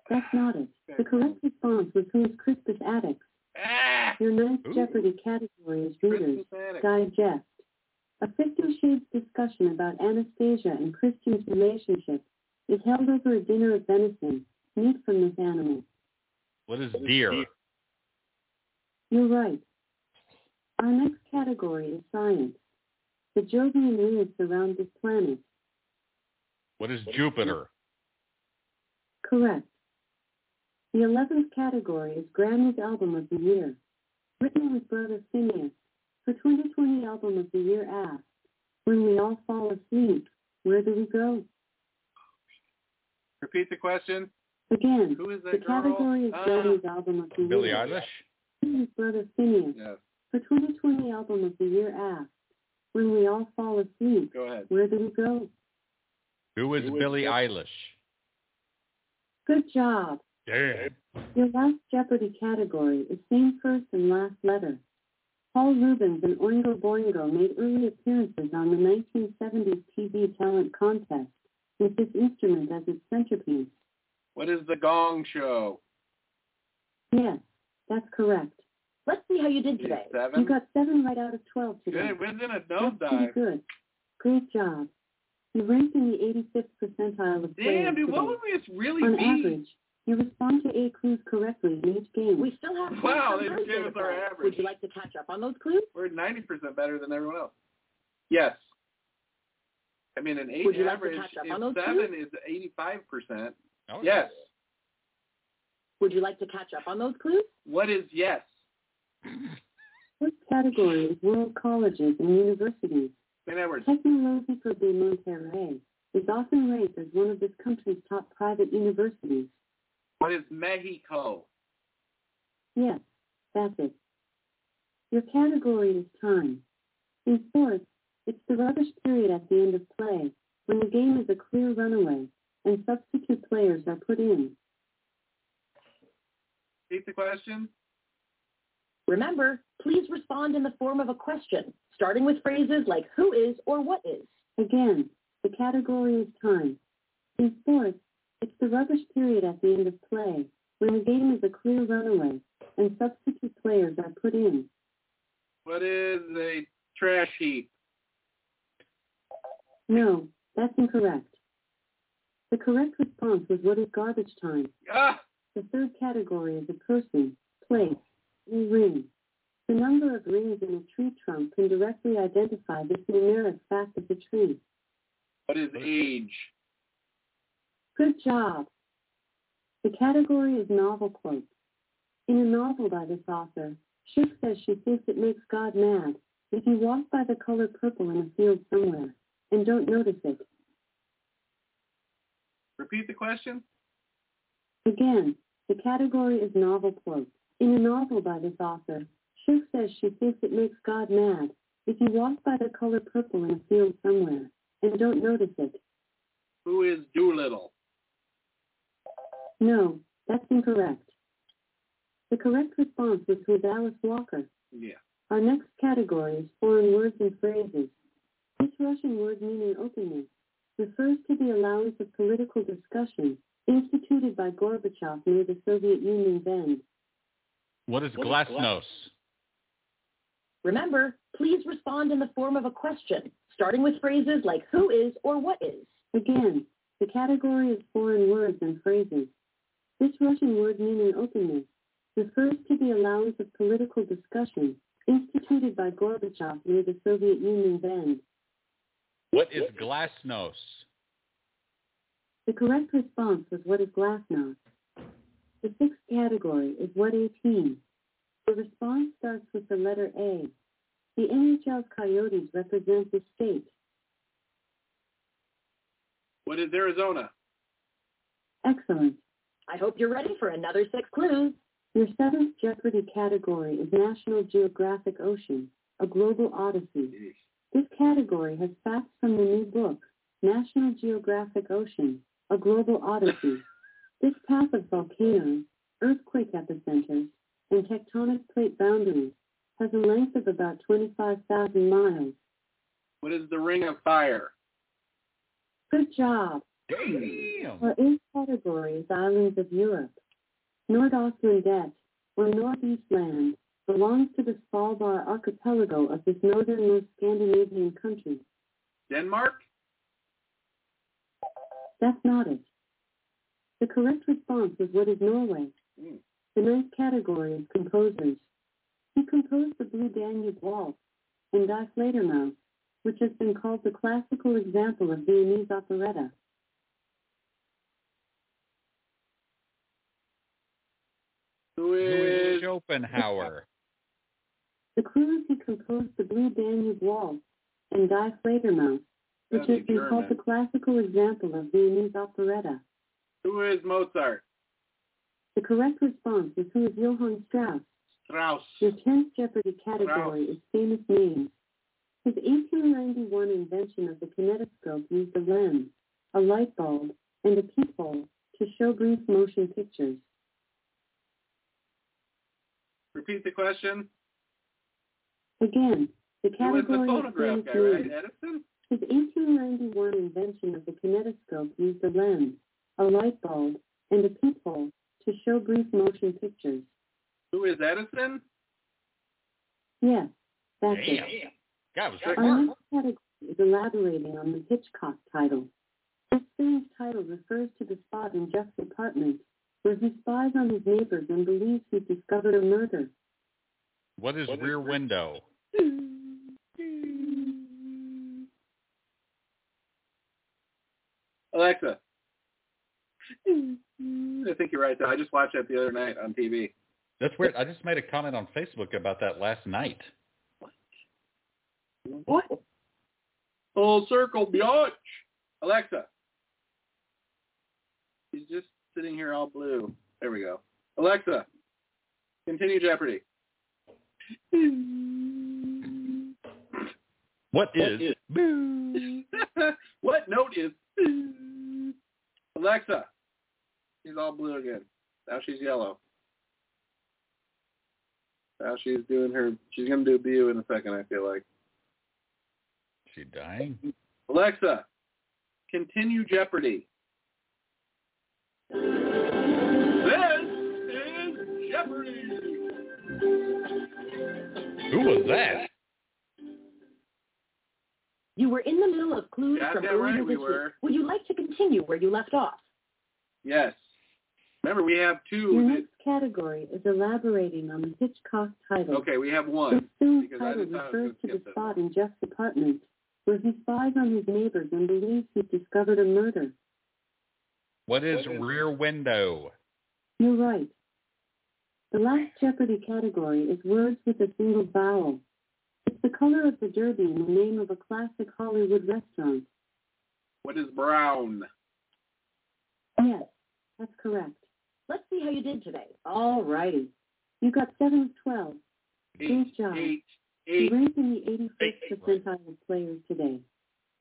[SPEAKER 7] That's not it. The correct response was who is Crispus Attucks.
[SPEAKER 2] Ah!
[SPEAKER 7] Your ninth
[SPEAKER 3] Ooh.
[SPEAKER 7] Jeopardy category is Reader's
[SPEAKER 2] Christmas Attic.
[SPEAKER 7] Digest. A Fifty Shades discussion about Anastasia and Christian's relationship is held over a dinner of venison, meat from this animal.
[SPEAKER 3] What is deer?
[SPEAKER 7] You're right. Our next category is science. The Jovian rings surround this planet.
[SPEAKER 3] What is Jupiter?
[SPEAKER 7] Correct. The 11th category is Grammy's Album of the Year. written with Brother Phineas, for 2020 album of the year asked, When We All Fall Asleep, Where Do We Go?
[SPEAKER 2] Repeat the question.
[SPEAKER 7] Again,
[SPEAKER 2] Who is that
[SPEAKER 7] the
[SPEAKER 2] girl?
[SPEAKER 7] category is
[SPEAKER 2] Ah.
[SPEAKER 7] Johnny's album of the
[SPEAKER 3] Billie
[SPEAKER 7] year.
[SPEAKER 3] Eilish.
[SPEAKER 7] Written with Brother Phineas,
[SPEAKER 2] Yes.
[SPEAKER 7] for 2020 album of the year asked, When We All Fall Asleep,
[SPEAKER 2] Go ahead.
[SPEAKER 7] Where Do We Go?
[SPEAKER 3] Who is
[SPEAKER 2] Who is
[SPEAKER 3] Billie
[SPEAKER 2] this?
[SPEAKER 3] Eilish?
[SPEAKER 7] Good job.
[SPEAKER 3] Damn.
[SPEAKER 7] Your last Jeopardy category is same first and last letter. Paul Rubens and Oingo Boingo made early appearances on the 1970s TV talent contest with this instrument as its centerpiece.
[SPEAKER 2] What is the Gong Show?
[SPEAKER 7] Yes, that's correct.
[SPEAKER 11] Let's see how you did
[SPEAKER 2] Is
[SPEAKER 11] today.
[SPEAKER 2] it Seven.
[SPEAKER 7] You got seven right out of 12 today.
[SPEAKER 2] Good. Within a
[SPEAKER 7] That's pretty
[SPEAKER 2] nosedive.
[SPEAKER 7] good. Great job. You ranked in the 85th percentile of players
[SPEAKER 2] Damn, dude,
[SPEAKER 7] today.
[SPEAKER 2] what would this really
[SPEAKER 7] On
[SPEAKER 2] be?
[SPEAKER 7] average, you respond to eight clues correctly in each game.
[SPEAKER 11] We still have clues
[SPEAKER 2] Wow,
[SPEAKER 11] from
[SPEAKER 2] they
[SPEAKER 11] Thursday
[SPEAKER 2] gave
[SPEAKER 11] to
[SPEAKER 2] us our
[SPEAKER 11] play.
[SPEAKER 2] average.
[SPEAKER 11] Would you like to catch up on those clues?
[SPEAKER 2] We're 90% better than everyone else. Yes. I mean, an 8
[SPEAKER 11] Would you like to
[SPEAKER 2] average
[SPEAKER 11] catch up
[SPEAKER 2] is
[SPEAKER 11] on those
[SPEAKER 2] 7 is 85%.
[SPEAKER 3] Oh,
[SPEAKER 2] Yes.
[SPEAKER 11] Would you like to catch up on those clues?
[SPEAKER 2] What is yes?
[SPEAKER 7] What category is World Colleges and Universities?
[SPEAKER 2] St. Edward's.
[SPEAKER 7] Tecnológico de Monterrey is often ranked as one of this country's top private universities.
[SPEAKER 2] What is Mexico?
[SPEAKER 7] Yes, that's it. Your category is time. In sports, it's the rubbish period at the end of play, when the game is a clear runaway, and substitute players are put in.
[SPEAKER 2] Repeat the question.
[SPEAKER 11] Remember, please respond in the form of a question, starting with phrases like who is or what is.
[SPEAKER 7] Again, the category is time. In sports, it's the rubbish period at the end of play, when the game is a clear runaway, and substitute players are put in.
[SPEAKER 2] What is a trash heap?
[SPEAKER 7] No, that's incorrect. The correct response was what is garbage time?
[SPEAKER 2] Ah,
[SPEAKER 7] The third category is a person, place, or ring. The number of rings in a tree trunk can directly identify this numeric fact of the tree.
[SPEAKER 2] what is age?
[SPEAKER 7] Good job. The category is novel quotes. In a novel by this author, Shook says she thinks it makes God mad if you walk by the color purple in a field somewhere and don't notice it.
[SPEAKER 2] Repeat the question.
[SPEAKER 7] Again, the category is novel quotes. In a novel by this author, Shook says she thinks it makes God mad if you walk by the color purple in a field somewhere and don't notice it.
[SPEAKER 2] Who is Doolittle?
[SPEAKER 7] No, that's incorrect. The correct response is with Alice Walker.
[SPEAKER 2] Yeah.
[SPEAKER 7] Our next category is foreign words and phrases. This Russian word meaning openness refers to the allowance of political discussion instituted by Gorbachev near the Soviet Union's end.
[SPEAKER 3] What is
[SPEAKER 11] What is
[SPEAKER 3] glasnost?
[SPEAKER 11] Remember, please respond in the form of a question, starting with phrases like who is or what is.
[SPEAKER 7] Again, the category is foreign words and phrases. This Russian word meaning openness refers to the allowance of political discussion instituted by Gorbachev near the Soviet Union's end.
[SPEAKER 3] What is glasnost?
[SPEAKER 7] The correct response was what is glasnost? The sixth category is what 18. The response starts with the letter A. The NHL's Coyotes represent the state.
[SPEAKER 2] What is Arizona?
[SPEAKER 7] Excellent.
[SPEAKER 11] I hope you're ready for another six clues.
[SPEAKER 7] Your seventh Jeopardy category is National Geographic Ocean, a global odyssey. This category has facts from the new book, National Geographic Ocean, a global odyssey. This path of volcanoes, earthquake epicenters, and tectonic plate boundaries has a length of about 25,000 miles.
[SPEAKER 2] What is the Ring of Fire?
[SPEAKER 7] Good job.
[SPEAKER 3] Damn.
[SPEAKER 7] Our eighth category is Islands of Europe. Nordaustlandet, or Northeast Land, belongs to the Svalbard archipelago of this northernmost Scandinavian country.
[SPEAKER 2] Denmark?
[SPEAKER 7] That's not it. The correct response is what is Norway?
[SPEAKER 2] Mm.
[SPEAKER 7] The ninth category is composers. He composed the Blue Danube Waltz and Die Fledermaus, which has been called the classical example of Viennese operetta.
[SPEAKER 2] Who
[SPEAKER 3] Who is
[SPEAKER 2] is
[SPEAKER 3] Schopenhauer?
[SPEAKER 7] The clues he composed the Blue Danube Waltz and Die Fledermaus, which
[SPEAKER 2] That's a
[SPEAKER 7] has been called
[SPEAKER 2] German.
[SPEAKER 7] the classical example of Viennese operetta.
[SPEAKER 2] Who is Mozart?
[SPEAKER 7] The correct response is who is Johann Strauss.
[SPEAKER 2] Strauss.
[SPEAKER 7] Your 10th Jeopardy category is famous names. His 1891 invention of the kinetoscope used a lens, a light bulb, and a peephole to show brief motion pictures.
[SPEAKER 2] Repeat the question.
[SPEAKER 7] Again, the
[SPEAKER 2] Who is the
[SPEAKER 7] category is
[SPEAKER 2] phonograph
[SPEAKER 7] famous
[SPEAKER 2] guy, right?
[SPEAKER 7] names.
[SPEAKER 2] Edison?
[SPEAKER 7] His 1891 invention of the kinetoscope used a lens, a light bulb, and a peephole to show brief motion pictures.
[SPEAKER 2] Who is Edison?
[SPEAKER 7] Yes, that's
[SPEAKER 3] Damn. Uh-huh.
[SPEAKER 7] it.
[SPEAKER 3] God, was
[SPEAKER 7] Our
[SPEAKER 3] very hard.
[SPEAKER 7] next category is elaborating on the Hitchcock title. This film's title refers to the spot in Jeff's apartment where he spies on his neighbors and believes he's discovered a murder.
[SPEAKER 3] What is rear window?
[SPEAKER 2] Alexa. I think you're right, though. I just watched that the other night on TV.
[SPEAKER 3] That's weird. I just made a comment on Facebook about that last night.
[SPEAKER 2] What? Full circle, biatch. Alexa. He's just sitting here all blue. There we go. Alexa, continue Jeopardy.
[SPEAKER 3] What is?
[SPEAKER 2] what note is Alexa? She's all blue again. Now she's yellow. Now she's doing her. She's gonna do a bu in a second. I feel like
[SPEAKER 3] She dying?
[SPEAKER 2] Alexa, continue Jeopardy. This is Jeopardy.
[SPEAKER 3] Who was that?
[SPEAKER 11] You were in the middle of clues
[SPEAKER 2] Yeah,
[SPEAKER 11] from
[SPEAKER 2] yeah,
[SPEAKER 11] earlier
[SPEAKER 2] right,
[SPEAKER 11] this
[SPEAKER 2] we
[SPEAKER 11] week.
[SPEAKER 2] were.
[SPEAKER 11] Would you like to continue where you left off?
[SPEAKER 2] Yes. Remember, we have
[SPEAKER 7] Your
[SPEAKER 2] two.
[SPEAKER 7] next category is elaborating on the Hitchcock
[SPEAKER 2] That,
[SPEAKER 7] title.
[SPEAKER 2] okay, we have
[SPEAKER 7] This
[SPEAKER 2] one.
[SPEAKER 7] film's
[SPEAKER 2] because I
[SPEAKER 7] title
[SPEAKER 2] decided to
[SPEAKER 7] refers to the
[SPEAKER 2] skip that
[SPEAKER 7] spot in Jeff's apartment where he spies on his neighbors and believes he's discovered a murder.
[SPEAKER 3] What is rear window?
[SPEAKER 7] You're right. The last Jeopardy category is words with a single vowel. It's the color of the derby and the name of a classic Hollywood restaurant.
[SPEAKER 2] What is brown?
[SPEAKER 7] Yes, that's correct.
[SPEAKER 11] Let's see how you did today.
[SPEAKER 7] All righty. You got 7 of 12. Great job.
[SPEAKER 2] Eight,
[SPEAKER 7] You
[SPEAKER 2] eight.
[SPEAKER 7] ranked in the 85th percentile of players today.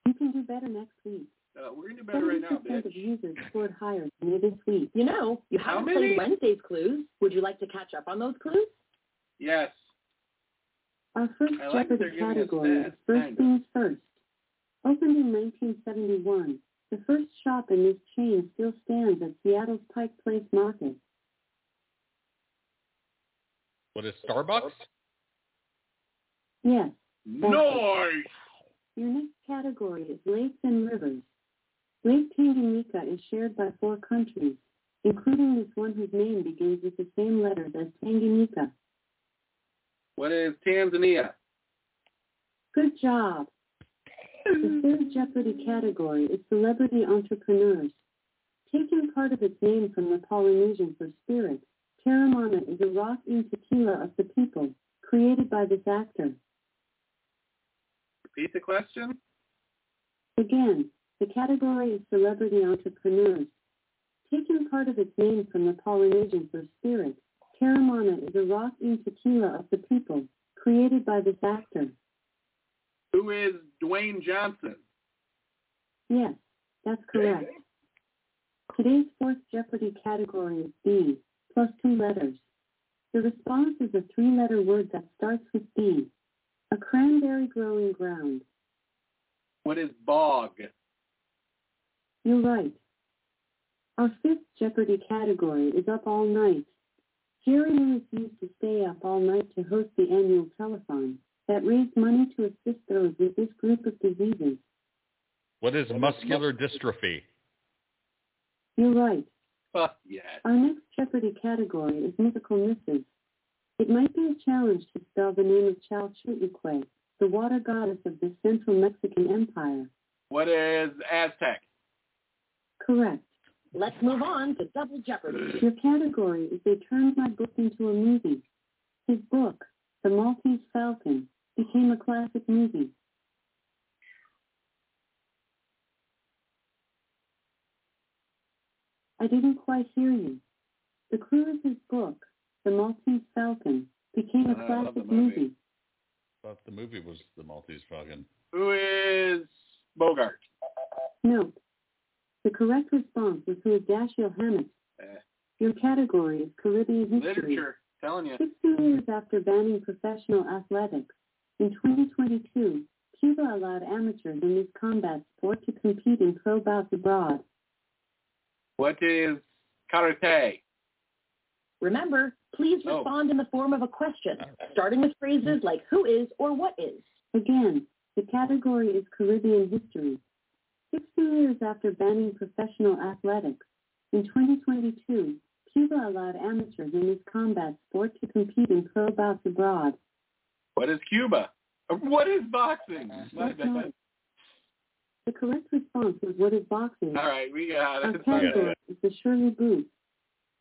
[SPEAKER 7] You can do better next week.
[SPEAKER 2] Uh, we're gonna do better right
[SPEAKER 7] 70%
[SPEAKER 2] now, bitch.
[SPEAKER 7] of users scored higher than you this week.
[SPEAKER 11] You know, you
[SPEAKER 2] How
[SPEAKER 11] haven't
[SPEAKER 2] many?
[SPEAKER 11] played Wednesday's clues. Would you like to catch up on those clues?
[SPEAKER 2] Yes.
[SPEAKER 7] Our first
[SPEAKER 2] I like that
[SPEAKER 7] Jeopardy
[SPEAKER 2] they're giving us
[SPEAKER 7] category
[SPEAKER 2] that,
[SPEAKER 7] is First
[SPEAKER 2] kind of.
[SPEAKER 7] Things First. Opened in 1971, the first shop in this chain still stands at Seattle's Pike Place Market.
[SPEAKER 3] What is Starbucks?
[SPEAKER 7] Yes,
[SPEAKER 2] Noise.
[SPEAKER 7] your next category is Lakes and Rivers. Lake Tanganyika is shared by four countries, including this one whose name begins with the same letters as Tanganyika.
[SPEAKER 2] What is Tanzania?
[SPEAKER 7] Good job. The third Jeopardy category is celebrity entrepreneurs. Taking part of its name from the Polynesian for spirit, Taramana is a rock in tequila of the people, created by this actor.
[SPEAKER 2] Repeat the question.
[SPEAKER 7] Again, the category is celebrity entrepreneurs. Taking part of its name from the Polynesian for spirit, Taramana is a rock in tequila of the people, created by this actor.
[SPEAKER 2] Who is Dwayne Johnson?
[SPEAKER 7] Yes, that's correct. Today's fourth Jeopardy category is B, plus two letters. The response is a three-letter word that starts with B. A cranberry growing ground.
[SPEAKER 2] What is Bog?
[SPEAKER 7] You're right. Our fifth Jeopardy category is Up All Night. Jerry Lewis used to stay up all night to host the annual telethon that raised money to assist those with this group of diseases.
[SPEAKER 3] What is muscular dystrophy?
[SPEAKER 7] You're right.
[SPEAKER 2] Fuck yes.
[SPEAKER 7] Our next Jeopardy category is mythical misses. It might be a challenge to spell the name of Chalchutlique, the water goddess of the central Mexican empire.
[SPEAKER 2] What is Aztec?
[SPEAKER 7] Correct.
[SPEAKER 11] Let's move on to Double Jeopardy.
[SPEAKER 7] Your category is They Turned My Book into a Movie. His book, The Maltese Falcon became a classic movie. I didn't quite hear you. The Cruise's book, The Maltese Falcon, became
[SPEAKER 3] Uh, I
[SPEAKER 7] a
[SPEAKER 3] love the
[SPEAKER 7] classic
[SPEAKER 3] movie.
[SPEAKER 7] movie.
[SPEAKER 3] Thought the movie was the Maltese Falcon.
[SPEAKER 2] Who is Bogart?
[SPEAKER 7] Note. The correct response is who is Dashiell Hammett.
[SPEAKER 2] Eh.
[SPEAKER 7] Your category is Caribbean history.
[SPEAKER 2] Literature. Telling you.
[SPEAKER 7] 60 years after banning professional athletics, in 2022, Cuba allowed amateurs in this combat sport to compete in pro bouts abroad.
[SPEAKER 2] What is karate?
[SPEAKER 11] Remember, please
[SPEAKER 2] Oh.
[SPEAKER 11] respond in the form of a question, starting with phrases like who is or what is.
[SPEAKER 7] Again, the category is Caribbean history. 60 years after banning professional athletics, in 2022, Cuba allowed amateurs in this combat sport to compete in pro bouts abroad.
[SPEAKER 2] What is Cuba? What is boxing? My bad.
[SPEAKER 7] The correct response was what is boxing?
[SPEAKER 2] All right, we got
[SPEAKER 7] Our
[SPEAKER 2] it. Sorry.
[SPEAKER 7] category is the Shirley Booth.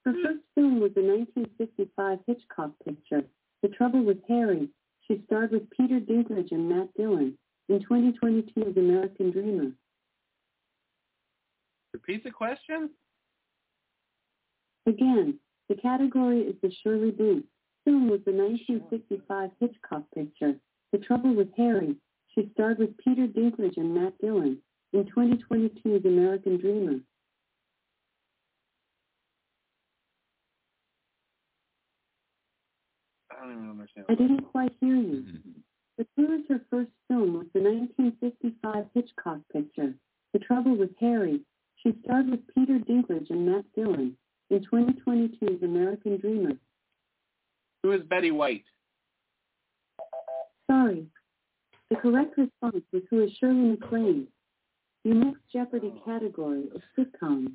[SPEAKER 7] Her first film was the 1955 Hitchcock picture, The Trouble with Harry. She starred with Peter Dinklage and Matt Dillon in 2022's American Dreamer.
[SPEAKER 2] Repeat the question.
[SPEAKER 7] Again, the category is the Shirley Booth. Film was the 1955 Hitchcock picture, The Trouble with Harry. She starred with Peter Dinklage and Matt Dillon in 2022's American Dreamer.
[SPEAKER 2] I don't even understand.
[SPEAKER 7] I didn't quite hear you.
[SPEAKER 3] Mm-hmm.
[SPEAKER 7] The Pulitzer first film was the 1955 Hitchcock picture, The Trouble with Harry. She starred with Peter Dinklage and Matt Dillon in 2022's American Dreamer.
[SPEAKER 2] Who is Betty White?
[SPEAKER 7] Sorry. The correct response was who is Shirley MacLaine. Your next Jeopardy category is sitcom.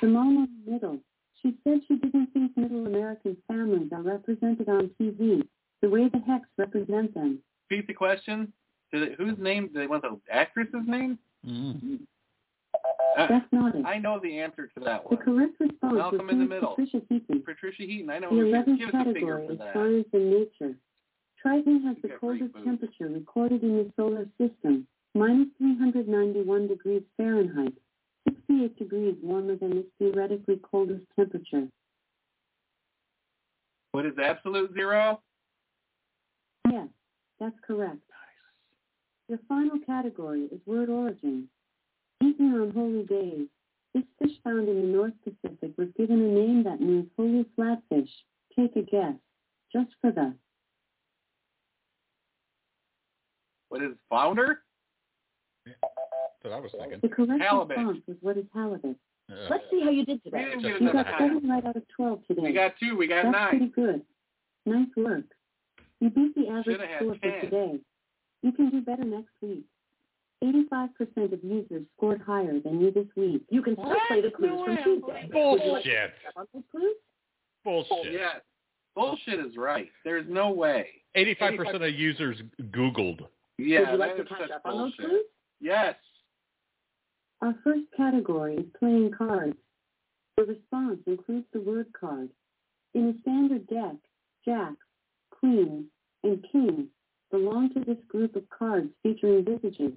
[SPEAKER 7] The mom in the middle. She said she didn't think middle American families are represented on TV the way the Hex represent them.
[SPEAKER 2] Repeat the question. Did it, whose name? Did they want the actress's name?
[SPEAKER 3] Mm-hmm.
[SPEAKER 2] Uh,
[SPEAKER 7] That's not it.
[SPEAKER 2] I know the answer to that
[SPEAKER 7] The
[SPEAKER 2] one.
[SPEAKER 7] correct response
[SPEAKER 2] Malcolm
[SPEAKER 7] was
[SPEAKER 2] in the
[SPEAKER 7] who is
[SPEAKER 2] middle.
[SPEAKER 7] Patricia Heaton.
[SPEAKER 2] Patricia Heaton. I know.
[SPEAKER 7] The
[SPEAKER 2] who she is.
[SPEAKER 7] 11th
[SPEAKER 2] Give us a finger
[SPEAKER 7] category
[SPEAKER 2] for
[SPEAKER 7] is
[SPEAKER 2] that.
[SPEAKER 7] science and nature. Triton has
[SPEAKER 2] You
[SPEAKER 7] the
[SPEAKER 2] got great
[SPEAKER 7] coldest
[SPEAKER 2] boobs.
[SPEAKER 7] temperature recorded in the solar system, minus 391 degrees Fahrenheit, 68 degrees warmer than its theoretically coldest temperature.
[SPEAKER 2] What is absolute zero?
[SPEAKER 7] Yes, that's correct. Your final category is word origin. Eaten on holy days, this fish found in the North Pacific was given a name that means holy flatfish. Take a guess, just for the
[SPEAKER 2] What is flounder?
[SPEAKER 3] That's what I was thinking.
[SPEAKER 7] The correct
[SPEAKER 2] Halibut.
[SPEAKER 7] response is what is halibut.
[SPEAKER 3] Yeah.
[SPEAKER 11] Let's see how you did
[SPEAKER 2] We
[SPEAKER 11] today.
[SPEAKER 2] didn't get
[SPEAKER 7] You
[SPEAKER 2] another
[SPEAKER 7] got
[SPEAKER 2] time.
[SPEAKER 7] seven right out of twelve today.
[SPEAKER 2] We got two. We got
[SPEAKER 7] That's
[SPEAKER 2] nine.
[SPEAKER 7] pretty good. Nice work. You beat the average
[SPEAKER 2] Shoulda had
[SPEAKER 7] score for
[SPEAKER 2] 10.
[SPEAKER 7] today. You can do better next week. 85% of users scored higher than you this week.
[SPEAKER 11] You can still play the clues from Tuesday. Would you like to
[SPEAKER 3] Bullshit.
[SPEAKER 11] step on those clues?
[SPEAKER 3] Bullshit.
[SPEAKER 2] Yes. Bullshit is right. There's no way.
[SPEAKER 3] 85% of users Googled.
[SPEAKER 2] Yeah,
[SPEAKER 11] Would you like
[SPEAKER 2] that
[SPEAKER 11] to
[SPEAKER 2] is
[SPEAKER 11] catch
[SPEAKER 2] such
[SPEAKER 11] up on those
[SPEAKER 2] bullshit.
[SPEAKER 11] clues?
[SPEAKER 2] Yes.
[SPEAKER 7] Our first category is playing cards. The response includes the word card. In a standard deck, jacks, queens, and kings belong to this group of cards featuring visages.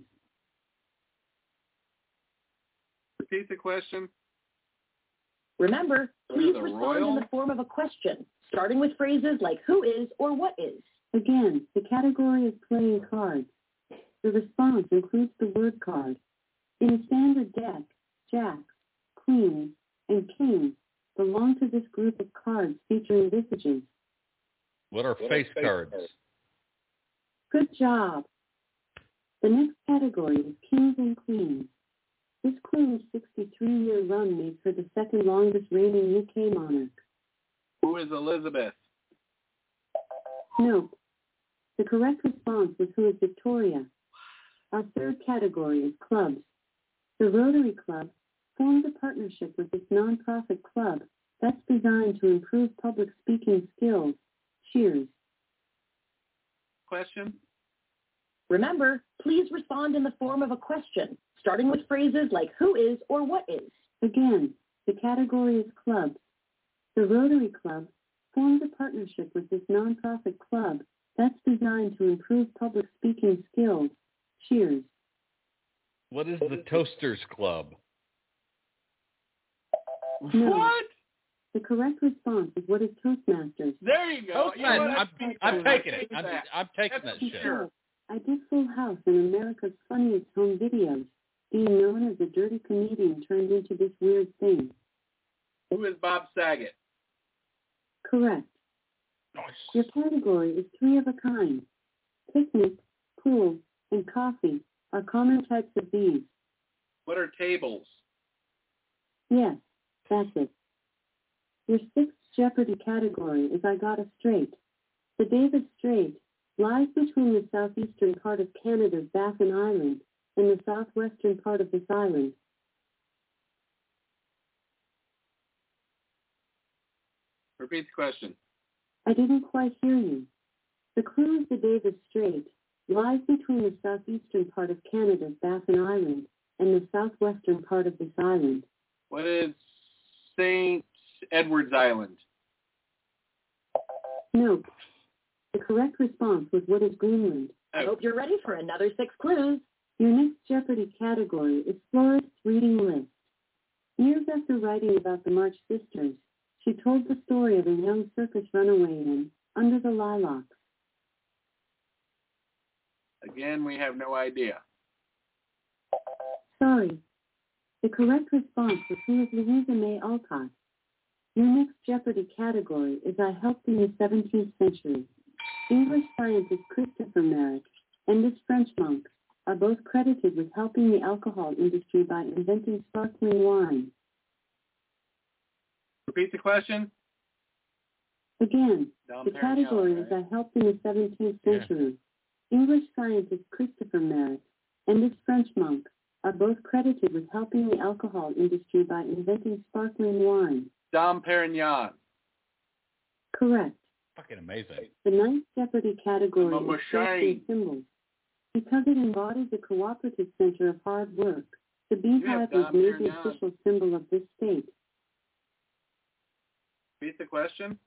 [SPEAKER 2] Repeat the question.
[SPEAKER 11] Remember,
[SPEAKER 2] What is
[SPEAKER 11] please
[SPEAKER 2] a
[SPEAKER 11] respond in
[SPEAKER 2] royal?
[SPEAKER 11] the form of a question, starting with phrases like who is or what is.
[SPEAKER 7] Again, the category is playing cards. The response includes the word card. In a standard deck, jacks, queens, and kings belong to this group of cards featuring visages.
[SPEAKER 3] What are face cards?
[SPEAKER 7] Good job. The next category is kings and queens. This queen's 63-year run makes her the second longest reigning UK monarch.
[SPEAKER 2] Who is Elizabeth?
[SPEAKER 7] Note, the correct response was who is Victoria. Our third category is clubs. The Rotary Club formed a partnership with this nonprofit club that's designed to improve public speaking skills. Cheers.
[SPEAKER 2] Question.
[SPEAKER 11] Remember, please respond in the form of a question, starting with phrases like who is or what is.
[SPEAKER 7] Again, the category is clubs. The Rotary Club formed a partnership with this nonprofit club That's designed to improve public speaking skills. Cheers.
[SPEAKER 3] What is the Toasters Club?
[SPEAKER 7] No. What? The correct response is what is Toastmasters?
[SPEAKER 2] There you go.
[SPEAKER 3] You know what? I'm- I'm taking it. I'm, I'm taking that shit.
[SPEAKER 7] I did Full House and America's Funniest Home Videos, being known as a dirty comedian turned into this weird thing.
[SPEAKER 2] Who is Bob Saget?
[SPEAKER 7] Correct. Your category is three of a kind. Picnic, pool, and coffee are common types of these.
[SPEAKER 2] What are tables?
[SPEAKER 7] Yes, that's it. Your sixth Jeopardy category is I Got a Straight. The David Strait lies between the southeastern part of Canada's Baffin Island and the southwestern part of this island.
[SPEAKER 2] Repeat the question.
[SPEAKER 7] I didn't quite hear you. The clue is the Davis Strait lies between the southeastern part of Canada's Baffin Island and the southwestern part of this island.
[SPEAKER 2] What is St. Edward's Island?
[SPEAKER 7] Nope. The correct response was what is Greenland?
[SPEAKER 2] Oh,
[SPEAKER 11] Hope you're ready for another six clues.
[SPEAKER 7] Your next Jeopardy category is Florist's reading list. Years after writing about the March sisters, she told the story of a young circus runaway in Under the Lilacs.
[SPEAKER 2] Again, we have no idea.
[SPEAKER 7] Sorry. The correct response was who is Louisa May Alcott. Your next Jeopardy category is I helped in the 17th century. English scientist Christopher Merritt and this French monk are both credited with helping the alcohol industry by inventing sparkling wine.
[SPEAKER 2] Repeat the question.
[SPEAKER 7] Again,
[SPEAKER 2] Dom
[SPEAKER 7] the
[SPEAKER 2] Perignon,
[SPEAKER 7] category is
[SPEAKER 2] right?
[SPEAKER 7] I helped in the 17th century. English scientist Christopher Merritt and this French monk are both credited with helping the alcohol industry by inventing sparkling wine.
[SPEAKER 2] Dom Perignon.
[SPEAKER 7] Correct.
[SPEAKER 3] Fucking amazing.
[SPEAKER 7] The ninth Jeopardy category
[SPEAKER 2] Mama
[SPEAKER 7] is Shakespeare symbols. Because it embodies the cooperative center of hard work, the beehive was
[SPEAKER 2] Dom
[SPEAKER 7] made the
[SPEAKER 2] Perignon.
[SPEAKER 7] official symbol of this state.
[SPEAKER 2] Repeat the question.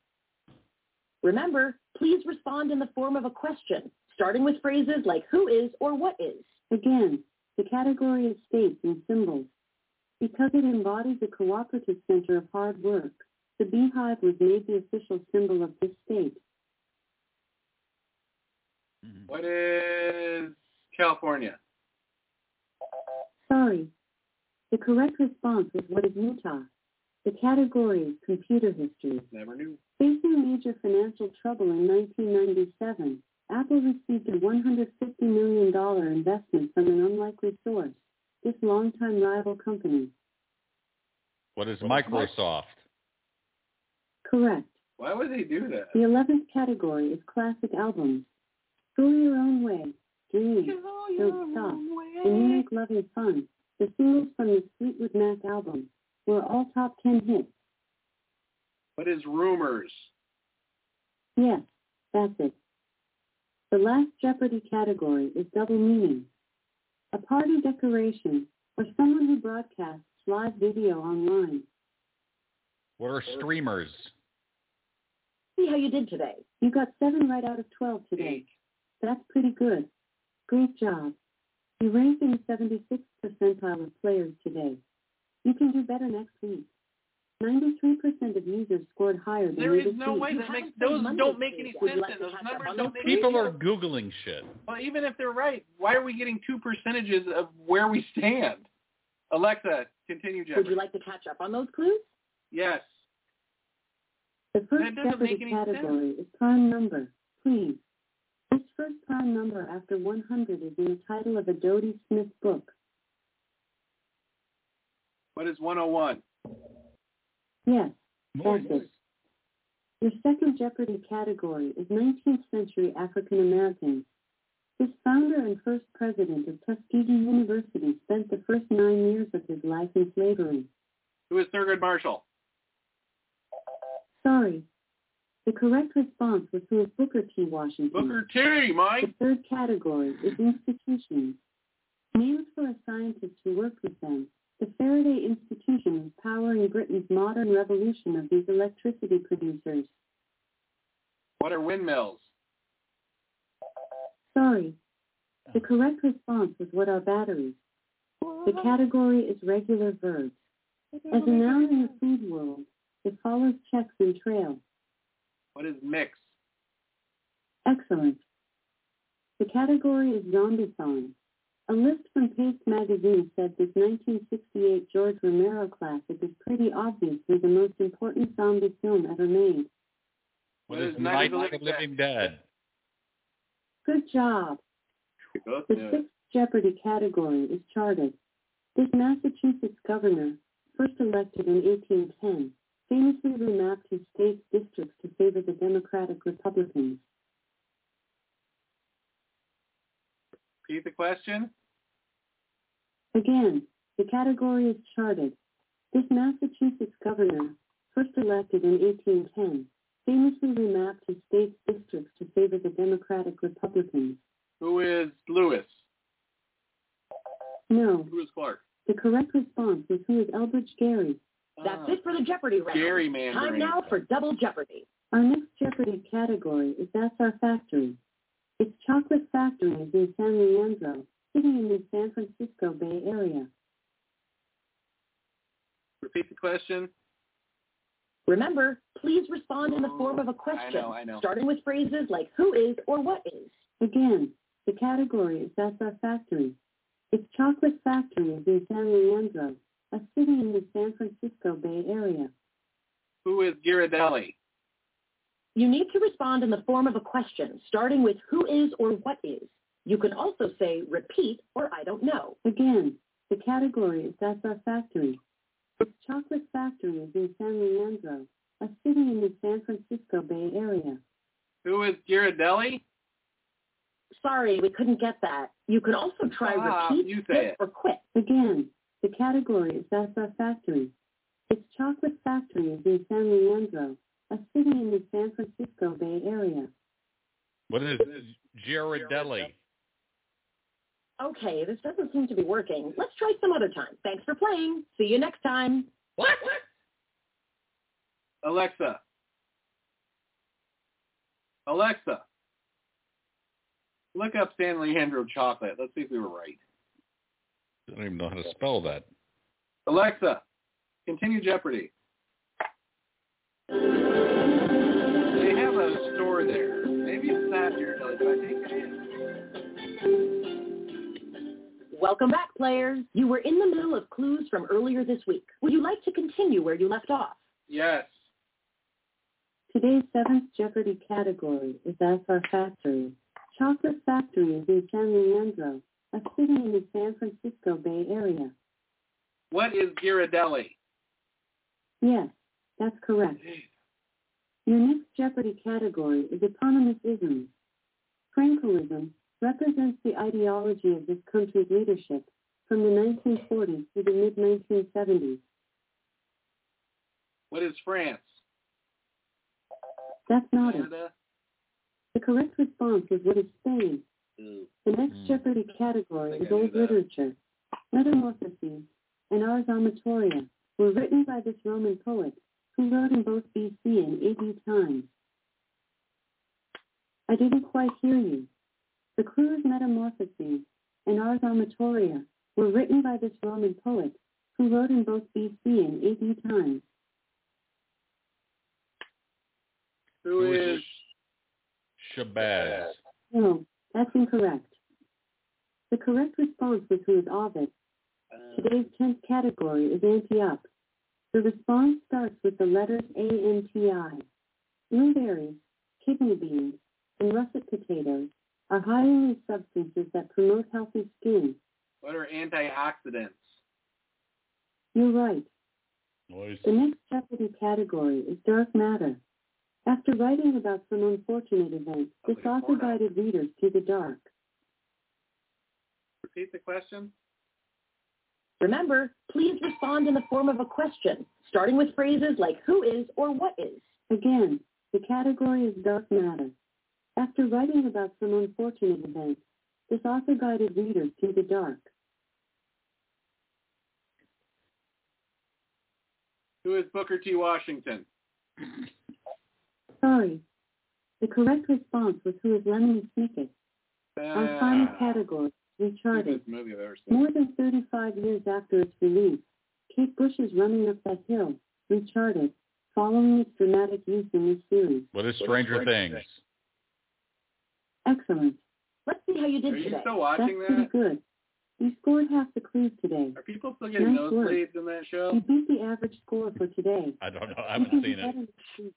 [SPEAKER 11] Remember, please respond in the form of a question, starting with phrases like who is or what is.
[SPEAKER 7] Again, the category is states and symbols. Because it embodies the cooperative center of hard work, the beehive was made the official symbol of this state.
[SPEAKER 2] What is California?
[SPEAKER 7] Sorry. The correct response is what is Utah. The category is computer history.
[SPEAKER 2] Never knew.
[SPEAKER 7] Facing major financial trouble in 1997, Apple received a $150 million investment from an unlikely source, this longtime rival company.
[SPEAKER 3] What is Microsoft?
[SPEAKER 7] Correct.
[SPEAKER 2] Why would they do that?
[SPEAKER 7] The 11th category is classic albums. Go Your Own Way, Dream, Don't Stop, and You Make Loving Fun, the singles from the Fleetwood Mac album, were all top 10 hits.
[SPEAKER 2] What is rumors?
[SPEAKER 7] Yes, that's it. The last Jeopardy category is double meaning. A party decoration, or someone who broadcasts live video online.
[SPEAKER 3] What are streamers?
[SPEAKER 11] See how you did today.
[SPEAKER 7] You got seven right out of 12 today. That's pretty good. Great job. You ranked in the 76th percentile of players today. You can do better next week. 93% of users scored higher than
[SPEAKER 2] There
[SPEAKER 7] you
[SPEAKER 2] is
[SPEAKER 7] this
[SPEAKER 2] no
[SPEAKER 7] week.
[SPEAKER 2] way that makes those don't make any sense. Then. Those numbers don't make any
[SPEAKER 3] People are
[SPEAKER 2] sense.
[SPEAKER 3] Googling shit.
[SPEAKER 2] Well, even if they're right, why are we getting two percentages of where we stand? Alexa, continue,
[SPEAKER 11] Would
[SPEAKER 2] Jeopardy.
[SPEAKER 11] you like to catch up on those clues?
[SPEAKER 2] yes.
[SPEAKER 7] The first
[SPEAKER 2] That doesn't
[SPEAKER 7] Jeopardy
[SPEAKER 2] make any
[SPEAKER 7] category is prime number, please. This first prime number after 100 is in the title of a Dodie Smith book.
[SPEAKER 2] What is 101?
[SPEAKER 7] Yes, that's it. Your second Jeopardy category is 19th century African Americans. This founder and first president of Tuskegee University spent the first nine years of his life in slavery.
[SPEAKER 2] Who is Thurgood Marshall?
[SPEAKER 7] Sorry. The correct response was who is Booker T. Washington.
[SPEAKER 11] Mm-hmm.
[SPEAKER 2] Booker T. Mike.
[SPEAKER 7] The third category is institutions. Named for a scientist who worked with them, the Faraday Institution was powering Britain's modern revolution of these electricity producers.
[SPEAKER 2] What are windmills?
[SPEAKER 11] Sorry. The correct response is what are batteries? The category is regular verbs. As a noun in the food world, it follows checks and trail.
[SPEAKER 2] What is mix?
[SPEAKER 11] Excellent. The category is zombie song. A list from Paste magazine said this 1968 George Romero classic is pretty obviously the most important zombie film ever made.
[SPEAKER 3] What is Night of the Living Dead?
[SPEAKER 11] Good job.
[SPEAKER 2] Both
[SPEAKER 11] The
[SPEAKER 2] knew it.
[SPEAKER 11] sixth Jeopardy category is charted. This Massachusetts governor, first elected in 1810, famously remapped his state's districts to favor the Democratic Republicans.
[SPEAKER 2] Repeat the question.
[SPEAKER 11] Again, the category is charted. This Massachusetts governor, first elected in 1810, famously remapped his state's districts to favor the Democratic Republicans.
[SPEAKER 2] Who is Lewis?
[SPEAKER 11] No,
[SPEAKER 2] Who is Clark?
[SPEAKER 11] the correct response is who is Elbridge Gerry.
[SPEAKER 7] That's it for the Jeopardy round.
[SPEAKER 2] Ah, Gerrymandering.
[SPEAKER 7] Time now for Double Jeopardy.
[SPEAKER 11] Our next Jeopardy category is That's Our Factory. Its chocolate factory is in San Leandro, city in the San Francisco Bay Area.
[SPEAKER 2] Repeat the question.
[SPEAKER 7] Remember, please respond in the form of a question,
[SPEAKER 2] know, Oh, I know.
[SPEAKER 7] starting with phrases like who is or what is.
[SPEAKER 11] Again, the category is That's Our Factory. Its chocolate factory is in San Leandro, a city in the San Francisco Bay Area.
[SPEAKER 2] Who is Ghirardelli?
[SPEAKER 7] You need to respond in the form of a question, starting with who is or what is. You can also say repeat or I don't know.
[SPEAKER 11] Again, the category is That's Our Factory. Its chocolate factory is in San Leandro, a city in the San Francisco Bay Area.
[SPEAKER 2] Who is Ghirardelli?
[SPEAKER 7] Sorry, we couldn't get that. You can also try
[SPEAKER 2] Ah,
[SPEAKER 7] repeat,
[SPEAKER 2] you say
[SPEAKER 7] skip,
[SPEAKER 2] it.
[SPEAKER 7] or quit.
[SPEAKER 11] Again, the category is That's Our Factory. Its chocolate factory is in San Leandro, a city in the San Francisco Bay Area.
[SPEAKER 3] What is Girardelli?
[SPEAKER 7] Okay, this doesn't seem to be working. Let's try some other time. Thanks for playing. See you next time.
[SPEAKER 3] What?
[SPEAKER 2] Alexa. Alexa. Look up San Leandro chocolate. Let's see if we were right.
[SPEAKER 3] I don't even know how to spell that.
[SPEAKER 2] Alexa, continue Jeopardy. They have a store there. Maybe it's not Ghirardelli, but I think it is.
[SPEAKER 7] Welcome back, players. You were in the middle of clues from earlier this week. Would you like to continue where you left off?
[SPEAKER 2] Yes.
[SPEAKER 11] Today's seventh Jeopardy category is That's Our Factory. Chocolate Factory is in San Leandro, a city in the San Francisco Bay Area.
[SPEAKER 2] What is Ghirardelli?
[SPEAKER 11] Yes, that's correct. Your next Jeopardy category is eponymous isms. Francoism represents the ideology of this country's leadership from the 1940s to the mid-1970s.
[SPEAKER 2] What is France?
[SPEAKER 11] That's not it.
[SPEAKER 2] Canada?
[SPEAKER 11] The correct response is what is Spain.
[SPEAKER 2] Ooh.
[SPEAKER 11] The next
[SPEAKER 3] Hmm.
[SPEAKER 11] Jeopardy category
[SPEAKER 2] I think
[SPEAKER 11] is
[SPEAKER 2] I knew
[SPEAKER 11] Old
[SPEAKER 2] that.
[SPEAKER 11] Literature. Metamorphoses and Ars Amatoria were written by this Roman poet who wrote in both BC and AD times. I didn't quite hear you. The clues Metamorphoses and Ars Amatoria were written by this Roman poet who wrote in both BC and AD times.
[SPEAKER 2] Who is
[SPEAKER 3] Shabazz?
[SPEAKER 11] No, that's incorrect. The correct response was who is Ovid. Today's 10th category is anti-up. The response starts with the letters A and TI. Blueberries, kidney beans, and russet potatoes are high in these substances that promote healthy skin.
[SPEAKER 2] what are antioxidants?
[SPEAKER 11] You're right.
[SPEAKER 3] Noise.
[SPEAKER 11] The next Jeopardy category is dark matter. After writing about some unfortunate event, this
[SPEAKER 2] Sounds like a
[SPEAKER 11] author
[SPEAKER 2] porno.
[SPEAKER 11] guided readers to the dark.
[SPEAKER 2] Repeat the question.
[SPEAKER 7] Remember, please respond in the form of a question, starting with phrases like who is or what is.
[SPEAKER 11] Again, the category is dark matter. After writing about some unfortunate event, this author guided readers to the dark.
[SPEAKER 2] Who is Booker T. Washington?
[SPEAKER 11] Sorry. The correct response was who is Lemony Snicket.
[SPEAKER 7] Our final
[SPEAKER 2] Uh.
[SPEAKER 7] category, Recharted.
[SPEAKER 2] Stupidest movie I've ever seen.
[SPEAKER 7] More than 35 years after its release, Kate Bush is running up that hill, Recharted, following its dramatic use in this series.
[SPEAKER 3] What is Stranger Things?
[SPEAKER 7] Excellent.
[SPEAKER 11] Let's see how you did
[SPEAKER 2] Are you
[SPEAKER 11] today.
[SPEAKER 2] still watching
[SPEAKER 7] That's
[SPEAKER 2] that?
[SPEAKER 7] pretty good. You scored half the clues today.
[SPEAKER 2] Are people still getting
[SPEAKER 7] Nice work.
[SPEAKER 2] nosebleeds in that show?
[SPEAKER 7] You beat the average score for today.
[SPEAKER 3] I don't know. I
[SPEAKER 7] You
[SPEAKER 3] haven't
[SPEAKER 7] can do
[SPEAKER 3] seen it.
[SPEAKER 7] better this week.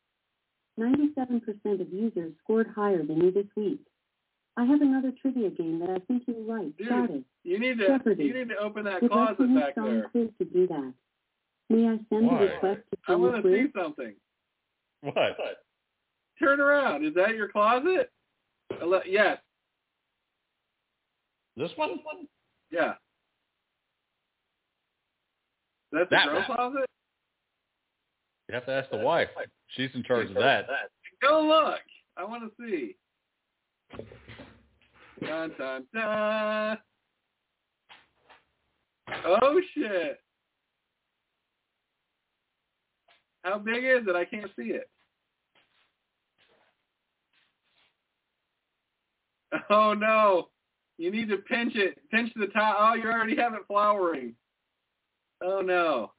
[SPEAKER 7] 97% of users scored higher than you this week. I have another trivia game that I think you'll like.
[SPEAKER 2] Dude,
[SPEAKER 7] Got it.
[SPEAKER 2] You need to
[SPEAKER 7] Jeopardy.
[SPEAKER 2] you need to open that
[SPEAKER 7] Would like to
[SPEAKER 2] closet
[SPEAKER 7] use
[SPEAKER 2] back
[SPEAKER 7] song
[SPEAKER 2] there.
[SPEAKER 7] quiz to do that. May I send
[SPEAKER 3] Why?
[SPEAKER 7] a request to
[SPEAKER 2] I
[SPEAKER 7] send
[SPEAKER 2] want
[SPEAKER 7] a
[SPEAKER 2] to see
[SPEAKER 7] quiz?
[SPEAKER 2] something.
[SPEAKER 3] What?
[SPEAKER 2] Turn around. Is that your closet? Ele- yes.
[SPEAKER 3] This one?
[SPEAKER 2] Yeah. That's
[SPEAKER 3] That
[SPEAKER 2] your
[SPEAKER 3] one.
[SPEAKER 2] own closet?
[SPEAKER 3] You have to ask the wife. She's in charge of that.
[SPEAKER 2] Go look. I want to see. Dun, dun, dun. Oh, shit. How big is it? I can't see it. Oh, no. You need to pinch it. Pinch the top. Oh, you already have it flowering. Oh, no.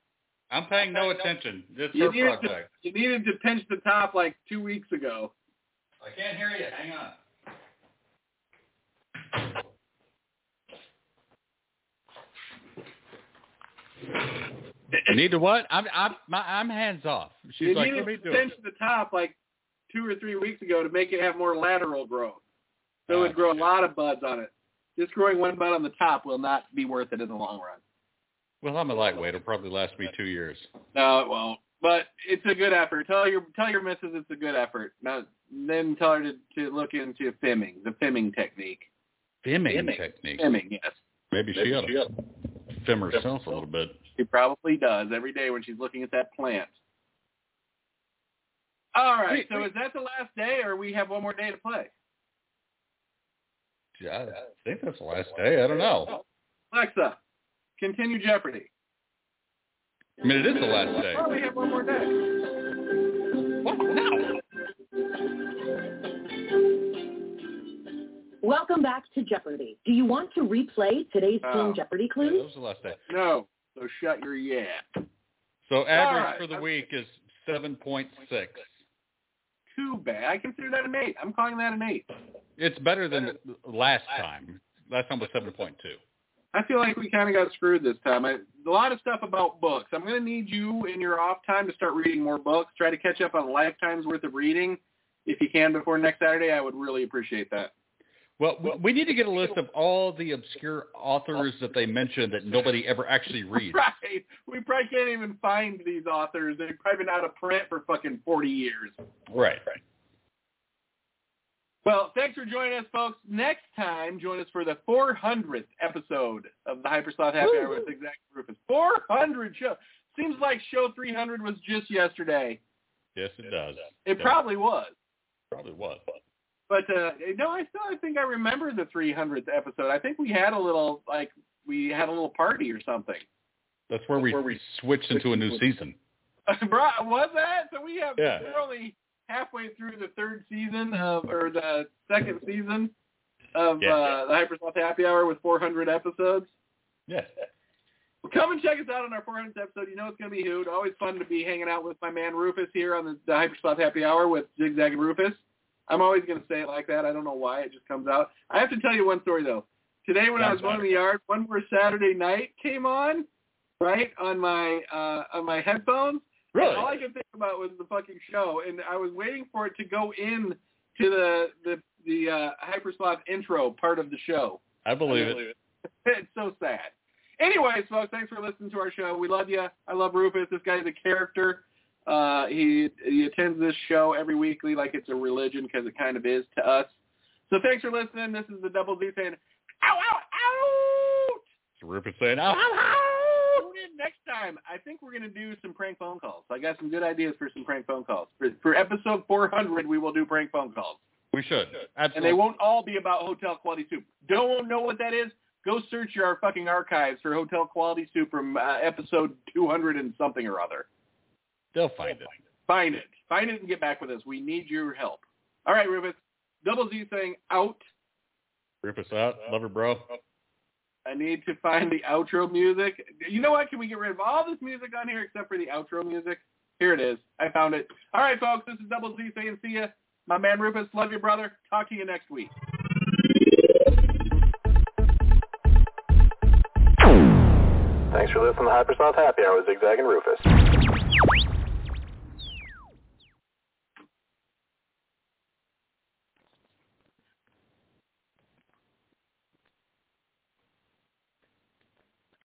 [SPEAKER 3] I'm paying no attention. It's her
[SPEAKER 2] You needed, to,
[SPEAKER 3] project.
[SPEAKER 2] you needed to pinch the top like two weeks ago.
[SPEAKER 3] I can't hear you. Hang on. You need to what? I'm I'm my, I'm hands off. She's
[SPEAKER 2] you
[SPEAKER 3] like,
[SPEAKER 2] needed
[SPEAKER 3] let me
[SPEAKER 2] to
[SPEAKER 3] do it.
[SPEAKER 2] pinch the top like two or three weeks ago to make it have more lateral growth. So it would
[SPEAKER 3] Ah,
[SPEAKER 2] grow a
[SPEAKER 3] shit.
[SPEAKER 2] lot of buds on it. Just growing one bud on the top will not be worth it in the long run.
[SPEAKER 3] Well, I'm a lightweight. It'll probably last me two years.
[SPEAKER 2] No, it won't. But it's a good effort. Tell your tell your missus it's a good effort. Now, then tell her to, to look into fimming, the fimming technique.
[SPEAKER 3] Fimming,
[SPEAKER 2] Fimming.
[SPEAKER 3] technique.
[SPEAKER 2] Fimming, yes.
[SPEAKER 3] Maybe, she ought to fim herself a little bit.
[SPEAKER 2] She probably does every day when she's looking at that plant. All right.
[SPEAKER 3] Wait,
[SPEAKER 2] so
[SPEAKER 3] wait.
[SPEAKER 2] is that the last day, or we have one more day to play?
[SPEAKER 3] Yeah, I think that's the last day. I don't know.
[SPEAKER 2] Alexa, continue Jeopardy.
[SPEAKER 3] I mean, it is the last day.
[SPEAKER 2] Oh, we have one more day.
[SPEAKER 3] What now?
[SPEAKER 11] Welcome back to Jeopardy. Do you want to replay today's
[SPEAKER 2] Oh.
[SPEAKER 11] Team Jeopardy
[SPEAKER 3] Yeah, that
[SPEAKER 11] clues?
[SPEAKER 3] was the last day.
[SPEAKER 2] No. So shut your yeah.
[SPEAKER 3] So average
[SPEAKER 2] right.
[SPEAKER 3] for the
[SPEAKER 2] I'm-
[SPEAKER 3] week is seven point six.
[SPEAKER 2] Too bad. I consider that an eight. I'm calling that an eight.
[SPEAKER 3] It's better than last time. Last time was seven point two.
[SPEAKER 2] I feel like we kind of got screwed this time. I, a lot of stuff about books. I'm going to need you in your off time to start reading more books. Try to catch up on a lifetime's worth of reading. If you can before next Saturday, I would really appreciate that.
[SPEAKER 3] Well, we- we need to get a list of all the obscure authors that they mentioned that nobody ever actually reads.
[SPEAKER 2] Right. We probably can't even find these authors. They've probably been out of print for fucking 40 years.
[SPEAKER 3] Right. Right.
[SPEAKER 2] Well, thanks for joining us, folks. Next time, join us for the 400th episode of the Hypersloth Happy Hour with Exact Rufus. 400 show. Seems like show 300 was just yesterday.
[SPEAKER 3] Yes, it does.
[SPEAKER 2] It
[SPEAKER 3] Yeah.
[SPEAKER 2] probably was.
[SPEAKER 3] probably was.
[SPEAKER 2] But uh, no, I still I think I remember the 300th episode. I think we had a little like we had a little party or something.
[SPEAKER 3] That's where we, switched into a new season.
[SPEAKER 2] Bro, was that? So we have
[SPEAKER 3] Yeah.
[SPEAKER 2] we're only halfway through the third season of or the second season of
[SPEAKER 3] Yeah.
[SPEAKER 2] uh, the Hypersoft Happy Hour with 400 episodes.
[SPEAKER 3] Yeah.
[SPEAKER 2] Well, come and check us out on our 400th episode. You know it's going to be huge. Always fun to be hanging out with my man Rufus here on the, the Hypersloth Happy Hour with Zigzag and Rufus. I'm always going to say it like that. I don't know why. It just comes out. I have to tell you one story, though. Today when I was going
[SPEAKER 3] Sounds
[SPEAKER 2] to the yard, one more Saturday night came on, right, on my uh, on my headphones. And all I could think about was the fucking show, and I was waiting for it to go in to the the, the uh, Hypersloth intro part of the show
[SPEAKER 3] I believe it.
[SPEAKER 2] it's so sad. Anyways, folks, thanks for listening to our show. We love you. I love Rufus. This guy's a character. Uh, he he attends this show every weekly like it's a religion because it kind of is to us. So thanks for listening. This is the Double Z saying, ow, ow, out.
[SPEAKER 3] It's Rupert saying,
[SPEAKER 2] Ow,
[SPEAKER 3] oh,
[SPEAKER 2] ow. Tune in next time. I think we're going to do some prank phone calls. I got some good ideas for some prank phone calls. For, for episode 400, we will do prank phone calls.
[SPEAKER 3] we should.
[SPEAKER 2] And
[SPEAKER 3] Absolutely.
[SPEAKER 2] they won't all be about hotel quality soup. Don't know what that is? Go search your fucking archives for hotel quality soup from uh, episode 200 and something or other.
[SPEAKER 3] They'll find it.
[SPEAKER 2] Find it. Find it and get back with us. We need your help. All right, Rufus. Double Z saying out.
[SPEAKER 3] Rip us out. Love her, bro.
[SPEAKER 2] I need to find the outro music. You know what? Can we get rid of all this music on here except for the outro music? Here it is. I found it. All right, folks. This is Double Z saying see ya. My man Rufus, love you, brother. Talk to you next week.
[SPEAKER 12] Thanks for listening to Hypersloth Happy Hour with Zigzag and Rufus.